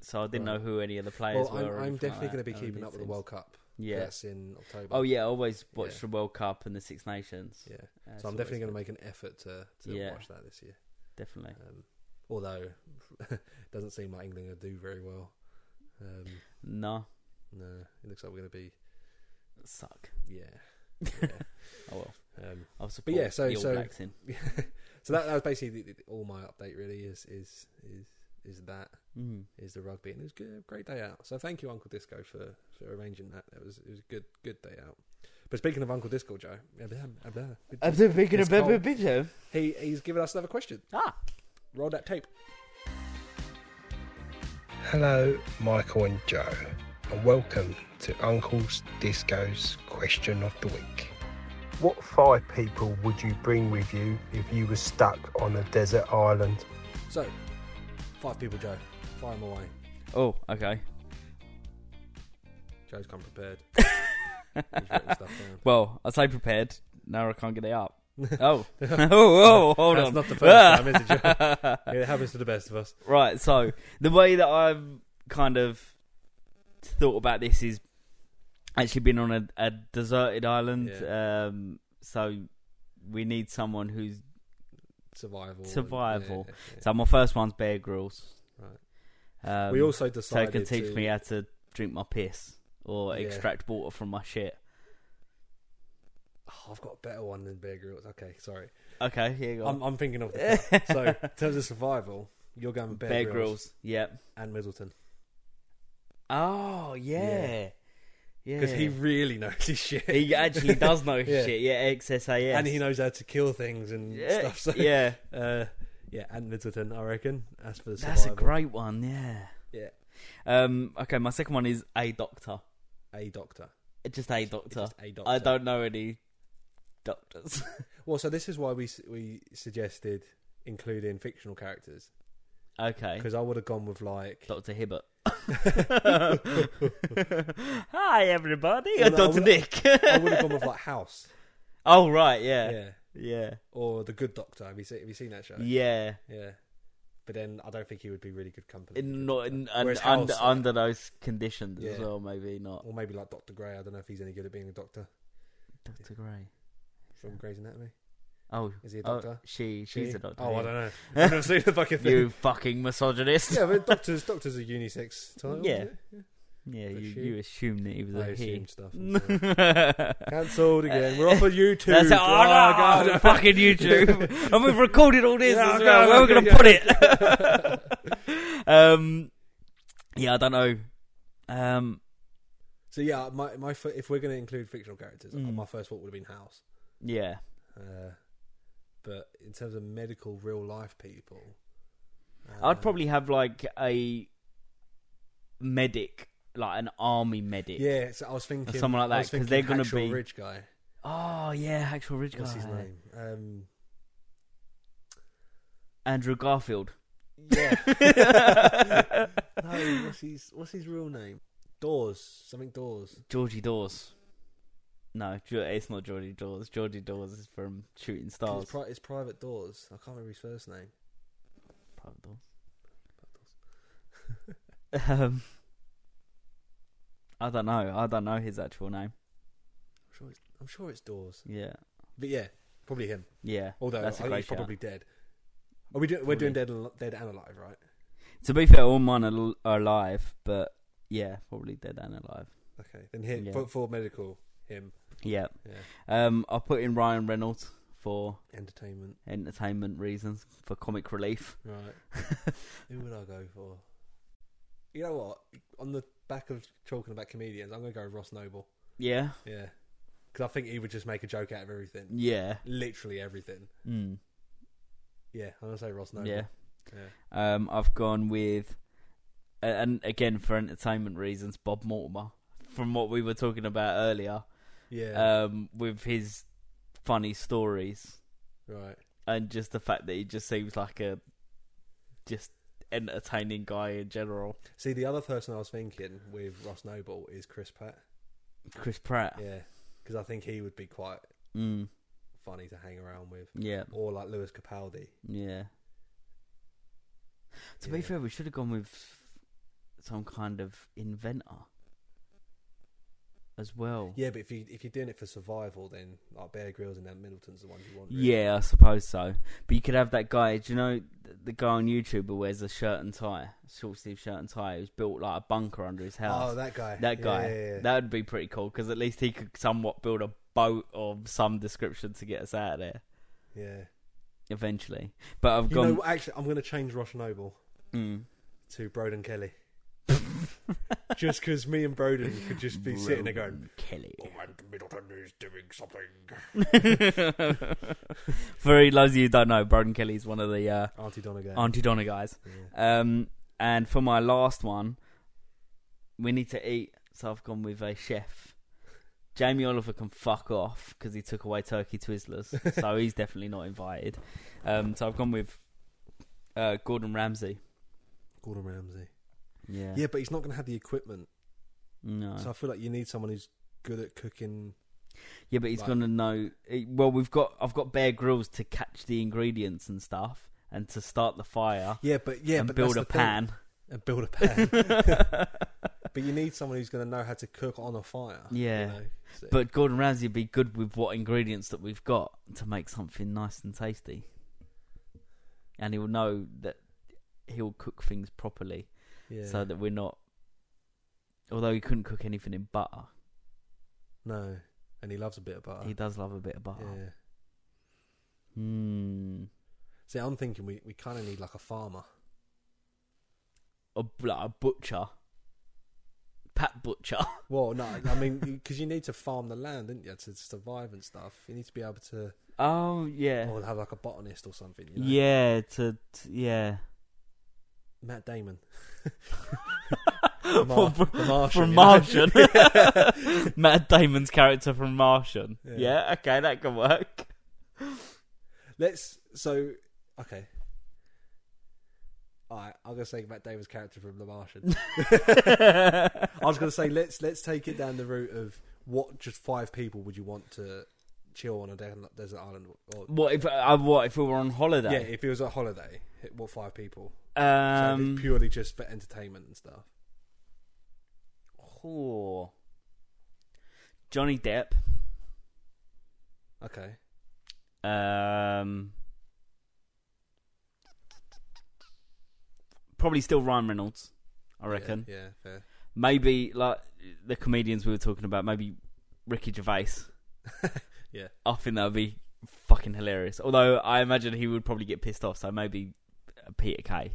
[SPEAKER 3] so I didn't
[SPEAKER 2] Right.
[SPEAKER 3] know who any of the players
[SPEAKER 2] Well,
[SPEAKER 3] were. or
[SPEAKER 2] I'm, I'm
[SPEAKER 3] anything like
[SPEAKER 2] definitely going to
[SPEAKER 3] that.
[SPEAKER 2] be
[SPEAKER 3] I
[SPEAKER 2] keeping
[SPEAKER 3] really
[SPEAKER 2] up with the
[SPEAKER 3] seems-
[SPEAKER 2] World Cup.
[SPEAKER 3] Yeah.
[SPEAKER 2] That's in October.
[SPEAKER 3] Oh yeah, I always watch
[SPEAKER 2] Yeah.
[SPEAKER 3] the World Cup and the Six Nations.
[SPEAKER 2] Yeah.
[SPEAKER 3] Uh, it's
[SPEAKER 2] So I'm
[SPEAKER 3] always
[SPEAKER 2] definitely going
[SPEAKER 3] good.
[SPEAKER 2] to make an effort to, to
[SPEAKER 3] Yeah.
[SPEAKER 2] watch that this year.
[SPEAKER 3] definitely.
[SPEAKER 2] Um, although it doesn't seem like England will do very well. Um,
[SPEAKER 3] No,
[SPEAKER 2] no, it looks like we're going to be
[SPEAKER 3] suck.
[SPEAKER 2] yeah. yeah.
[SPEAKER 3] Oh well,
[SPEAKER 2] um,
[SPEAKER 3] I'll support
[SPEAKER 2] yeah, so-
[SPEAKER 3] the All
[SPEAKER 2] so-
[SPEAKER 3] Blacks in.
[SPEAKER 2] so that, that was basically the, the, all my update really is is is is that
[SPEAKER 3] Mm.
[SPEAKER 2] is the rugby and it was good, a great day out. So thank you Uncle Disco for, for arranging that. It was it was a good good day out. But speaking of Uncle Disco Joe, It's about cold. he he's given us another question.
[SPEAKER 3] Ah,
[SPEAKER 2] Roll that tape.
[SPEAKER 5] Hello, Michael and Joe, and welcome to Uncle's Disco's Question of the Week. What five people would you bring with you if you were stuck on a desert island?
[SPEAKER 4] So, five people, Joe. Fire them away.
[SPEAKER 3] oh okay.
[SPEAKER 2] Joe's come prepared. he's written stuff down.
[SPEAKER 3] Well, I say prepared. Now I can't get it up. Oh, oh, oh, hold
[SPEAKER 2] That's
[SPEAKER 3] on.
[SPEAKER 2] not the first time, is it, Yeah, it happens to the best of us.
[SPEAKER 3] Right, so the way that I've kind of thought about this is actually been on a, a deserted island. Um, so we need someone who's.
[SPEAKER 2] Survival. and-
[SPEAKER 3] Survival.
[SPEAKER 2] yeah, yeah, yeah.
[SPEAKER 3] So my first one's Bear Grylls.
[SPEAKER 2] Right.
[SPEAKER 3] Um,
[SPEAKER 2] we also
[SPEAKER 3] so he
[SPEAKER 2] decided
[SPEAKER 3] can teach
[SPEAKER 2] to,
[SPEAKER 3] me how to drink my piss or
[SPEAKER 2] Yeah.
[SPEAKER 3] extract water from my shit.
[SPEAKER 2] Oh, I've got a better one than Bear Grylls. Okay, sorry.
[SPEAKER 3] Okay, here you go.
[SPEAKER 2] I'm, I'm thinking of the club. So, in terms of survival, you're going with Bear,
[SPEAKER 3] Bear
[SPEAKER 2] Grylls,
[SPEAKER 3] Grylls. Yep.
[SPEAKER 2] and Middleton.
[SPEAKER 3] Oh yeah,
[SPEAKER 2] Yeah.
[SPEAKER 3] yeah.
[SPEAKER 2] Because he really knows his shit.
[SPEAKER 3] he actually does know his
[SPEAKER 2] Yeah.
[SPEAKER 3] shit. Yeah, XSAS.
[SPEAKER 2] And he knows how to kill things and
[SPEAKER 3] yeah,
[SPEAKER 2] stuff. So,
[SPEAKER 3] yeah.
[SPEAKER 2] Uh, yeah, and Middleton, I reckon. That's for the survival.
[SPEAKER 3] That's a great one, yeah.
[SPEAKER 2] Yeah.
[SPEAKER 3] Um, okay, my second one is a doctor.
[SPEAKER 2] A doctor.
[SPEAKER 3] Just a
[SPEAKER 2] It's
[SPEAKER 3] doctor.
[SPEAKER 2] just a doctor.
[SPEAKER 3] I don't know any doctors.
[SPEAKER 2] Well, so this is why we s- we suggested including fictional characters
[SPEAKER 3] okay.
[SPEAKER 2] because I would have gone with like
[SPEAKER 3] Dr. Hibbert. Hi, everybody.
[SPEAKER 2] Well, no, I
[SPEAKER 3] Dr.
[SPEAKER 2] would-
[SPEAKER 3] Nick.
[SPEAKER 2] I would have gone with like House,
[SPEAKER 3] oh, right. Yeah.
[SPEAKER 2] yeah,
[SPEAKER 3] Yeah.
[SPEAKER 2] or The Good Doctor. Have you seen Have you seen that show?
[SPEAKER 3] Yeah. yeah.
[SPEAKER 2] Yeah. But then I don't think he would be really good company.
[SPEAKER 3] In, not, in, and
[SPEAKER 2] Whereas
[SPEAKER 3] under,
[SPEAKER 2] House-
[SPEAKER 3] under those conditions as
[SPEAKER 2] Yeah.
[SPEAKER 3] well, maybe not.
[SPEAKER 2] or maybe like Doctor Grey. I don't know if he's any good at being a doctor
[SPEAKER 3] Dr. Grey.
[SPEAKER 2] from Grey's Anatomy.
[SPEAKER 3] Oh,
[SPEAKER 2] Is he a
[SPEAKER 3] oh,
[SPEAKER 2] doctor?
[SPEAKER 3] she, she's a doctor.
[SPEAKER 2] Oh,
[SPEAKER 3] yeah.
[SPEAKER 2] I don't know. I've never seen the fucking thing.
[SPEAKER 3] You fucking misogynist.
[SPEAKER 2] Yeah, but doctors, doctors are unisex title.
[SPEAKER 3] Yeah.
[SPEAKER 2] isn't it?
[SPEAKER 3] Yeah,
[SPEAKER 2] But
[SPEAKER 3] you,
[SPEAKER 2] she-
[SPEAKER 3] you assumed that he was
[SPEAKER 2] I
[SPEAKER 3] a he.
[SPEAKER 2] assumed stuff. I'm sorry.
[SPEAKER 3] Cancelled.
[SPEAKER 2] Cancelled again. We're off of YouTube.
[SPEAKER 3] That's it. Oh, no,
[SPEAKER 2] God.
[SPEAKER 3] fucking YouTube. and we've recorded all this
[SPEAKER 2] Yeah,
[SPEAKER 3] as
[SPEAKER 2] I
[SPEAKER 3] well.
[SPEAKER 2] know,
[SPEAKER 3] Where are we
[SPEAKER 2] okay,
[SPEAKER 3] going to
[SPEAKER 2] yeah.
[SPEAKER 3] put it? um, yeah, I don't know. Um,
[SPEAKER 2] So yeah, my my fir- if we're going to include fictional characters,
[SPEAKER 3] Mm.
[SPEAKER 2] my first thought would have been House.
[SPEAKER 3] yeah.
[SPEAKER 2] Uh, but in terms of medical, real life people, uh,
[SPEAKER 3] I'd probably have like a medic, like an army medic.
[SPEAKER 2] yeah. So I was thinking
[SPEAKER 3] someone like
[SPEAKER 2] I
[SPEAKER 3] that,
[SPEAKER 2] was
[SPEAKER 3] 'cause
[SPEAKER 2] thinking
[SPEAKER 3] they're gonna
[SPEAKER 2] Hacksaw
[SPEAKER 3] be-
[SPEAKER 2] Ridge guy.
[SPEAKER 3] Oh, yeah, actual Ridge
[SPEAKER 2] What's
[SPEAKER 3] guy.
[SPEAKER 2] his name? Um,
[SPEAKER 3] Andrew Garfield.
[SPEAKER 2] yeah. no, what's his what's his real name? Doors, something Doors.
[SPEAKER 3] Georgie Dawes. No, Ge- it's not Georgie Dawes. Georgie Dawes is from Shooting Stars.
[SPEAKER 2] It's, pri- it's private Doors. I can't remember his first name.
[SPEAKER 3] Private Dawes. um, I don't know. I don't know his actual name.
[SPEAKER 2] I'm sure it's, I'm sure it's Doors.
[SPEAKER 3] Yeah,
[SPEAKER 2] But yeah, probably him.
[SPEAKER 3] yeah.
[SPEAKER 2] Although
[SPEAKER 3] that's
[SPEAKER 2] I
[SPEAKER 3] a
[SPEAKER 2] think
[SPEAKER 3] great
[SPEAKER 2] he's
[SPEAKER 3] shout.
[SPEAKER 2] probably dead. Are we do- we're doing
[SPEAKER 3] Probably.
[SPEAKER 2] dead and, dead and alive, right?
[SPEAKER 3] To be fair, all mine are, l- are alive, but yeah, probably dead and alive.
[SPEAKER 2] Okay, then him
[SPEAKER 3] Yeah.
[SPEAKER 2] for, for medical him.
[SPEAKER 3] Yeah.
[SPEAKER 2] Yeah,
[SPEAKER 3] Um, I put in Ryan Reynolds for
[SPEAKER 2] entertainment.
[SPEAKER 3] entertainment reasons, for comic relief.
[SPEAKER 2] Right. Who would I go for? You know what? On the back of talking about comedians, I'm going to go with Ross Noble.
[SPEAKER 3] yeah,
[SPEAKER 2] Yeah, because I think he would just make a joke out of everything,
[SPEAKER 3] yeah.
[SPEAKER 2] literally everything.
[SPEAKER 3] Mm.
[SPEAKER 2] Yeah, I'm going to say Ross Noble.
[SPEAKER 3] Yeah.
[SPEAKER 2] Yeah.
[SPEAKER 3] Um, I've gone with, a- and again for entertainment reasons, Bob Mortimer from what we were talking about earlier.
[SPEAKER 2] Yeah,
[SPEAKER 3] Um, with his funny stories
[SPEAKER 2] right.
[SPEAKER 3] and just the fact that he just seems like a just entertaining guy in general.
[SPEAKER 2] See, the other person I was thinking with Ross Noble is Chris Pratt.
[SPEAKER 3] Chris Pratt.
[SPEAKER 2] Yeah, because I think he would be quite
[SPEAKER 3] Mm,
[SPEAKER 2] funny to hang around with,
[SPEAKER 3] yeah.
[SPEAKER 2] or like Lewis Capaldi.
[SPEAKER 3] Yeah. To be
[SPEAKER 2] Yeah.
[SPEAKER 3] fair, we should have gone with some kind of inventor as well.
[SPEAKER 2] Yeah, but if you if you're doing it for survival, then like Bear Grylls and Dan Middleton's the ones you want. really.
[SPEAKER 3] Yeah, I suppose so. But you could have that guy. Do you know th- the guy on YouTube who wears a shirt and tie, short sleeve shirt and tie, who's built like a bunker under his house?
[SPEAKER 2] Oh, that guy.
[SPEAKER 3] that
[SPEAKER 2] Yeah,
[SPEAKER 3] guy.
[SPEAKER 2] yeah, yeah.
[SPEAKER 3] That would be pretty cool because at least he could somewhat build a boat of some description to get us out of there
[SPEAKER 2] Yeah.
[SPEAKER 3] eventually. But I've
[SPEAKER 2] You
[SPEAKER 3] gone.
[SPEAKER 2] know, actually, I'm going to change Ross Noble
[SPEAKER 3] Mm.
[SPEAKER 2] to Broden Kelly. just because me and Broden could just be sitting there going,
[SPEAKER 3] Kelly.
[SPEAKER 5] And Middleton is doing something.
[SPEAKER 3] For those of you who don't know, Broden Kelly's one of the uh,
[SPEAKER 2] Auntie Donegal.
[SPEAKER 3] Auntie Donna guys.
[SPEAKER 2] Yeah.
[SPEAKER 3] Um, and for my last one, we need to eat, so I've gone with a chef. Jamie Oliver can fuck off because he took away Turkey Twizzlers, so he's definitely not invited. Um, so I've gone with uh, Gordon Ramsay.
[SPEAKER 2] Gordon Ramsay.
[SPEAKER 3] Yeah.
[SPEAKER 2] Yeah, but he's not going to have the equipment.
[SPEAKER 3] No.
[SPEAKER 2] So I feel like you need someone who's good at cooking.
[SPEAKER 3] yeah, but he's
[SPEAKER 2] Right.
[SPEAKER 3] gonna know. he- Well, we've got I've got Bear Grylls to catch the ingredients and stuff, and to start the fire
[SPEAKER 2] Yeah, but yeah,
[SPEAKER 3] and
[SPEAKER 2] but
[SPEAKER 3] build
[SPEAKER 2] that's
[SPEAKER 3] a
[SPEAKER 2] the thing.
[SPEAKER 3] pan.
[SPEAKER 2] And build a pan. but you need someone who's going to know how to cook on a fire. you
[SPEAKER 3] Yeah.
[SPEAKER 2] know? So-
[SPEAKER 3] But Gordon Ramsay would be good with what ingredients that we've got to make something nice and tasty. And he'll know that he'll cook things properly
[SPEAKER 2] yeah.
[SPEAKER 3] so that we're not. Although he couldn't cook anything in butter,
[SPEAKER 2] no, and he loves a bit of butter.
[SPEAKER 3] he does love a bit of butter.
[SPEAKER 2] Yeah.
[SPEAKER 3] Hmm.
[SPEAKER 2] See, I'm thinking we, we kind of need like a farmer.
[SPEAKER 3] A, like a butcher. Pat Butcher.
[SPEAKER 2] Well, no, I mean, because you need to farm the land, didn't you, to survive and stuff. You need to be able to,
[SPEAKER 3] Oh, yeah.
[SPEAKER 2] or have like a botanist or something. You know?
[SPEAKER 3] Yeah, to. to yeah.
[SPEAKER 2] Matt Damon. Mar-
[SPEAKER 3] From-
[SPEAKER 2] the Martian.
[SPEAKER 3] from
[SPEAKER 2] yeah.
[SPEAKER 3] Martian. Matt Damon's character from Martian.
[SPEAKER 6] Yeah.
[SPEAKER 3] Yeah. okay, that can work.
[SPEAKER 6] Let's.
[SPEAKER 2] So, okay. All right, I'm gonna say Matt Damon's character from The Martian. I was gonna say let's let's take it down the route of what just five people would you want to chill on a de- desert island? Or,
[SPEAKER 3] What if uh, what if we were on
[SPEAKER 2] yeah,
[SPEAKER 3] holiday?
[SPEAKER 2] if it was a holiday, what five people? So
[SPEAKER 3] Yeah.
[SPEAKER 2] it'd be
[SPEAKER 3] Um,
[SPEAKER 2] purely just for entertainment and stuff.
[SPEAKER 3] oh. Johnny Depp.
[SPEAKER 2] Okay,
[SPEAKER 3] Um, probably still Ryan Reynolds, I reckon.
[SPEAKER 2] Yeah, yeah fair.
[SPEAKER 3] Maybe like the comedians we were talking about. Maybe Ricky Gervais.
[SPEAKER 2] Yeah.
[SPEAKER 3] I think that would be fucking hilarious. Although I imagine he would probably get pissed off. So maybe Peter Kay.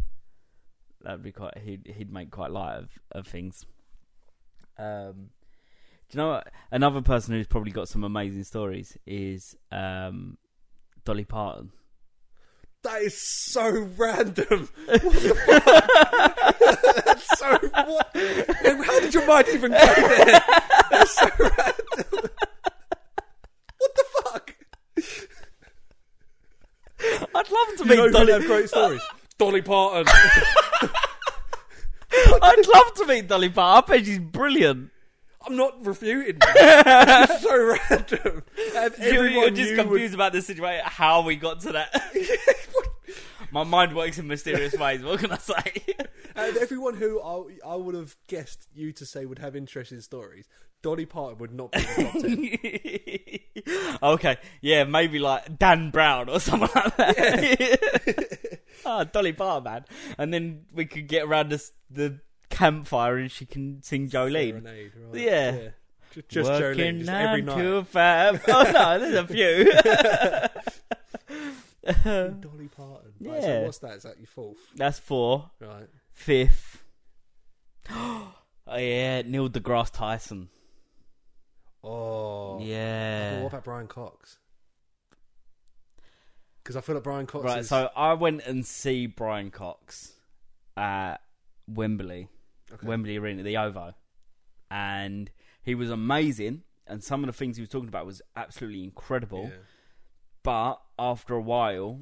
[SPEAKER 3] That'd be quite. He'd he'd make quite light of of things. Um, do you know what? another person who's probably got some amazing stories is um, Dolly Parton.
[SPEAKER 2] That is so random. What the fuck? That's so what? How did your mind even go there? That's so random. What the fuck?
[SPEAKER 3] I'd love to
[SPEAKER 2] You
[SPEAKER 3] meet
[SPEAKER 2] know who
[SPEAKER 3] Dolly.
[SPEAKER 2] would have great stories. Dolly Parton.
[SPEAKER 3] I'd love to meet Dolly Parton. I bet she's brilliant.
[SPEAKER 2] I'm not refuting. That. That's just so random. Out of
[SPEAKER 3] You,
[SPEAKER 2] everyone
[SPEAKER 3] you're just
[SPEAKER 2] you would-
[SPEAKER 3] confused about the situation. How we got to that? My mind works in mysterious ways. What can I say?
[SPEAKER 2] out of everyone who I, I would have guessed you to say would have interesting stories, Dolly Parton would not be in the top ten.
[SPEAKER 3] okay, yeah, maybe like Dan Brown or someone like that. Ah, Dolly Parton, man. And then we could get around this, the campfire and she can sing Jolene.
[SPEAKER 2] Serenade, right?
[SPEAKER 3] Yeah.
[SPEAKER 2] Ju- Just Jolene, just every night.
[SPEAKER 3] to five. Oh no, there's a few.
[SPEAKER 2] Dolly Parton. Right, so
[SPEAKER 3] Yeah.
[SPEAKER 2] what's that? Is that your fourth?
[SPEAKER 3] That's four.
[SPEAKER 2] Right.
[SPEAKER 3] Fifth. oh yeah, Neil deGrasse Tyson.
[SPEAKER 2] Oh. Well,
[SPEAKER 3] Yeah.
[SPEAKER 2] what about Brian Cox? Because I feel like Brian Cox
[SPEAKER 3] Right,
[SPEAKER 2] is...
[SPEAKER 3] so I went and see Brian Cox at Wembley,
[SPEAKER 2] Okay.
[SPEAKER 3] Wembley Arena, the Ovo, and he was amazing. And some of the things he was talking about was absolutely incredible.
[SPEAKER 2] Yeah.
[SPEAKER 3] But after a while,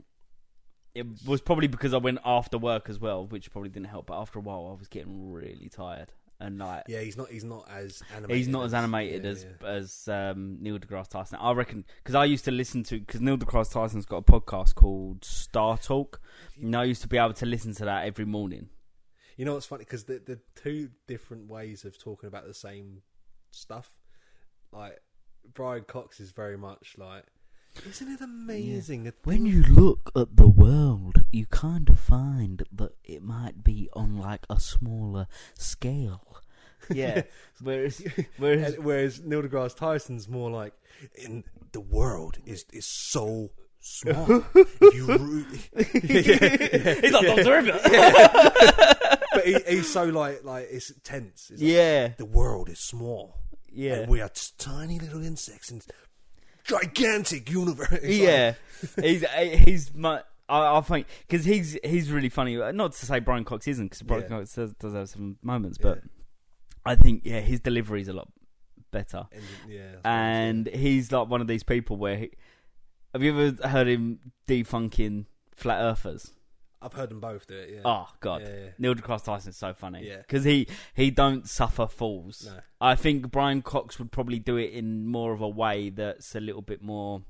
[SPEAKER 3] it was probably because I went after work as well, which probably didn't help. But after a while, I was getting really tired and like
[SPEAKER 2] Yeah, he's not. He's not as animated.
[SPEAKER 3] He's not as animated
[SPEAKER 2] yeah,
[SPEAKER 3] as
[SPEAKER 2] yeah.
[SPEAKER 3] as um, Neil deGrasse Tyson. I reckon because I used to listen to because Neil deGrasse Tyson's got a podcast called Star Talk, and I used to be able to listen to that every morning.
[SPEAKER 2] You know what's funny? Because the the two different ways of talking about the same stuff. Like Brian Cox is very much like, isn't it amazing? that
[SPEAKER 3] When you look at the world, you kind of find that it might be on like a smaller scale. Yeah. whereas, whereas,
[SPEAKER 2] And whereas Neil deGrasse Tyson's more like, in the world is is so small. you, ru-
[SPEAKER 3] he's like Doctor
[SPEAKER 2] but he, he's so like like it's tense. It's like,
[SPEAKER 3] Yeah.
[SPEAKER 2] the world is small.
[SPEAKER 3] Yeah.
[SPEAKER 2] and we are just tiny little insects in gigantic universe. It's like-
[SPEAKER 3] yeah, he's eh, he's my. I, I think because he's he's really funny. Not to say Brian Cox isn't, because Brian
[SPEAKER 2] Yeah.
[SPEAKER 3] Cox does, does have some moments, but I think yeah, his delivery is a lot better.
[SPEAKER 2] And- yeah, that's what I'm saying.
[SPEAKER 3] And he's like one of these people where he, have you ever heard him defunking flat earthers?
[SPEAKER 2] I've heard them both do it. Yeah.
[SPEAKER 3] Oh God,
[SPEAKER 2] Yeah, yeah.
[SPEAKER 3] Neil deGrasse Tyson's so funny.
[SPEAKER 2] Yeah.
[SPEAKER 3] because he he don't suffer fools.
[SPEAKER 2] No.
[SPEAKER 3] I think Brian Cox would probably do it in more of a way that's a little bit more.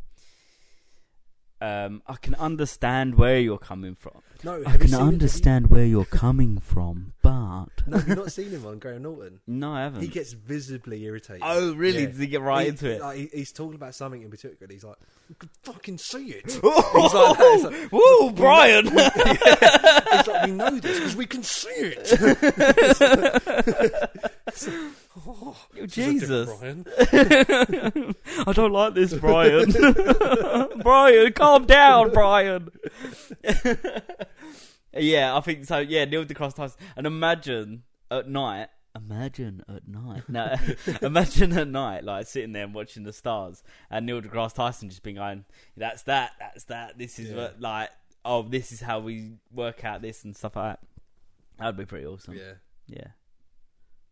[SPEAKER 3] Um, I can understand where you're coming from.
[SPEAKER 2] No,
[SPEAKER 3] I
[SPEAKER 2] have
[SPEAKER 3] can
[SPEAKER 2] you seen it? Have you-
[SPEAKER 3] understand where you're coming from, but
[SPEAKER 2] No, have you not seen him on Graham Norton?
[SPEAKER 3] no, I haven't.
[SPEAKER 2] He gets visibly irritated.
[SPEAKER 3] Mm. oh, really?
[SPEAKER 2] Yeah.
[SPEAKER 3] Did he get right
[SPEAKER 2] He-
[SPEAKER 3] into it?
[SPEAKER 2] like, he- he's talking about something in particular. and He's like, I could fucking see it. He's like that, it's
[SPEAKER 3] Whoa, Whoa,
[SPEAKER 2] like-
[SPEAKER 3] Brian!
[SPEAKER 2] like, we know this because we can see it.
[SPEAKER 3] Jesus,
[SPEAKER 2] Brian.
[SPEAKER 3] I don't like this, Brian. Brian, calm down, Brian. yeah, I think so. Yeah, Neil deGrasse Tyson. And imagine at night. Imagine at night. No, imagine at night, like sitting there and watching the stars, and Neil deGrasse Tyson just being going, "That's that. That's that. This is
[SPEAKER 2] Yeah.
[SPEAKER 3] what, like, oh, this is how we work out this and stuff like that." That'd be pretty awesome.
[SPEAKER 2] Yeah.
[SPEAKER 3] Yeah.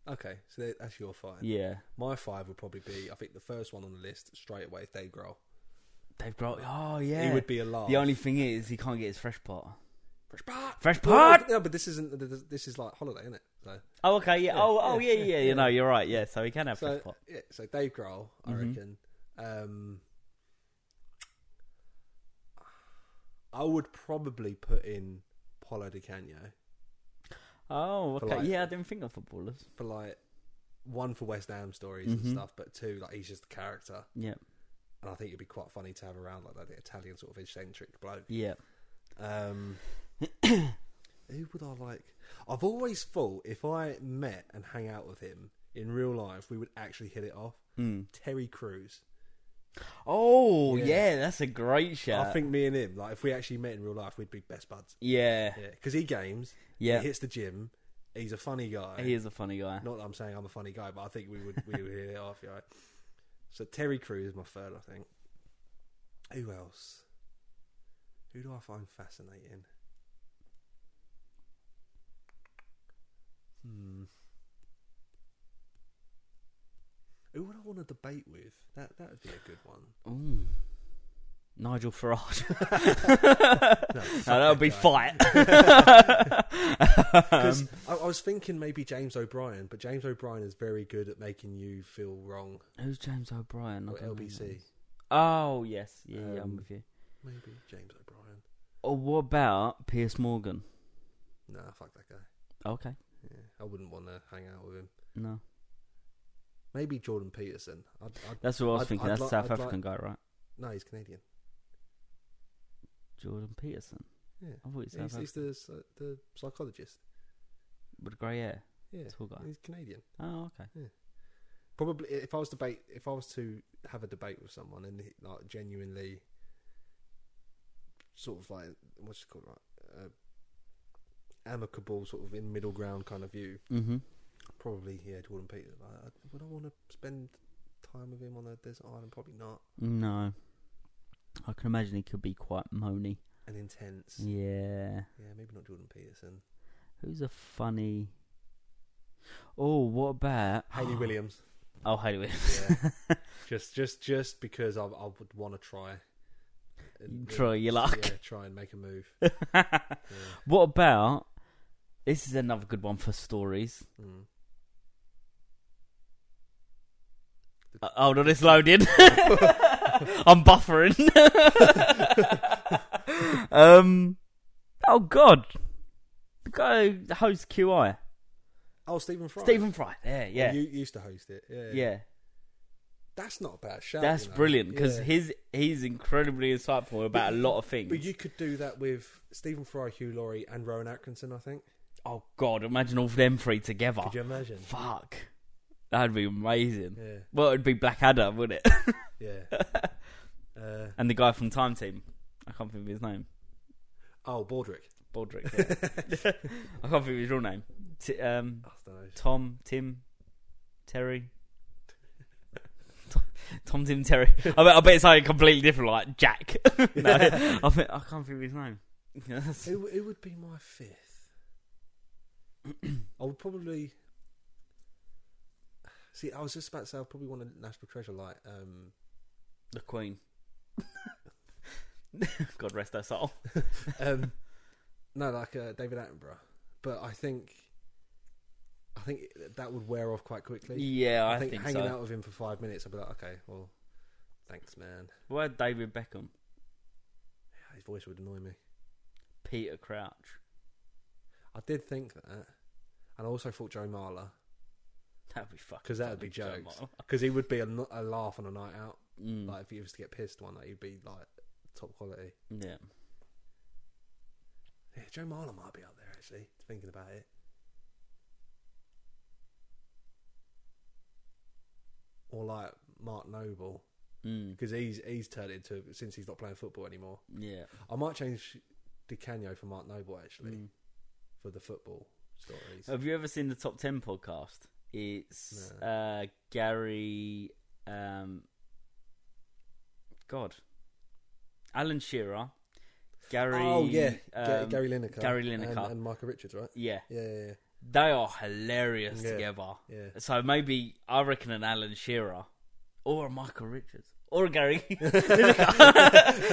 [SPEAKER 2] Okay, so that- that's your five.
[SPEAKER 3] Yeah,
[SPEAKER 2] My five would probably be, I think, the first one on the list straight away is Dave Grohl.
[SPEAKER 3] Dave Grohl. Oh yeah,
[SPEAKER 2] He would be alive.
[SPEAKER 3] The only thing is, he can't get his fresh pot.
[SPEAKER 2] fresh part.
[SPEAKER 3] Fresh
[SPEAKER 2] Well,
[SPEAKER 3] pot.
[SPEAKER 2] No, but this isn't. This is like holiday, isn't it? So,
[SPEAKER 3] Oh okay, yeah.
[SPEAKER 2] Yeah,
[SPEAKER 3] oh oh
[SPEAKER 2] yeah,
[SPEAKER 3] yeah, yeah.
[SPEAKER 2] yeah,
[SPEAKER 3] You
[SPEAKER 2] yeah.
[SPEAKER 3] know, you're right. Yeah, so he can have
[SPEAKER 2] so
[SPEAKER 3] fresh pot.
[SPEAKER 2] yeah. So Dave Grohl, I
[SPEAKER 3] Mhm.
[SPEAKER 2] reckon. Um, I would probably put in Paulo Di Canio
[SPEAKER 3] Oh
[SPEAKER 2] For
[SPEAKER 3] okay,
[SPEAKER 2] like-
[SPEAKER 3] yeah. I didn't think of footballers.
[SPEAKER 2] for like one for West Ham stories
[SPEAKER 3] Mhm.
[SPEAKER 2] and stuff, but two like he's just a character,
[SPEAKER 3] Yeah,
[SPEAKER 2] and I think it'd be quite funny to have around like that the Italian sort of eccentric bloke.
[SPEAKER 3] yeah.
[SPEAKER 2] Um, who would I like? I've always thought if I met and hang out with him in real life, we would actually hit it off.
[SPEAKER 3] Mm.
[SPEAKER 2] Terry Crews.
[SPEAKER 3] Oh
[SPEAKER 2] Yeah.
[SPEAKER 3] yeah. that's a great shout.
[SPEAKER 2] I think me and him, like if we actually met in real life, we'd be best buds.
[SPEAKER 3] Yeah,
[SPEAKER 2] Yeah, because he games.
[SPEAKER 3] yeah.
[SPEAKER 2] he hits the gym. He's a funny guy.
[SPEAKER 3] He is a funny guy.
[SPEAKER 2] Not that I'm saying I'm a funny guy, but I think we would we would hit it off. Yeah. So Terry Crews is my third, I think. Who else? Who do I find fascinating? Hmm. Who would I want to debate with? That that would be a good one.
[SPEAKER 3] Ooh. Nigel Farage.
[SPEAKER 2] No, fuck
[SPEAKER 3] No, that would be
[SPEAKER 2] guy.
[SPEAKER 3] fight.
[SPEAKER 2] 'Cause
[SPEAKER 3] Um,
[SPEAKER 2] I, I was thinking maybe James O'Brien, but James O'Brien is very good at making you feel wrong.
[SPEAKER 3] who's James O'Brien? I
[SPEAKER 2] Or
[SPEAKER 3] don't know who
[SPEAKER 2] LBC.
[SPEAKER 3] that is. Oh yes, yeah, yeah,
[SPEAKER 2] Um,
[SPEAKER 3] I'm with you.
[SPEAKER 2] Maybe James O'Brien.
[SPEAKER 3] Or what about Pierce Morgan?
[SPEAKER 2] Nah, fuck that guy.
[SPEAKER 3] Okay,
[SPEAKER 2] Yeah, I wouldn't want to hang out with him.
[SPEAKER 3] no,
[SPEAKER 2] Maybe Jordan Peterson. I'd, I'd,
[SPEAKER 3] that's what I was
[SPEAKER 2] I'd-
[SPEAKER 3] thinking.
[SPEAKER 2] I'd
[SPEAKER 3] That's
[SPEAKER 2] li-
[SPEAKER 3] a South
[SPEAKER 2] I'd li-
[SPEAKER 3] African guy, right?
[SPEAKER 2] no, he's Canadian.
[SPEAKER 3] Jordan Peterson.
[SPEAKER 2] Yeah,
[SPEAKER 3] I thought he was South
[SPEAKER 2] he's, he's
[SPEAKER 3] African.
[SPEAKER 2] the psy- the psychologist.
[SPEAKER 3] With grey hair,
[SPEAKER 2] Yeah,
[SPEAKER 3] tall guy.
[SPEAKER 2] he's Canadian.
[SPEAKER 3] Oh, okay.
[SPEAKER 2] Probably, if I was debate, if I was to have a debate with someone and he- like genuinely, sort of like what's it called, like uh, amicable, sort of in middle ground kind of view.
[SPEAKER 3] Mm-hmm.
[SPEAKER 2] Probably, yeah, Jordan Peterson. Like, I- would I want to spend time with him on a desert island? Probably not.
[SPEAKER 3] No, I can imagine he could be quite moany.
[SPEAKER 2] And intense.
[SPEAKER 3] Yeah.
[SPEAKER 2] Yeah, maybe not Jordan Peterson.
[SPEAKER 3] Who's a funny? Oh, what about
[SPEAKER 2] Haley Williams.
[SPEAKER 3] Oh, Hayley Williams.
[SPEAKER 2] Yeah. just, just, just because I, I would want to try. And-
[SPEAKER 3] Try your
[SPEAKER 2] yeah,
[SPEAKER 3] luck.
[SPEAKER 2] try and make a move. Yeah.
[SPEAKER 3] what about? This is another good one for stories.
[SPEAKER 2] Mm.
[SPEAKER 3] Uh, hold on, it's loaded. I'm buffering. um. Oh God. The guy who hosts QI,
[SPEAKER 2] Oh, Stephen Fry.
[SPEAKER 3] Stephen Fry. Yeah, yeah,
[SPEAKER 2] you you used to host it. Yeah,
[SPEAKER 3] yeah.
[SPEAKER 2] That's not a bad shout.
[SPEAKER 3] That's
[SPEAKER 2] you know.
[SPEAKER 3] brilliant because
[SPEAKER 2] Yeah.
[SPEAKER 3] his he's incredibly insightful about a lot of things.
[SPEAKER 2] But you could do that with Stephen Fry, Hugh Laurie, and Rowan Atkinson. I think.
[SPEAKER 3] Oh God! Imagine all them three together.
[SPEAKER 2] Could you imagine?
[SPEAKER 3] Fuck, that'd be amazing.
[SPEAKER 2] Yeah,
[SPEAKER 3] Well, it'd be Blackadder, wouldn't it?
[SPEAKER 2] yeah. uh,
[SPEAKER 3] and the guy from Time Team. I can't think of his name.
[SPEAKER 2] oh, Baldrick.
[SPEAKER 3] Baldrick. yeah. I can't think of his real name. T- um,
[SPEAKER 2] I don't know.
[SPEAKER 3] Tom, Tim, Terry. Tom- Tom, Tim, Terry. I bet, I bet it's something completely different, like Jack. no, I, think, I can't think of his name. Yes.
[SPEAKER 2] Who, who would be my fifth? I would probably. See, I was just about to say I probably want a national treasure like um,
[SPEAKER 3] the Queen. God rest her soul.
[SPEAKER 2] um no, like uh, David Attenborough, but I think I think that would wear off quite quickly.
[SPEAKER 3] Yeah, I, think,
[SPEAKER 2] hanging
[SPEAKER 3] so.
[SPEAKER 2] out with him for five minutes, I'd be like, okay, well, thanks, man.
[SPEAKER 3] What about David Beckham?
[SPEAKER 2] His voice would annoy me.
[SPEAKER 3] Peter Crouch.
[SPEAKER 2] I did think that, and I also thought Joe Marler
[SPEAKER 3] That'd be fucking.
[SPEAKER 2] because that would be
[SPEAKER 3] funny, Joe
[SPEAKER 2] jokes
[SPEAKER 3] Marler.
[SPEAKER 2] because he would be a, no- a laugh on a night out.
[SPEAKER 3] Mm.
[SPEAKER 2] Like if he was to get pissed one, like, he'd be like top quality.
[SPEAKER 3] yeah.
[SPEAKER 2] Yeah, Joe Marler might be up there actually. Thinking about it, or like Mark Noble
[SPEAKER 3] Mm.
[SPEAKER 2] because he's he's turned into since he's not playing football anymore.
[SPEAKER 3] Yeah.
[SPEAKER 2] I might change Di Canio for Mark Noble actually
[SPEAKER 3] Mm.
[SPEAKER 2] for the football stories.
[SPEAKER 3] Have you ever seen the Top Ten podcast? It's
[SPEAKER 2] No.
[SPEAKER 3] uh, Gary, um, God, Alan Shearer, Gary.
[SPEAKER 2] oh yeah, Ga-
[SPEAKER 3] um,
[SPEAKER 2] Gary Lineker,
[SPEAKER 3] Gary
[SPEAKER 2] and,
[SPEAKER 3] Lineker.
[SPEAKER 2] and Michael Richards, right?
[SPEAKER 3] yeah,
[SPEAKER 2] Yeah, yeah, yeah.
[SPEAKER 3] They are hilarious
[SPEAKER 7] Yeah.
[SPEAKER 3] together.
[SPEAKER 7] Yeah.
[SPEAKER 3] So maybe I reckon an Alan Shearer or a Michael Richards or a Gary.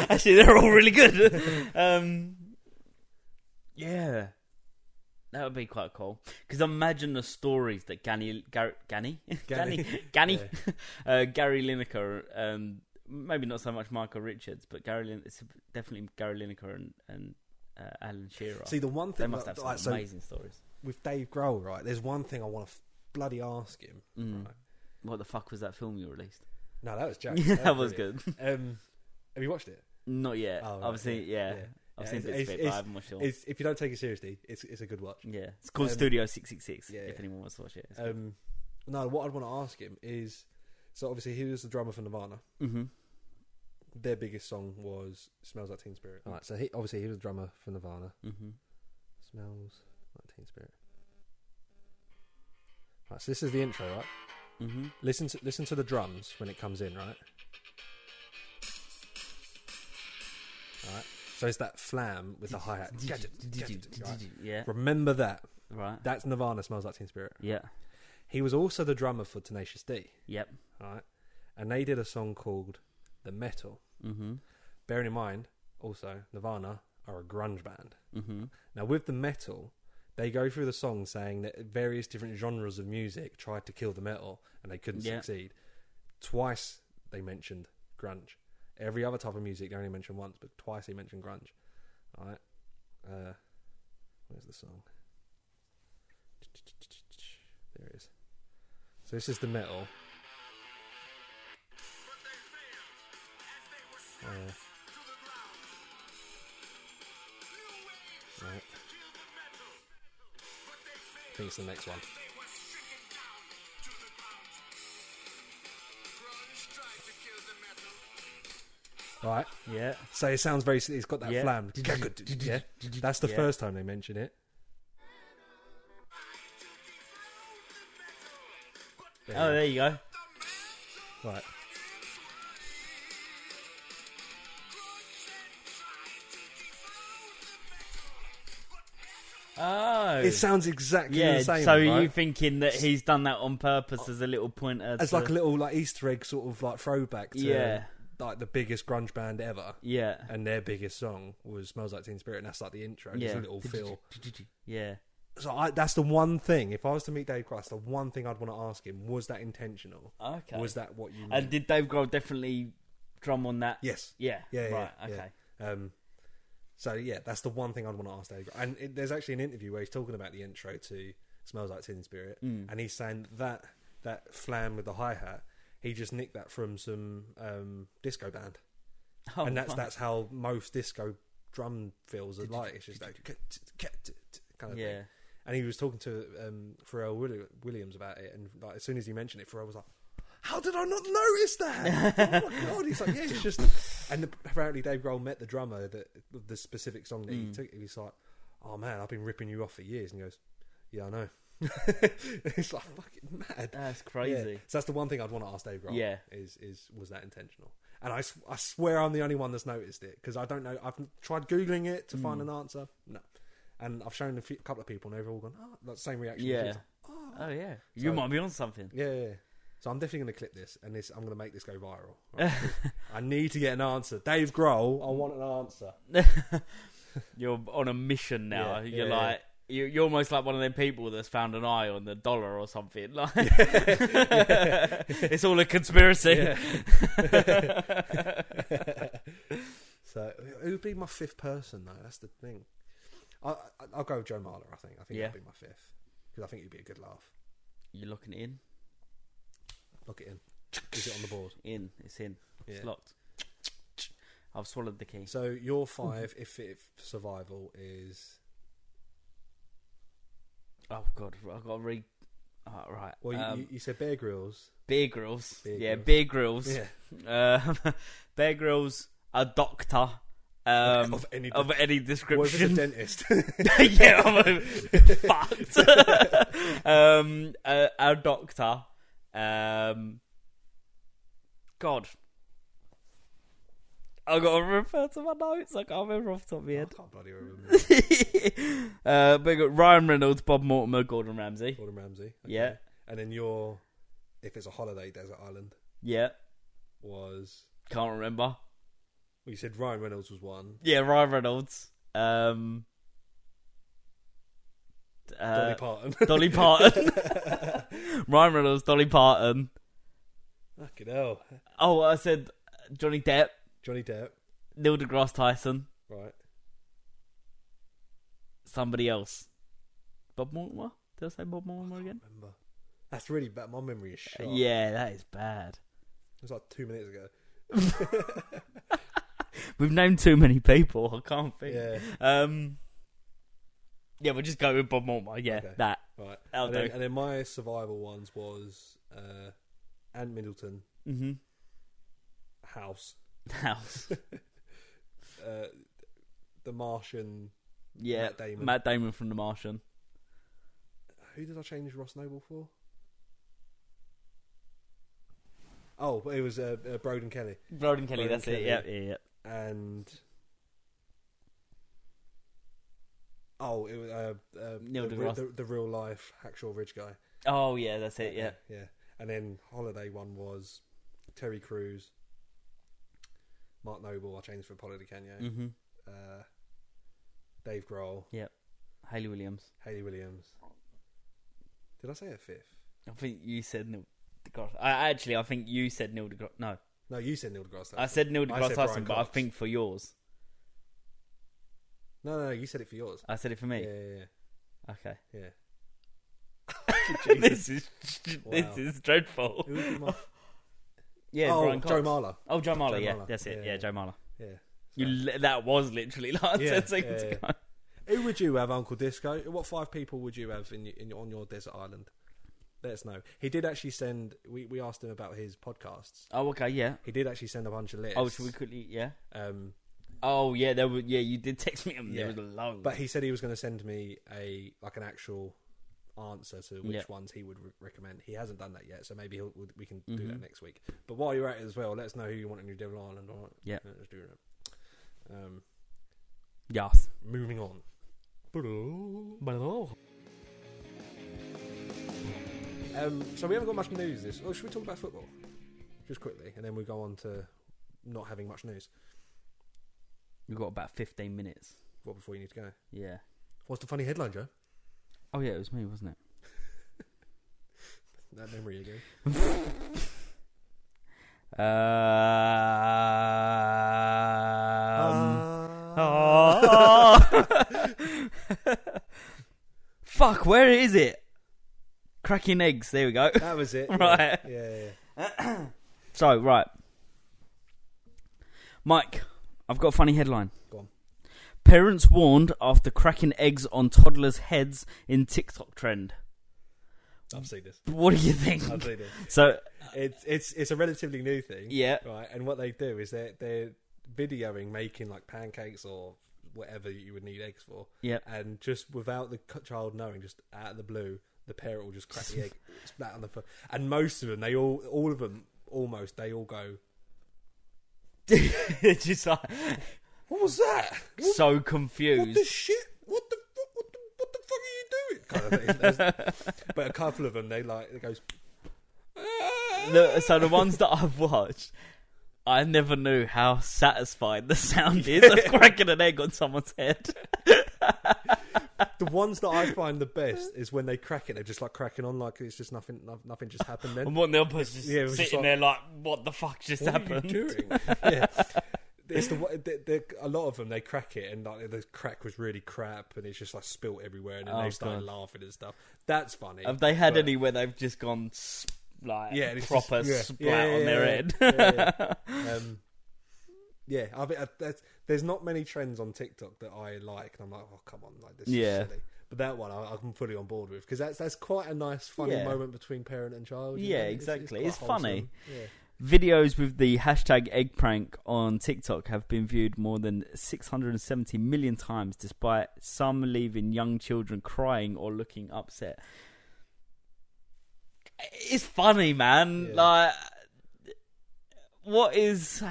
[SPEAKER 3] Actually, they're all really good. Um, yeah, that would be quite cool. Because imagine the stories that Ganny, Gar- Ganny, Ganny, Ganny, uh, Gary Lineker. Um, maybe not so much Michael Richards, but Gary. Lin- it's definitely Gary Lineker and, and uh, Alan Shearer.
[SPEAKER 2] See, the one
[SPEAKER 3] they
[SPEAKER 2] thing
[SPEAKER 3] must
[SPEAKER 2] that-
[SPEAKER 3] have some
[SPEAKER 2] like, so
[SPEAKER 3] amazing stories.
[SPEAKER 2] with Dave Grohl, right? There's one thing I want to f- bloody ask him.
[SPEAKER 3] Mm.
[SPEAKER 2] Right.
[SPEAKER 3] What the fuck was that film you released?
[SPEAKER 2] No, that was Jack.
[SPEAKER 3] that was good.
[SPEAKER 2] Um, have you watched it?
[SPEAKER 3] Not yet.
[SPEAKER 2] Oh, right,
[SPEAKER 3] Obviously, yeah.
[SPEAKER 2] yeah.
[SPEAKER 3] I've
[SPEAKER 2] Yeah,
[SPEAKER 3] seen
[SPEAKER 2] it's-
[SPEAKER 3] bits of it,
[SPEAKER 2] it's-
[SPEAKER 3] but I
[SPEAKER 2] it's-
[SPEAKER 3] haven't watched it. all.
[SPEAKER 2] It's, if you don't take it seriously, it's it's a good watch.
[SPEAKER 3] yeah, it's called
[SPEAKER 2] um,
[SPEAKER 3] Studio Six Six Six.
[SPEAKER 2] yeah,
[SPEAKER 3] If
[SPEAKER 2] yeah.
[SPEAKER 3] anyone wants to watch it, it's good.
[SPEAKER 2] Um, no, what I'd want to ask him is, so obviously he was the drummer for Nirvana.
[SPEAKER 3] Mhm.
[SPEAKER 2] Their biggest song was "Smells Like Teen Spirit." All right, so he obviously he was the drummer for Nirvana.
[SPEAKER 3] Mhm.
[SPEAKER 2] Smells like Teen Spirit. Right, so this is the intro, right?
[SPEAKER 3] Mhm.
[SPEAKER 2] Listen to listen to the drums when it comes in, right? Right. So it's that flam with the hi hat.
[SPEAKER 3] Yeah.
[SPEAKER 2] Remember that.
[SPEAKER 3] Right.
[SPEAKER 2] That's Nirvana. Smells like Teen Spirit.
[SPEAKER 3] Yeah.
[SPEAKER 2] He was also the drummer for Tenacious D.
[SPEAKER 3] Yep.
[SPEAKER 2] Right. And they did a song called "The Metal."
[SPEAKER 3] Mhm.
[SPEAKER 2] Bearing in mind, also Nirvana are a grunge band.
[SPEAKER 3] Mhm.
[SPEAKER 2] Now, with the metal, they go through the song saying that various different genres of music tried to kill the metal and they couldn't
[SPEAKER 3] Yeah.
[SPEAKER 2] succeed. Twice they mentioned grunge. Every other type of music they only mentioned once, but twice they mentioned grunge. All right. Uh, where's the song? There it is. So this is the metal. Uh, Right. I think it's the next one. Right,
[SPEAKER 3] Yeah.
[SPEAKER 2] so it sounds very. It's got that
[SPEAKER 3] Yeah.
[SPEAKER 2] flam. Yeah, that's the
[SPEAKER 3] Yeah.
[SPEAKER 2] first time they mention it. There
[SPEAKER 3] Oh,
[SPEAKER 2] you
[SPEAKER 3] there you go.
[SPEAKER 2] go. right.
[SPEAKER 3] Oh.
[SPEAKER 2] It sounds exactly
[SPEAKER 3] yeah.
[SPEAKER 2] the same.
[SPEAKER 3] so
[SPEAKER 2] right?
[SPEAKER 3] you thinking that he's done that on purpose as a little pointer?
[SPEAKER 2] as
[SPEAKER 3] to-
[SPEAKER 2] like a little like Easter egg sort of like throwback to
[SPEAKER 3] Yeah.
[SPEAKER 2] like the biggest grunge band ever,
[SPEAKER 3] Yeah.
[SPEAKER 2] and their biggest song was "Smells Like Teen Spirit," and that's like the intro. Yeah. Just
[SPEAKER 3] Yeah.
[SPEAKER 2] a little feel.
[SPEAKER 3] Yeah.
[SPEAKER 2] So I, that's the one thing. If I was to meet Dave Christ, the one thing I'd want to ask him was that intentional?
[SPEAKER 3] Okay.
[SPEAKER 2] Was that what you?
[SPEAKER 3] And
[SPEAKER 2] Meant?
[SPEAKER 3] did Dave Grohl definitely drum on that?
[SPEAKER 2] yes.
[SPEAKER 3] Yeah.
[SPEAKER 2] Yeah. yeah,
[SPEAKER 3] Right.
[SPEAKER 2] yeah.
[SPEAKER 3] okay.
[SPEAKER 2] Um, so yeah, that's the one thing I'd want to ask Dave. Grohl. And it, there's actually an interview where he's talking about the intro to "Smells Like Teen Spirit,"
[SPEAKER 3] Mm.
[SPEAKER 2] and he's saying that that flam with the hi hat, he just nicked that from some um, disco band,
[SPEAKER 3] Oh,
[SPEAKER 2] and that's
[SPEAKER 3] right.
[SPEAKER 2] that's how most disco drum feels are like. It's just like kind of
[SPEAKER 3] Yeah.
[SPEAKER 2] thing. And he was talking to um, Pharrell Willi- Williams about it, and like, as soon as he mentioned it, Pharrell was like. How did I not notice that? oh my god! He's like, yeah, it's just. And apparently, Dave Grohl met the drummer that the specific song that he took. He was like, "Oh man, I've been ripping you off for years." And he goes, "Yeah, I know." it's like fucking mad.
[SPEAKER 3] That's
[SPEAKER 2] Yeah.
[SPEAKER 3] crazy.
[SPEAKER 2] So that's the one thing I'd want to ask Dave Grohl.
[SPEAKER 3] Yeah.
[SPEAKER 2] is is was that intentional? And I, s- I swear I'm the only one that's noticed it because I don't know. I've tried googling it to
[SPEAKER 3] Hmm.
[SPEAKER 2] find an answer. No, and I've shown a few, couple of people, and they've all gone, "Oh, that same reaction."
[SPEAKER 3] Yeah.
[SPEAKER 2] It's like,
[SPEAKER 3] Oh yeah. You might be on something.
[SPEAKER 2] yeah, yeah, yeah. So I'm definitely going to clip this, and this I'm going to make this go viral. right? 'Cause I need to get an answer, Dave Grohl. I want an answer.
[SPEAKER 3] You're on a mission now.
[SPEAKER 2] Yeah,
[SPEAKER 3] you're
[SPEAKER 2] yeah,
[SPEAKER 3] like you- you're almost like one of them people that's found an eye on the dollar or something. Like it's all a conspiracy.
[SPEAKER 2] So who would be my fifth person though? That's the thing. I, I, I'll go with Joe Marler. I think. I think
[SPEAKER 3] Yeah.
[SPEAKER 2] that'd be my fifth because I think it'd be a good laugh.
[SPEAKER 3] You're looking in,
[SPEAKER 2] Look it in. Is it on the board?
[SPEAKER 3] in. It's in. It's
[SPEAKER 2] Yeah.
[SPEAKER 3] locked. I've swallowed the key.
[SPEAKER 2] So your five, if if survival is
[SPEAKER 3] Oh god, I've got to read. Oh, right.
[SPEAKER 2] well, you,
[SPEAKER 3] um,
[SPEAKER 2] you, you said Bear Grylls.
[SPEAKER 3] Beer grills.
[SPEAKER 2] Bear
[SPEAKER 3] yeah,
[SPEAKER 2] Grylls.
[SPEAKER 3] beer grills.
[SPEAKER 2] Yeah.
[SPEAKER 3] Um, bear grills. A doctor. Um,
[SPEAKER 2] Of any-
[SPEAKER 3] of any
[SPEAKER 2] Well, if it's
[SPEAKER 3] description.
[SPEAKER 2] a dentist.
[SPEAKER 3] yeah, I'm fucked. um, uh, our doctor. Um, God. I gotta refer to my notes. I can't remember off the top of my
[SPEAKER 2] I
[SPEAKER 3] head.
[SPEAKER 2] can't bloody remember.
[SPEAKER 3] uh, but we got Ryan Reynolds, Bob Mortimer, Gordon Ramsay.
[SPEAKER 2] Gordon Ramsay. okay.
[SPEAKER 3] Yeah,
[SPEAKER 2] And then your, if it's a holiday, desert island
[SPEAKER 3] yeah.
[SPEAKER 2] was.
[SPEAKER 3] Can't remember.
[SPEAKER 2] Well, you said Ryan Reynolds was one.
[SPEAKER 3] Yeah, Ryan Reynolds. Um, uh,
[SPEAKER 2] Dolly Parton.
[SPEAKER 3] Dolly Parton. Ryan Reynolds, Dolly Parton.
[SPEAKER 2] Fucking hell.
[SPEAKER 3] Oh, I said Johnny Depp,
[SPEAKER 2] Johnny Depp.
[SPEAKER 3] Neil deGrasse Tyson,
[SPEAKER 2] Right.
[SPEAKER 3] somebody else. Bob Mortimer? Did I say Bob Mortimer again?
[SPEAKER 2] Remember. That's really bad. My memory is shot. It
[SPEAKER 3] Yeah, that is bad.
[SPEAKER 2] was like two minutes ago.
[SPEAKER 3] We've named too many people. I can't think.
[SPEAKER 2] Yeah.
[SPEAKER 3] Um. Yeah, we'll just go with Bob Mortimer. Yeah,
[SPEAKER 2] Okay.
[SPEAKER 3] that.
[SPEAKER 2] Right.
[SPEAKER 3] That'll
[SPEAKER 2] and, then,
[SPEAKER 3] do.
[SPEAKER 2] and then my survival ones was uh, Anne Middleton,
[SPEAKER 3] hmm
[SPEAKER 2] House,
[SPEAKER 3] House.
[SPEAKER 2] uh, The Martian.
[SPEAKER 3] Yeah.
[SPEAKER 2] Matt Damon.
[SPEAKER 3] Matt Damon from The Martian.
[SPEAKER 2] Who did I change Ross Noble for? Oh, but it was uh, uh, Broden Kelly
[SPEAKER 3] Roden Kelly.
[SPEAKER 2] Roden
[SPEAKER 3] that's
[SPEAKER 2] Kelly.
[SPEAKER 3] it. Yeah, yeah, yeah.
[SPEAKER 2] and. Oh, it was uh, uh,
[SPEAKER 3] Neil
[SPEAKER 2] the,
[SPEAKER 3] deGrasse.
[SPEAKER 2] the, the real life Hacksaw Ridge guy.
[SPEAKER 3] Oh, yeah. That's it. Yeah.
[SPEAKER 2] yeah. And then holiday one was Terry Crews, Mark Noble. I changed for Paulo Di Canio.
[SPEAKER 3] Mm-hmm.
[SPEAKER 2] uh, Dave Grohl,
[SPEAKER 3] Haley Williams.
[SPEAKER 2] Haley Williams. Did I say a fifth?
[SPEAKER 3] I think you said Neil deGrasse. I actually, I think you said Neil deGrasse. No,
[SPEAKER 2] No, you said Neil deGrasse. Tyson.
[SPEAKER 3] I said Neil
[SPEAKER 2] I
[SPEAKER 3] deGrasse Tyson,
[SPEAKER 2] said Brian
[SPEAKER 3] but I
[SPEAKER 2] Cox.
[SPEAKER 3] think for yours,
[SPEAKER 2] no, no, no, you said it for yours.
[SPEAKER 3] I said it for
[SPEAKER 2] Yeah,
[SPEAKER 3] Ah, me.
[SPEAKER 2] yeah,
[SPEAKER 3] Okay.
[SPEAKER 2] yeah. yeah.
[SPEAKER 3] this is
[SPEAKER 2] Wow.
[SPEAKER 3] this is dreadful.
[SPEAKER 2] Who would be my-
[SPEAKER 3] Yeah,
[SPEAKER 2] oh,
[SPEAKER 3] Brian Cox.
[SPEAKER 2] Joe Marler.
[SPEAKER 3] Oh, Joe Marler.
[SPEAKER 2] Joe
[SPEAKER 3] yeah,
[SPEAKER 2] Marler.
[SPEAKER 3] that's it.
[SPEAKER 2] Yeah,
[SPEAKER 3] Yeah,
[SPEAKER 2] yeah.
[SPEAKER 3] Joe Marler.
[SPEAKER 2] Yeah.
[SPEAKER 3] You li- that was literally like
[SPEAKER 2] Yeah,
[SPEAKER 3] ten seconds
[SPEAKER 2] yeah,
[SPEAKER 3] ago.
[SPEAKER 2] Who would you have, Uncle Disco? What five people would you have in, your- in your- on your desert island? Let us know. He did actually send. We, we asked him about his podcasts.
[SPEAKER 3] Oh, okay, yeah.
[SPEAKER 2] He did actually send a bunch of lists.
[SPEAKER 3] Oh, should we quickly? Yeah.
[SPEAKER 2] Um,
[SPEAKER 3] Oh, yeah. There were. Yeah, you did text me. and There
[SPEAKER 2] Yeah.
[SPEAKER 3] was a load.
[SPEAKER 2] But he said he was going to send me a like an actual answer to which
[SPEAKER 3] Yeah.
[SPEAKER 2] ones he would re- recommend. He hasn't done that yet, so maybe he'll, we- we can do
[SPEAKER 3] Mm-hmm.
[SPEAKER 2] that next week. But while you're at it as well, let us know who you want in your Devil Island. All right?
[SPEAKER 3] Yeah.
[SPEAKER 2] let's do that. Um,
[SPEAKER 3] yes.
[SPEAKER 2] moving on. Um, so we haven't got much news this. Oh, should we talk about football just quickly, and then we go on to not having much news.
[SPEAKER 3] We've got about fifteen minutes.
[SPEAKER 2] What before you need to go?
[SPEAKER 3] Yeah.
[SPEAKER 2] What's the funny headline, Joe?
[SPEAKER 3] Oh yeah, it was me, wasn't it?
[SPEAKER 2] That memory again. Uh,
[SPEAKER 3] Um, Fuck, where is it? Cracking eggs. There we go.
[SPEAKER 2] That was it.
[SPEAKER 3] Right.
[SPEAKER 2] Yeah, yeah, yeah.
[SPEAKER 3] So, right. Mike, I've got a funny headline.
[SPEAKER 2] Go on.
[SPEAKER 3] Parents warned after cracking eggs on toddlers' heads in TikTok trend.
[SPEAKER 2] I've seen this.
[SPEAKER 3] What do you think?
[SPEAKER 2] I've seen this.
[SPEAKER 3] So,
[SPEAKER 2] It's it's it's a relatively new thing.
[SPEAKER 3] yeah.
[SPEAKER 2] Right. And what they do is they're they're videoing making like pancakes or whatever you would need eggs for.
[SPEAKER 3] Yeah.
[SPEAKER 2] And just without the cu- child knowing, just out of the blue, the parent will just crack the egg, splat on the floor. And most of them, they all all of them almost they all go.
[SPEAKER 3] It's Just like,
[SPEAKER 2] What was that? What,
[SPEAKER 3] so
[SPEAKER 2] what the
[SPEAKER 3] confused.
[SPEAKER 2] shit? What the what, what the what the fuck are you doing? Kind of thing. There's- but a couple of them, they like it goes.
[SPEAKER 3] The- so, the ones that I've watched, I never knew how satisfying the sound is of cracking an egg on someone's head.
[SPEAKER 2] The ones that I find the best is when they crack it. They're just like cracking on, like it's just nothing. no- Nothing just happened. Then
[SPEAKER 3] And what the other person's
[SPEAKER 2] Yeah, it was
[SPEAKER 3] sitting
[SPEAKER 2] just like-
[SPEAKER 3] there like, what the fuck just happened?
[SPEAKER 2] yeah. It's the, wa- the, the a lot of them they crack it and like the crack was really crap and it's just like spilt everywhere and then
[SPEAKER 3] Oh,
[SPEAKER 2] they
[SPEAKER 3] God.
[SPEAKER 2] start laughing and stuff. That's funny.
[SPEAKER 3] Have they had
[SPEAKER 2] But-
[SPEAKER 3] any where they've just gone s- like
[SPEAKER 2] Yeah, and it's
[SPEAKER 3] proper
[SPEAKER 2] just- yeah.
[SPEAKER 3] splat
[SPEAKER 2] Yeah,
[SPEAKER 3] on their
[SPEAKER 2] yeah,
[SPEAKER 3] head?
[SPEAKER 2] yeah, Um, yeah, I mean, I, that's, there's not many trends on TikTok that I like, and I'm like, oh come on, like this.
[SPEAKER 3] Yeah.
[SPEAKER 2] is silly. But that one I, I'm fully on board with because that's that's quite a nice, funny
[SPEAKER 3] Yeah.
[SPEAKER 2] moment between parent and child. you
[SPEAKER 3] Yeah,
[SPEAKER 2] know? It's-
[SPEAKER 3] exactly.
[SPEAKER 2] quite
[SPEAKER 3] It's funny.
[SPEAKER 2] wholesome. Yeah.
[SPEAKER 3] Videos with the hashtag egg prank on TikTok have been viewed more than 670 million times, despite some leaving young children crying or looking upset. It's funny, man.
[SPEAKER 2] Yeah.
[SPEAKER 3] Like, what is.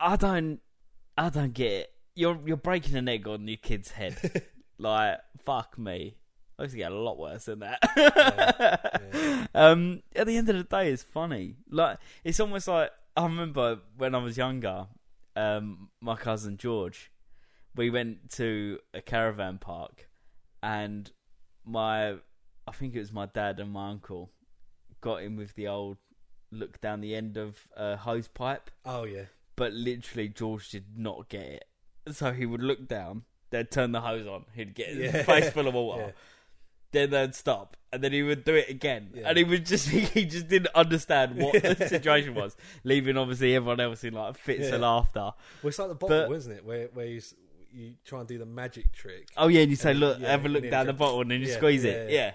[SPEAKER 3] I don't, I don't get it. You're you're breaking an egg on your kid's head. like fuck me. I used to get a lot worse than that. Um, at the end of the day, it's funny. Like it's almost like I remember when I was younger. Um, my cousin George, we went to a caravan park, and my I think it was my dad and my uncle got him with the old look down the end of a hose pipe
[SPEAKER 2] Oh yeah.
[SPEAKER 3] but literally George did not get it. So he would look down, they'd turn the hose on, he'd get his
[SPEAKER 2] Yeah.
[SPEAKER 3] face full of water.
[SPEAKER 2] Yeah.
[SPEAKER 3] Then they'd stop, and then he would do it again.
[SPEAKER 2] Yeah.
[SPEAKER 3] And he would just he just didn't understand what the situation was, leaving obviously everyone else in like fits of
[SPEAKER 2] Yeah.
[SPEAKER 3] laughter.
[SPEAKER 2] Well, it's like the bottle,
[SPEAKER 3] But-
[SPEAKER 2] isn't it? Where where you, s- you try and do the magic trick.
[SPEAKER 3] Oh yeah, and you say,
[SPEAKER 2] And,
[SPEAKER 3] look,
[SPEAKER 2] yeah,
[SPEAKER 3] have a
[SPEAKER 2] and
[SPEAKER 3] look
[SPEAKER 2] then
[SPEAKER 3] down the
[SPEAKER 2] just-
[SPEAKER 3] bottle, and then you
[SPEAKER 2] yeah,
[SPEAKER 3] squeeze
[SPEAKER 2] yeah,
[SPEAKER 3] it.
[SPEAKER 2] yeah.
[SPEAKER 3] Yeah.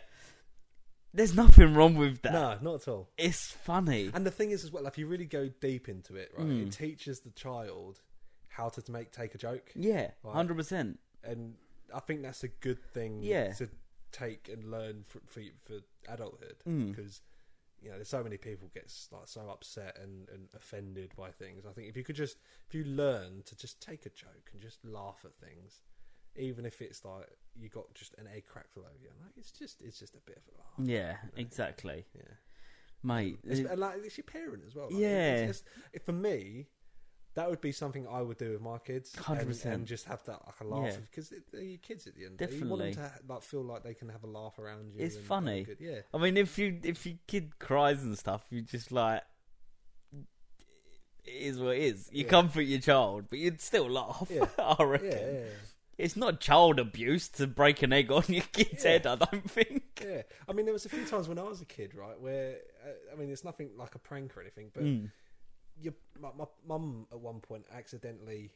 [SPEAKER 3] there's nothing wrong with that.
[SPEAKER 2] No, not at all.
[SPEAKER 3] It's funny.
[SPEAKER 2] And the thing is, as well, if you really go deep into it, right,
[SPEAKER 3] Hmm.
[SPEAKER 2] it teaches the child how to make take a joke,
[SPEAKER 3] yeah,
[SPEAKER 2] Right.
[SPEAKER 3] hundred percent.
[SPEAKER 2] and I think that's a good thing.
[SPEAKER 3] Yeah.
[SPEAKER 2] to take and learn for for, for adulthood
[SPEAKER 3] Mm.
[SPEAKER 2] because you know there's so many people get s- like so upset and, and offended by things. I think if you could just if you learn to just take a joke and just laugh at things, even if it's like you got just an egg cracked all over you, like it's just it's just a bit of a laugh.
[SPEAKER 3] Yeah, exactly,
[SPEAKER 2] Yeah.
[SPEAKER 3] mate.
[SPEAKER 2] It's,
[SPEAKER 3] it-
[SPEAKER 2] and like it's your parent as well. like,
[SPEAKER 3] Yeah.
[SPEAKER 2] it's just- it- for me, that would be something I would do with my kids. and-
[SPEAKER 3] 100%.
[SPEAKER 2] And just have that like a laugh
[SPEAKER 3] Yeah.
[SPEAKER 2] because they're your kids at the end. of the day. You want them to ha- like feel like they can have a laugh around you.
[SPEAKER 3] It's
[SPEAKER 2] and have a
[SPEAKER 3] funny.
[SPEAKER 2] good- yeah.
[SPEAKER 3] I mean, if you if your kid cries and stuff, you just like it is what it is. You
[SPEAKER 2] Yeah.
[SPEAKER 3] comfort your child, but you'd still laugh.
[SPEAKER 2] Yeah.
[SPEAKER 3] I
[SPEAKER 2] Yeah,
[SPEAKER 3] reckon
[SPEAKER 2] yeah,
[SPEAKER 3] it's not child abuse to break an egg on your kid's
[SPEAKER 2] Yeah.
[SPEAKER 3] head. I don't think.
[SPEAKER 2] yeah, yeah. I mean, there was a few times when I was a kid, right, where uh, I mean, it's nothing like a prank or anything, but
[SPEAKER 3] Mm.
[SPEAKER 2] your, my, my mum at one point accidentally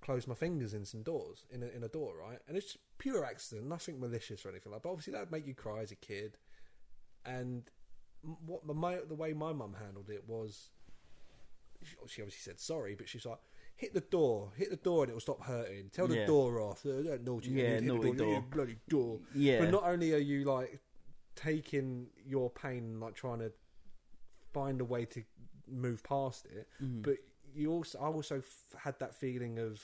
[SPEAKER 2] closed my fingers in some doors in a, in a door right and it's just pure accident nothing malicious or anything like but obviously that would make you cry as a kid and m- what my- my the way my mum handled it was she she obviously said sorry but she's like hit the door hit the door and it'll stop hurting tell the
[SPEAKER 3] Yeah.
[SPEAKER 2] door off Uh, don't naughty
[SPEAKER 3] Yeah,
[SPEAKER 2] hit the
[SPEAKER 3] naughty
[SPEAKER 2] door,
[SPEAKER 3] door.
[SPEAKER 2] you bloody door
[SPEAKER 3] Yeah.
[SPEAKER 2] but not only are you like taking your pain and like trying to find a way to move past it.
[SPEAKER 3] Mm-hmm.
[SPEAKER 2] But you also, I also f- had that feeling of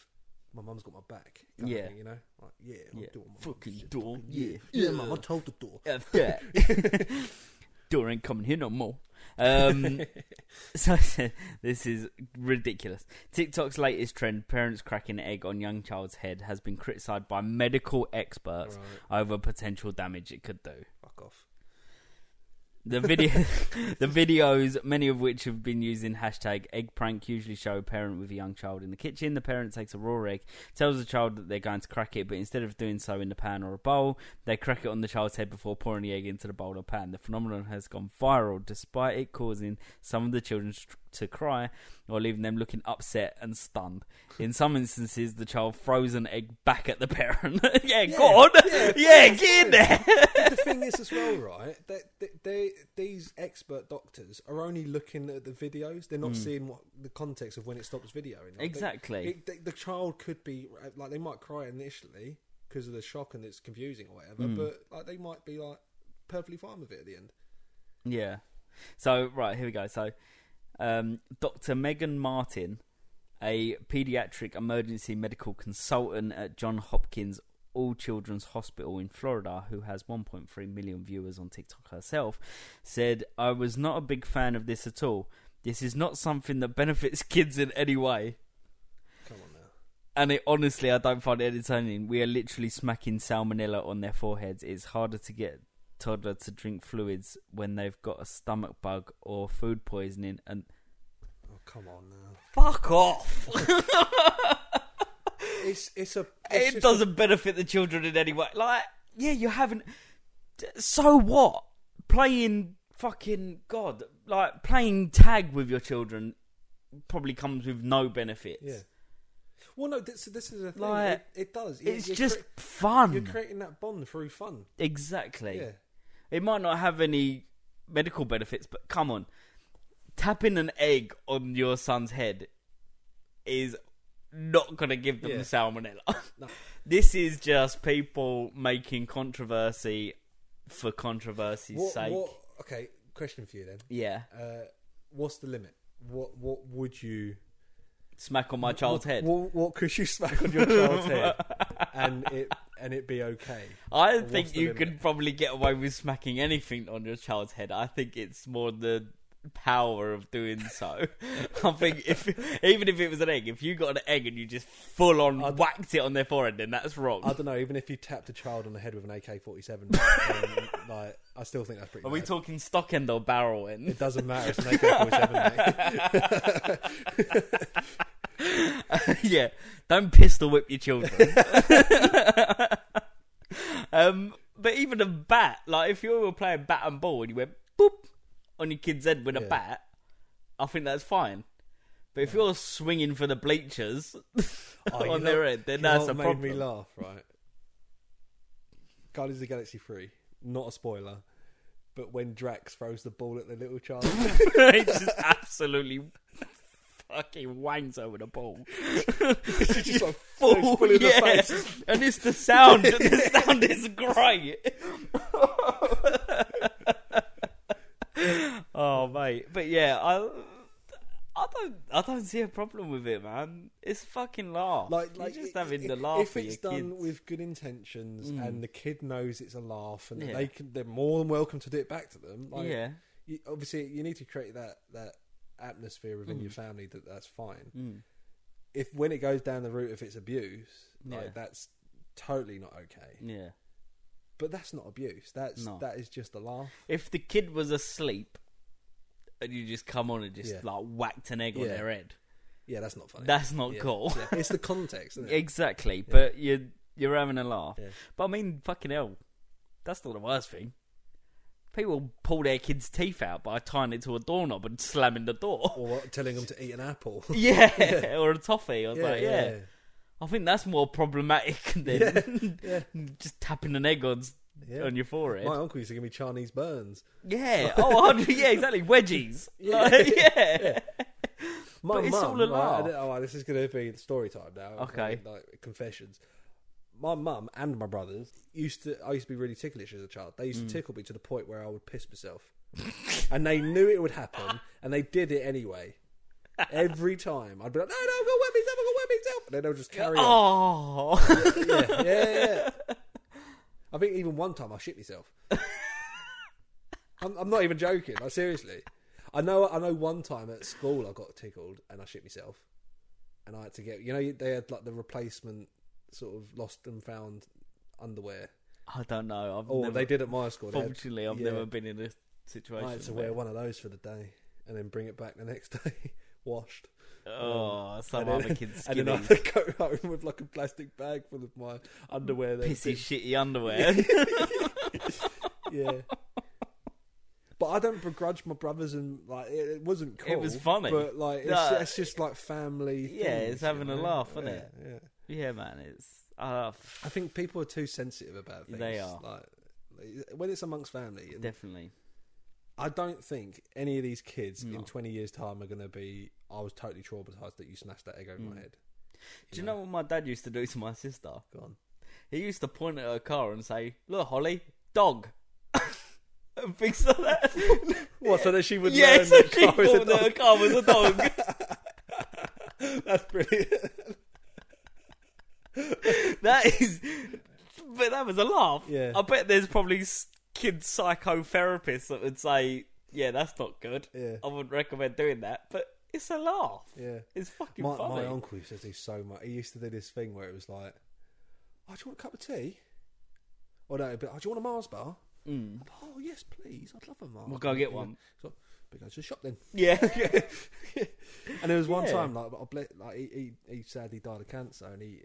[SPEAKER 2] my mum's got my back. kind of
[SPEAKER 3] Yeah.
[SPEAKER 2] thing, you know, like yeah, I'm
[SPEAKER 3] Yeah.
[SPEAKER 2] doing my
[SPEAKER 3] Fucking
[SPEAKER 2] shit,
[SPEAKER 3] door,
[SPEAKER 2] fucking
[SPEAKER 3] yeah.
[SPEAKER 2] yeah, mum, I told the door.
[SPEAKER 3] F that. Dora ain't coming here no more. Um, so this is ridiculous. TikTok's latest trend, parents cracking egg on young child's head, has been criticised by medical experts over potential damage it could do.
[SPEAKER 2] Fuck off.
[SPEAKER 3] The video, the videos, many of which have been using hashtag egg prank, usually show a parent with a young child in the kitchen. The parent takes a raw egg, tells the child that they're going to crack it, but instead of doing so in the pan or a bowl, they crack it on the child's head before pouring the egg into the bowl or pan. The phenomenon has gone viral, despite it causing some of the children st- to cry or leaving them looking upset and stunned. In some instances, the child throws an egg back at the parent. yeah, go on, yeah, get in there.
[SPEAKER 2] the thing is as well, right? That they, they, these expert doctors are only looking at the videos. They're not seeing what the context of when it stops videoing. Like, they-
[SPEAKER 3] Hmm. Exactly.
[SPEAKER 2] it- they- the child could be uh, like they might cry initially because of the shock and it's confusing or whatever,
[SPEAKER 3] Hmm.
[SPEAKER 2] but like they might be like perfectly fine with it at the end.
[SPEAKER 3] Yeah. So right here we go. So, um, Dr. Megan Martin, a pediatric emergency medical consultant at John Hopkins All Children's Hospital in Florida, who has 1.3 million viewers on TikTok herself, said, "I was not a big fan of this at all. This is not something that benefits kids in any way."
[SPEAKER 2] Come on now.
[SPEAKER 3] And it honestly, I don't find it entertaining. We are literally smacking salmonella on their foreheads. It's harder to get toddler to drink fluids when they've got a stomach bug or food poisoning. And
[SPEAKER 2] Oh, come on now.
[SPEAKER 3] fuck off!
[SPEAKER 2] It's it's a it's
[SPEAKER 3] it
[SPEAKER 2] just a-
[SPEAKER 3] doesn't benefit the children in any way. Like, yeah, you haven't. D- So what? Playing fucking god, like playing tag with your children, probably comes with no benefits.
[SPEAKER 2] yeah. Well, no, this, this is the thing.
[SPEAKER 3] Like,
[SPEAKER 2] it, it does. You-
[SPEAKER 3] It's
[SPEAKER 2] you're
[SPEAKER 3] just
[SPEAKER 2] cre-
[SPEAKER 3] fun.
[SPEAKER 2] you're creating that bond through fun.
[SPEAKER 3] exactly.
[SPEAKER 2] Yeah.
[SPEAKER 3] It might not have any medical benefits, but come on. Tapping an egg on your son's head is not going to give them
[SPEAKER 2] Yeah.
[SPEAKER 3] salmonella.
[SPEAKER 2] No.
[SPEAKER 3] this is just people making controversy for controversy's
[SPEAKER 2] What,
[SPEAKER 3] sake.
[SPEAKER 2] what? Okay. Question for you then.
[SPEAKER 3] Yeah.
[SPEAKER 2] uh, what's the limit? What what would you?
[SPEAKER 3] Smack on my child's head.
[SPEAKER 2] What, what could you smack on your child's head and it and it be okay?
[SPEAKER 3] I don't
[SPEAKER 2] What's
[SPEAKER 3] think
[SPEAKER 2] the
[SPEAKER 3] you
[SPEAKER 2] limit?
[SPEAKER 3] can probably get away with smacking anything on your child's head. I think it's more the power of doing so. I think if even if it was an egg, if you got an egg and you just full on
[SPEAKER 2] I'd-
[SPEAKER 3] whacked it on their forehead, then that's wrong.
[SPEAKER 2] I don't know. Even if you tapped a child on the head with an AK forty-seven, um, like I still think that's pretty.
[SPEAKER 3] Are we
[SPEAKER 2] bad.
[SPEAKER 3] talking stock end or barrel end?
[SPEAKER 2] It doesn't matter. It's an AK forty-seven. mate.
[SPEAKER 3] yeah, don't pistol whip your children. um, but even a bat, like if you were playing bat and ball and you went boop on your kid's head with a
[SPEAKER 2] Yeah.
[SPEAKER 3] bat, I think that's fine. But if you're swinging for the bleachers
[SPEAKER 2] Oh, you
[SPEAKER 3] on
[SPEAKER 2] know-
[SPEAKER 3] their head, then
[SPEAKER 2] you know
[SPEAKER 3] that's
[SPEAKER 2] what
[SPEAKER 3] a
[SPEAKER 2] made
[SPEAKER 3] problem.
[SPEAKER 2] me laugh, right? Guardians of the Galaxy 3, not a spoiler, but when Drax throws the ball at the little child,
[SPEAKER 3] it just absolutely fucking wangs over the ball.
[SPEAKER 2] it's just like
[SPEAKER 3] Full,
[SPEAKER 2] full in
[SPEAKER 3] yeah.
[SPEAKER 2] the face.
[SPEAKER 3] And it's the sound. the sound is great. oh mate, but yeah, I, I don't, I don't see a problem with it, man. It's a fucking laugh.
[SPEAKER 2] Like,
[SPEAKER 3] You're
[SPEAKER 2] like
[SPEAKER 3] just
[SPEAKER 2] i-
[SPEAKER 3] having
[SPEAKER 2] i-
[SPEAKER 3] the laugh.
[SPEAKER 2] If
[SPEAKER 3] for
[SPEAKER 2] it's
[SPEAKER 3] your
[SPEAKER 2] done
[SPEAKER 3] kids. Mm.
[SPEAKER 2] with good intentions and the kid knows it's a laugh, and that
[SPEAKER 3] Yeah.
[SPEAKER 2] they can, they're more than welcome to do it back to them. Like,
[SPEAKER 3] yeah,
[SPEAKER 2] you, obviously, you need to create that that atmosphere within
[SPEAKER 3] Mm.
[SPEAKER 2] your family that that's fine. If when it goes down the route, if it's abuse,
[SPEAKER 3] Yeah.
[SPEAKER 2] like that's totally not okay.
[SPEAKER 3] yeah.
[SPEAKER 2] But that's not abuse. That's
[SPEAKER 3] No.
[SPEAKER 2] that is just a laugh.
[SPEAKER 3] If the kid was asleep, and you just come on and just
[SPEAKER 2] Yeah.
[SPEAKER 3] like whacked an egg on
[SPEAKER 2] Yeah.
[SPEAKER 3] their head,
[SPEAKER 2] Yeah, that's not funny.
[SPEAKER 3] that's not cool.
[SPEAKER 2] Yeah, It's the context. Isn't it?
[SPEAKER 3] Exactly, but you're you're having a laugh. But I mean, fucking hell, that's not the worst thing. People pull their kids' teeth out by tying it to a doorknob and slamming the door.
[SPEAKER 2] Or what, telling them to eat an apple.
[SPEAKER 3] Yeah, or a toffee. I was like, yeah.
[SPEAKER 2] yeah.
[SPEAKER 3] I think that's more problematic than just tapping an egg on s-
[SPEAKER 2] Yeah.
[SPEAKER 3] on your forehead.
[SPEAKER 2] My uncle used to give me Chinese burns.
[SPEAKER 3] Yeah. Oh, 100 yeah, exactly. Wedgies. Like, yeah.
[SPEAKER 2] My
[SPEAKER 3] But it's
[SPEAKER 2] mum,
[SPEAKER 3] all a
[SPEAKER 2] right,
[SPEAKER 3] laugh.
[SPEAKER 2] I don't- oh, this is going to be story time now.
[SPEAKER 3] Okay.
[SPEAKER 2] Like, like, confessions. My mum and my brothers used to. I used to be really ticklish as a child. They used
[SPEAKER 3] Mm.
[SPEAKER 2] to tickle me to the point where I would piss myself, and they knew it would happen, and they did it anyway. Every time I'd be like, "No, no, I'm gonna wet myself, I'm gonna wet myself," and then they would just carry on.
[SPEAKER 3] Oh.
[SPEAKER 2] yeah, yeah, yeah. I think even one time I shit myself. I'm, I'm not even joking. Like seriously, I know. I know. One time at school, I got tickled and I shit myself, and I had to get. You know, they had like the replacement sort of lost and found underwear.
[SPEAKER 3] I don't know. I've
[SPEAKER 2] Or
[SPEAKER 3] never,
[SPEAKER 2] Oh, they did at my school. They had-
[SPEAKER 3] Fortunately, I've
[SPEAKER 2] yeah.
[SPEAKER 3] never been in a situation.
[SPEAKER 2] I had to
[SPEAKER 3] where-
[SPEAKER 2] wear one of those for the day and then bring it back the next day, washed.
[SPEAKER 3] Oh, some
[SPEAKER 2] And then-
[SPEAKER 3] other kid's
[SPEAKER 2] and then I
[SPEAKER 3] skinny,
[SPEAKER 2] had to go home with like a plastic bag full of my underwear. that had
[SPEAKER 3] pissy,
[SPEAKER 2] been-
[SPEAKER 3] shitty underwear.
[SPEAKER 2] yeah. But I don't begrudge my brothers and like it, it wasn't cool.
[SPEAKER 3] It was funny.
[SPEAKER 2] but like it's,
[SPEAKER 3] No.
[SPEAKER 2] it's just like family.
[SPEAKER 3] Yeah,
[SPEAKER 2] things,
[SPEAKER 3] it's having
[SPEAKER 2] you
[SPEAKER 3] a
[SPEAKER 2] know?
[SPEAKER 3] laugh,
[SPEAKER 2] yeah,
[SPEAKER 3] isn't it?
[SPEAKER 2] Yeah,
[SPEAKER 3] yeah, man, it's uh, f-
[SPEAKER 2] I think people are too sensitive about things.
[SPEAKER 3] They are.
[SPEAKER 2] Like, like, when it's amongst family, and
[SPEAKER 3] definitely.
[SPEAKER 2] I don't think any of these kids
[SPEAKER 3] No.
[SPEAKER 2] in twenty years' time are going to be. I was totally traumatized that you smashed that egg over
[SPEAKER 3] Mm.
[SPEAKER 2] my head.
[SPEAKER 3] Do you know what my dad used to do to my sister?
[SPEAKER 2] Go on.
[SPEAKER 3] He used to point at her car and say, "Look, Holly, dog." and things like that.
[SPEAKER 2] What? So that she would
[SPEAKER 3] yeah,
[SPEAKER 2] learn
[SPEAKER 3] so
[SPEAKER 2] that
[SPEAKER 3] she
[SPEAKER 2] car is a
[SPEAKER 3] thought that her
[SPEAKER 2] dog?
[SPEAKER 3] car was a dog.
[SPEAKER 2] That's brilliant.
[SPEAKER 3] that is, but that was a laugh.
[SPEAKER 2] Yeah.
[SPEAKER 3] I bet there's probably s- kid psychotherapists that would say, "Yeah, that's not good.
[SPEAKER 2] Yeah.
[SPEAKER 3] I wouldn't recommend doing that." But it's a laugh.
[SPEAKER 2] yeah.
[SPEAKER 3] It's fucking
[SPEAKER 2] my,
[SPEAKER 3] funny.
[SPEAKER 2] my uncle used to do so much. He used to do this thing where it was like, "Oh, do you want a cup of tea?" Or no, but oh, do you want a Mars bar?
[SPEAKER 3] Mm.
[SPEAKER 2] Oh yes, please. I'd love a Mars.
[SPEAKER 3] We'll
[SPEAKER 2] bar."
[SPEAKER 3] go get one.
[SPEAKER 2] So, we go to the shop then.
[SPEAKER 3] Yeah.
[SPEAKER 2] And there was one
[SPEAKER 3] Yeah.
[SPEAKER 2] time like, I ble- like he, he he sadly died of cancer, and he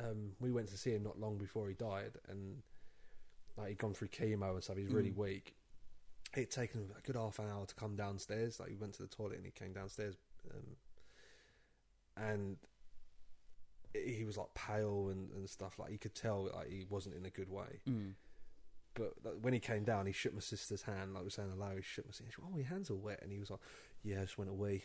[SPEAKER 2] um we went to see him not long before he died, and like he'd gone through chemo and stuff. He's really weak. It'd taken him a good half an hour to come downstairs. Like he went to the toilet and he came downstairs, um, and he was like pale and, and stuff. Like you could tell like he wasn't in a good way.
[SPEAKER 3] Mm.
[SPEAKER 2] But like, when he came down, he shook my sister's hand. Like was saying hello, he shook my sister. She went, oh, your hands are wet, and he was like, "Yeah, I just went away."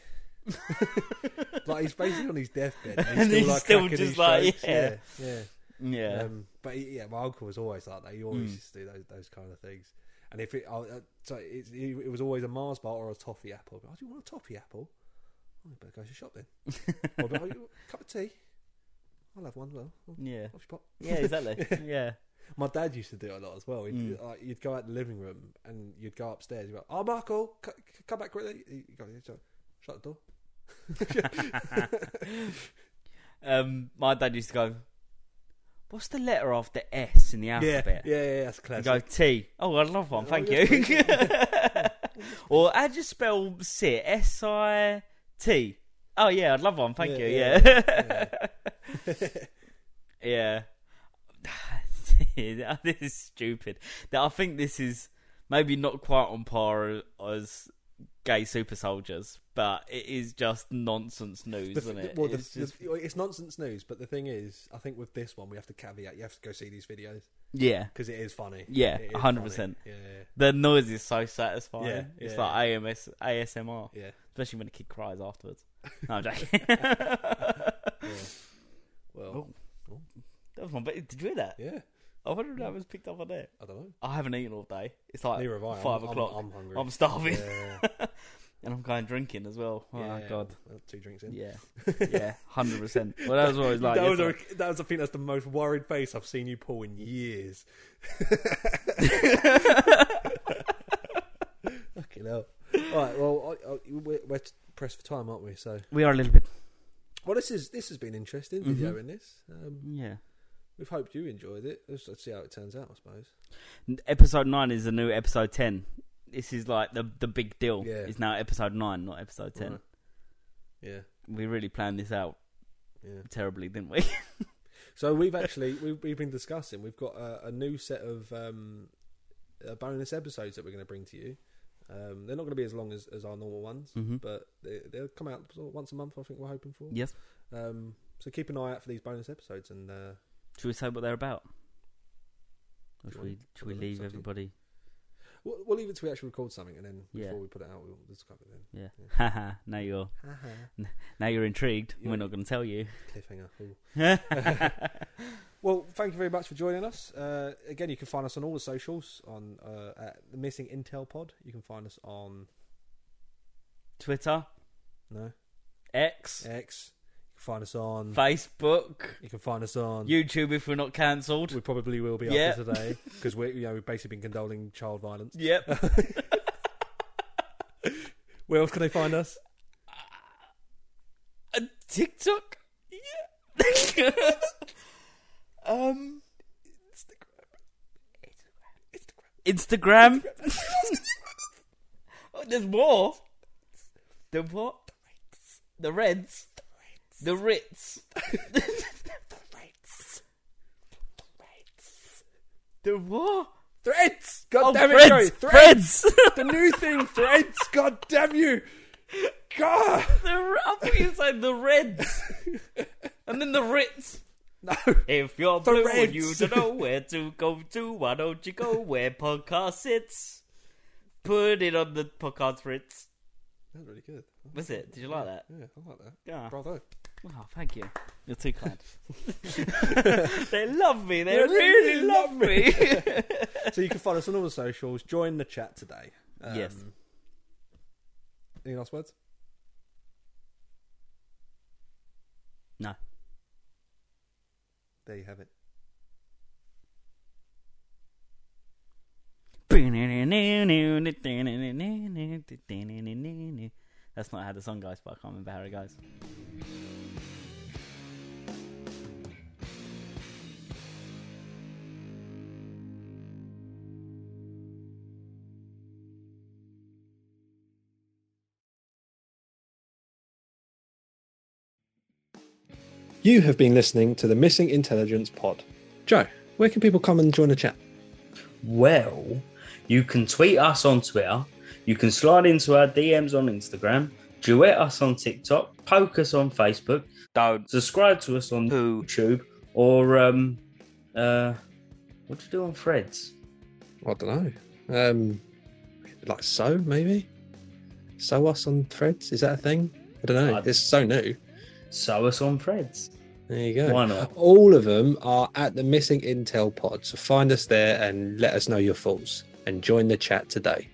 [SPEAKER 2] like he's basically on his deathbed, and he's
[SPEAKER 3] And
[SPEAKER 2] still,
[SPEAKER 3] he's
[SPEAKER 2] like,
[SPEAKER 3] still
[SPEAKER 2] cracking
[SPEAKER 3] just
[SPEAKER 2] his
[SPEAKER 3] like,
[SPEAKER 2] jokes.
[SPEAKER 3] yeah.
[SPEAKER 2] yeah.
[SPEAKER 3] Yeah.
[SPEAKER 2] Um, but he, yeah, my uncle was always like that. He
[SPEAKER 3] Hmm.
[SPEAKER 2] always used to do those those kind of things. And if it, I, I- so it, it, it was always a Mars bar or a toffee apple. I'd be, Oh, do you want a toffee apple? Oh, you better go to the shop then. or "Oh, you- cup of tea. I'll have one as well. Oh,
[SPEAKER 3] Yeah.
[SPEAKER 2] Off you pop.
[SPEAKER 3] Yeah, exactly. yeah.
[SPEAKER 2] My dad used to do it a lot as well. He'd,
[SPEAKER 3] Mm.
[SPEAKER 2] like, you'd go out the living room and you'd go upstairs. You'd be like, "Oh, Michael, c- c- come back quickly." You go, "Yeah, sure." shut the door.
[SPEAKER 3] um, my dad used to go, "What's the letter after S in the alphabet?"
[SPEAKER 2] yeah, yeah, that's
[SPEAKER 3] You
[SPEAKER 2] classic.
[SPEAKER 3] go T. Oh, I love one.
[SPEAKER 2] Oh,
[SPEAKER 3] Thank
[SPEAKER 2] yes,
[SPEAKER 3] you. or how do you spell sit? S I T. Oh yeah, I'd love one. Thank
[SPEAKER 2] Yeah,
[SPEAKER 3] you.
[SPEAKER 2] yeah,
[SPEAKER 3] Yeah. Yeah. this is stupid. Now, I think this is maybe not quite on par as gay super soldiers, but it is just nonsense news,
[SPEAKER 2] The
[SPEAKER 3] isn't
[SPEAKER 2] th-
[SPEAKER 3] it?
[SPEAKER 2] well, the-
[SPEAKER 3] It's
[SPEAKER 2] the-
[SPEAKER 3] just-
[SPEAKER 2] well, it's nonsense news, but the thing is, I think with this one, we have to caveat. You have to go see these videos
[SPEAKER 3] yeah.
[SPEAKER 2] because it is funny.
[SPEAKER 3] Yeah,
[SPEAKER 2] It is
[SPEAKER 3] 100%.
[SPEAKER 2] funny. Yeah, yeah,
[SPEAKER 3] The noise is so satisfying.
[SPEAKER 2] Yeah,
[SPEAKER 3] it's
[SPEAKER 2] yeah.
[SPEAKER 3] like AMS, ASMR,
[SPEAKER 2] yeah.
[SPEAKER 3] especially when the kid cries afterwards. No, I'm joking. that
[SPEAKER 2] yeah. Well,
[SPEAKER 3] Oh. was my bit. Did you hear that?
[SPEAKER 2] yeah.
[SPEAKER 3] I wonder if that was picked up on there.
[SPEAKER 2] I don't know.
[SPEAKER 3] I haven't eaten all day. It's like
[SPEAKER 2] Neither have I.
[SPEAKER 3] 5
[SPEAKER 2] I'm- I'm-
[SPEAKER 3] o'clock.
[SPEAKER 2] I'm,
[SPEAKER 3] I'm,
[SPEAKER 2] hungry.
[SPEAKER 3] starving.
[SPEAKER 2] yeah.
[SPEAKER 3] and I'm going drinking as well. Oh,
[SPEAKER 2] yeah.
[SPEAKER 3] God.
[SPEAKER 2] Well, Two drinks in.
[SPEAKER 3] Yeah, yeah, hundred percent. Well, that was what it was like.
[SPEAKER 2] that was,
[SPEAKER 3] yesterday.
[SPEAKER 2] a, that was, I think, that's the most worried face I've seen you pull in years. Fucking hell. All right. Well, I, I, we're, we're pressed for time, aren't we? So,
[SPEAKER 3] we are a little bit.
[SPEAKER 2] well, this is this has been interesting video
[SPEAKER 3] Mm-hmm.
[SPEAKER 2] in this. Um,
[SPEAKER 3] Yeah,
[SPEAKER 2] we've hoped you enjoyed it. Let's, let's see how it turns out, I suppose.
[SPEAKER 3] N- episode nine is the new episode ten. This is like the the big deal.
[SPEAKER 2] Yeah.
[SPEAKER 3] It's now episode nine, not episode ten.
[SPEAKER 2] Right. Yeah.
[SPEAKER 3] We really planned this out
[SPEAKER 2] Yeah.
[SPEAKER 3] terribly, didn't we?
[SPEAKER 2] So we've actually we've, we've been discussing. We've got a, a new set of um, uh, bonus episodes that we're going to bring to you. Um, they're not going to be as long as, as our normal ones,
[SPEAKER 3] mm-hmm.
[SPEAKER 2] but they, they'll come out sort of once a month. I think we're hoping for.
[SPEAKER 3] Yes.
[SPEAKER 2] Um, so keep an eye out for these bonus episodes, and uh,
[SPEAKER 3] Should we say what they're about? Or should we should we
[SPEAKER 2] Well, it's
[SPEAKER 3] leave
[SPEAKER 2] up to you.
[SPEAKER 3] everybody?
[SPEAKER 2] we'll, we'll leave it till we actually record something, and then
[SPEAKER 3] Yeah.
[SPEAKER 2] before we put it out, we'll discuss it then.
[SPEAKER 3] Yeah.
[SPEAKER 2] Yeah.
[SPEAKER 3] Haha. now you're now you're intrigued.
[SPEAKER 2] You're-
[SPEAKER 3] We're not going to tell you.
[SPEAKER 2] Cliffhanger. Ooh. Well, thank you very much for joining us. Uh, again, you can find us on all the socials on uh, at the Missing Intel Pod. You can find us on
[SPEAKER 3] Twitter,
[SPEAKER 2] no
[SPEAKER 3] X,
[SPEAKER 2] X. You can find us on.
[SPEAKER 3] Facebook,
[SPEAKER 2] You can find us on.
[SPEAKER 3] YouTube. If we're not cancelled.
[SPEAKER 2] We probably will be
[SPEAKER 3] Yeah.
[SPEAKER 2] after today because we, you know, we've basically been condoling child violence.
[SPEAKER 3] Yep.
[SPEAKER 2] Where else can they find us?
[SPEAKER 3] a TikTok. Yeah. um. Instagram. Instagram. oh, there's more. The what? The Reds. The Ritz. The Ritz. The what?
[SPEAKER 2] Threads. God
[SPEAKER 3] Oh,
[SPEAKER 2] damn it, Joey.
[SPEAKER 3] threads.
[SPEAKER 2] Threads.
[SPEAKER 3] Threads.
[SPEAKER 2] The new thing, threads. God damn you. God.
[SPEAKER 3] The, r- I thought you said the Reds. and then the Ritz.
[SPEAKER 2] No.
[SPEAKER 3] If you're blue and
[SPEAKER 2] Reds.
[SPEAKER 3] you don't know where to go to, why don't you go where podcast sits? Put it on the podcast Ritz.
[SPEAKER 2] That's really good.
[SPEAKER 3] Was it? Did you like that?
[SPEAKER 2] Yeah, I like that.
[SPEAKER 3] Yeah.
[SPEAKER 2] Bravo.
[SPEAKER 3] Oh, thank you. You're too kind. they love me. They
[SPEAKER 2] They
[SPEAKER 3] really love me.
[SPEAKER 2] so you can find us on all the socials. Join the chat today. Um,
[SPEAKER 3] Yes.
[SPEAKER 2] Any last words?
[SPEAKER 3] no.
[SPEAKER 2] There you have it.
[SPEAKER 3] That's not how the song goes, but I can't remember how it goes.
[SPEAKER 8] You have been listening to the Missing Intelligence Pod.
[SPEAKER 2] Joe, where can people come and join the chat?
[SPEAKER 1] Well, you can tweet us on Twitter. You can slide into our DMs on Instagram. Duet us on TikTok. Poke us on Facebook. Don't subscribe to us on YouTube or um uh what do you do on Threads?
[SPEAKER 8] I don't know. Um, like so, maybe. So us on threads is that a thing? I don't know.
[SPEAKER 1] I-
[SPEAKER 8] it's so new.
[SPEAKER 1] Sew us on Threads.
[SPEAKER 8] There you go.
[SPEAKER 1] Why not?
[SPEAKER 8] All of them are at the missing intel pod. So find us there and let us know your thoughts and join the chat today.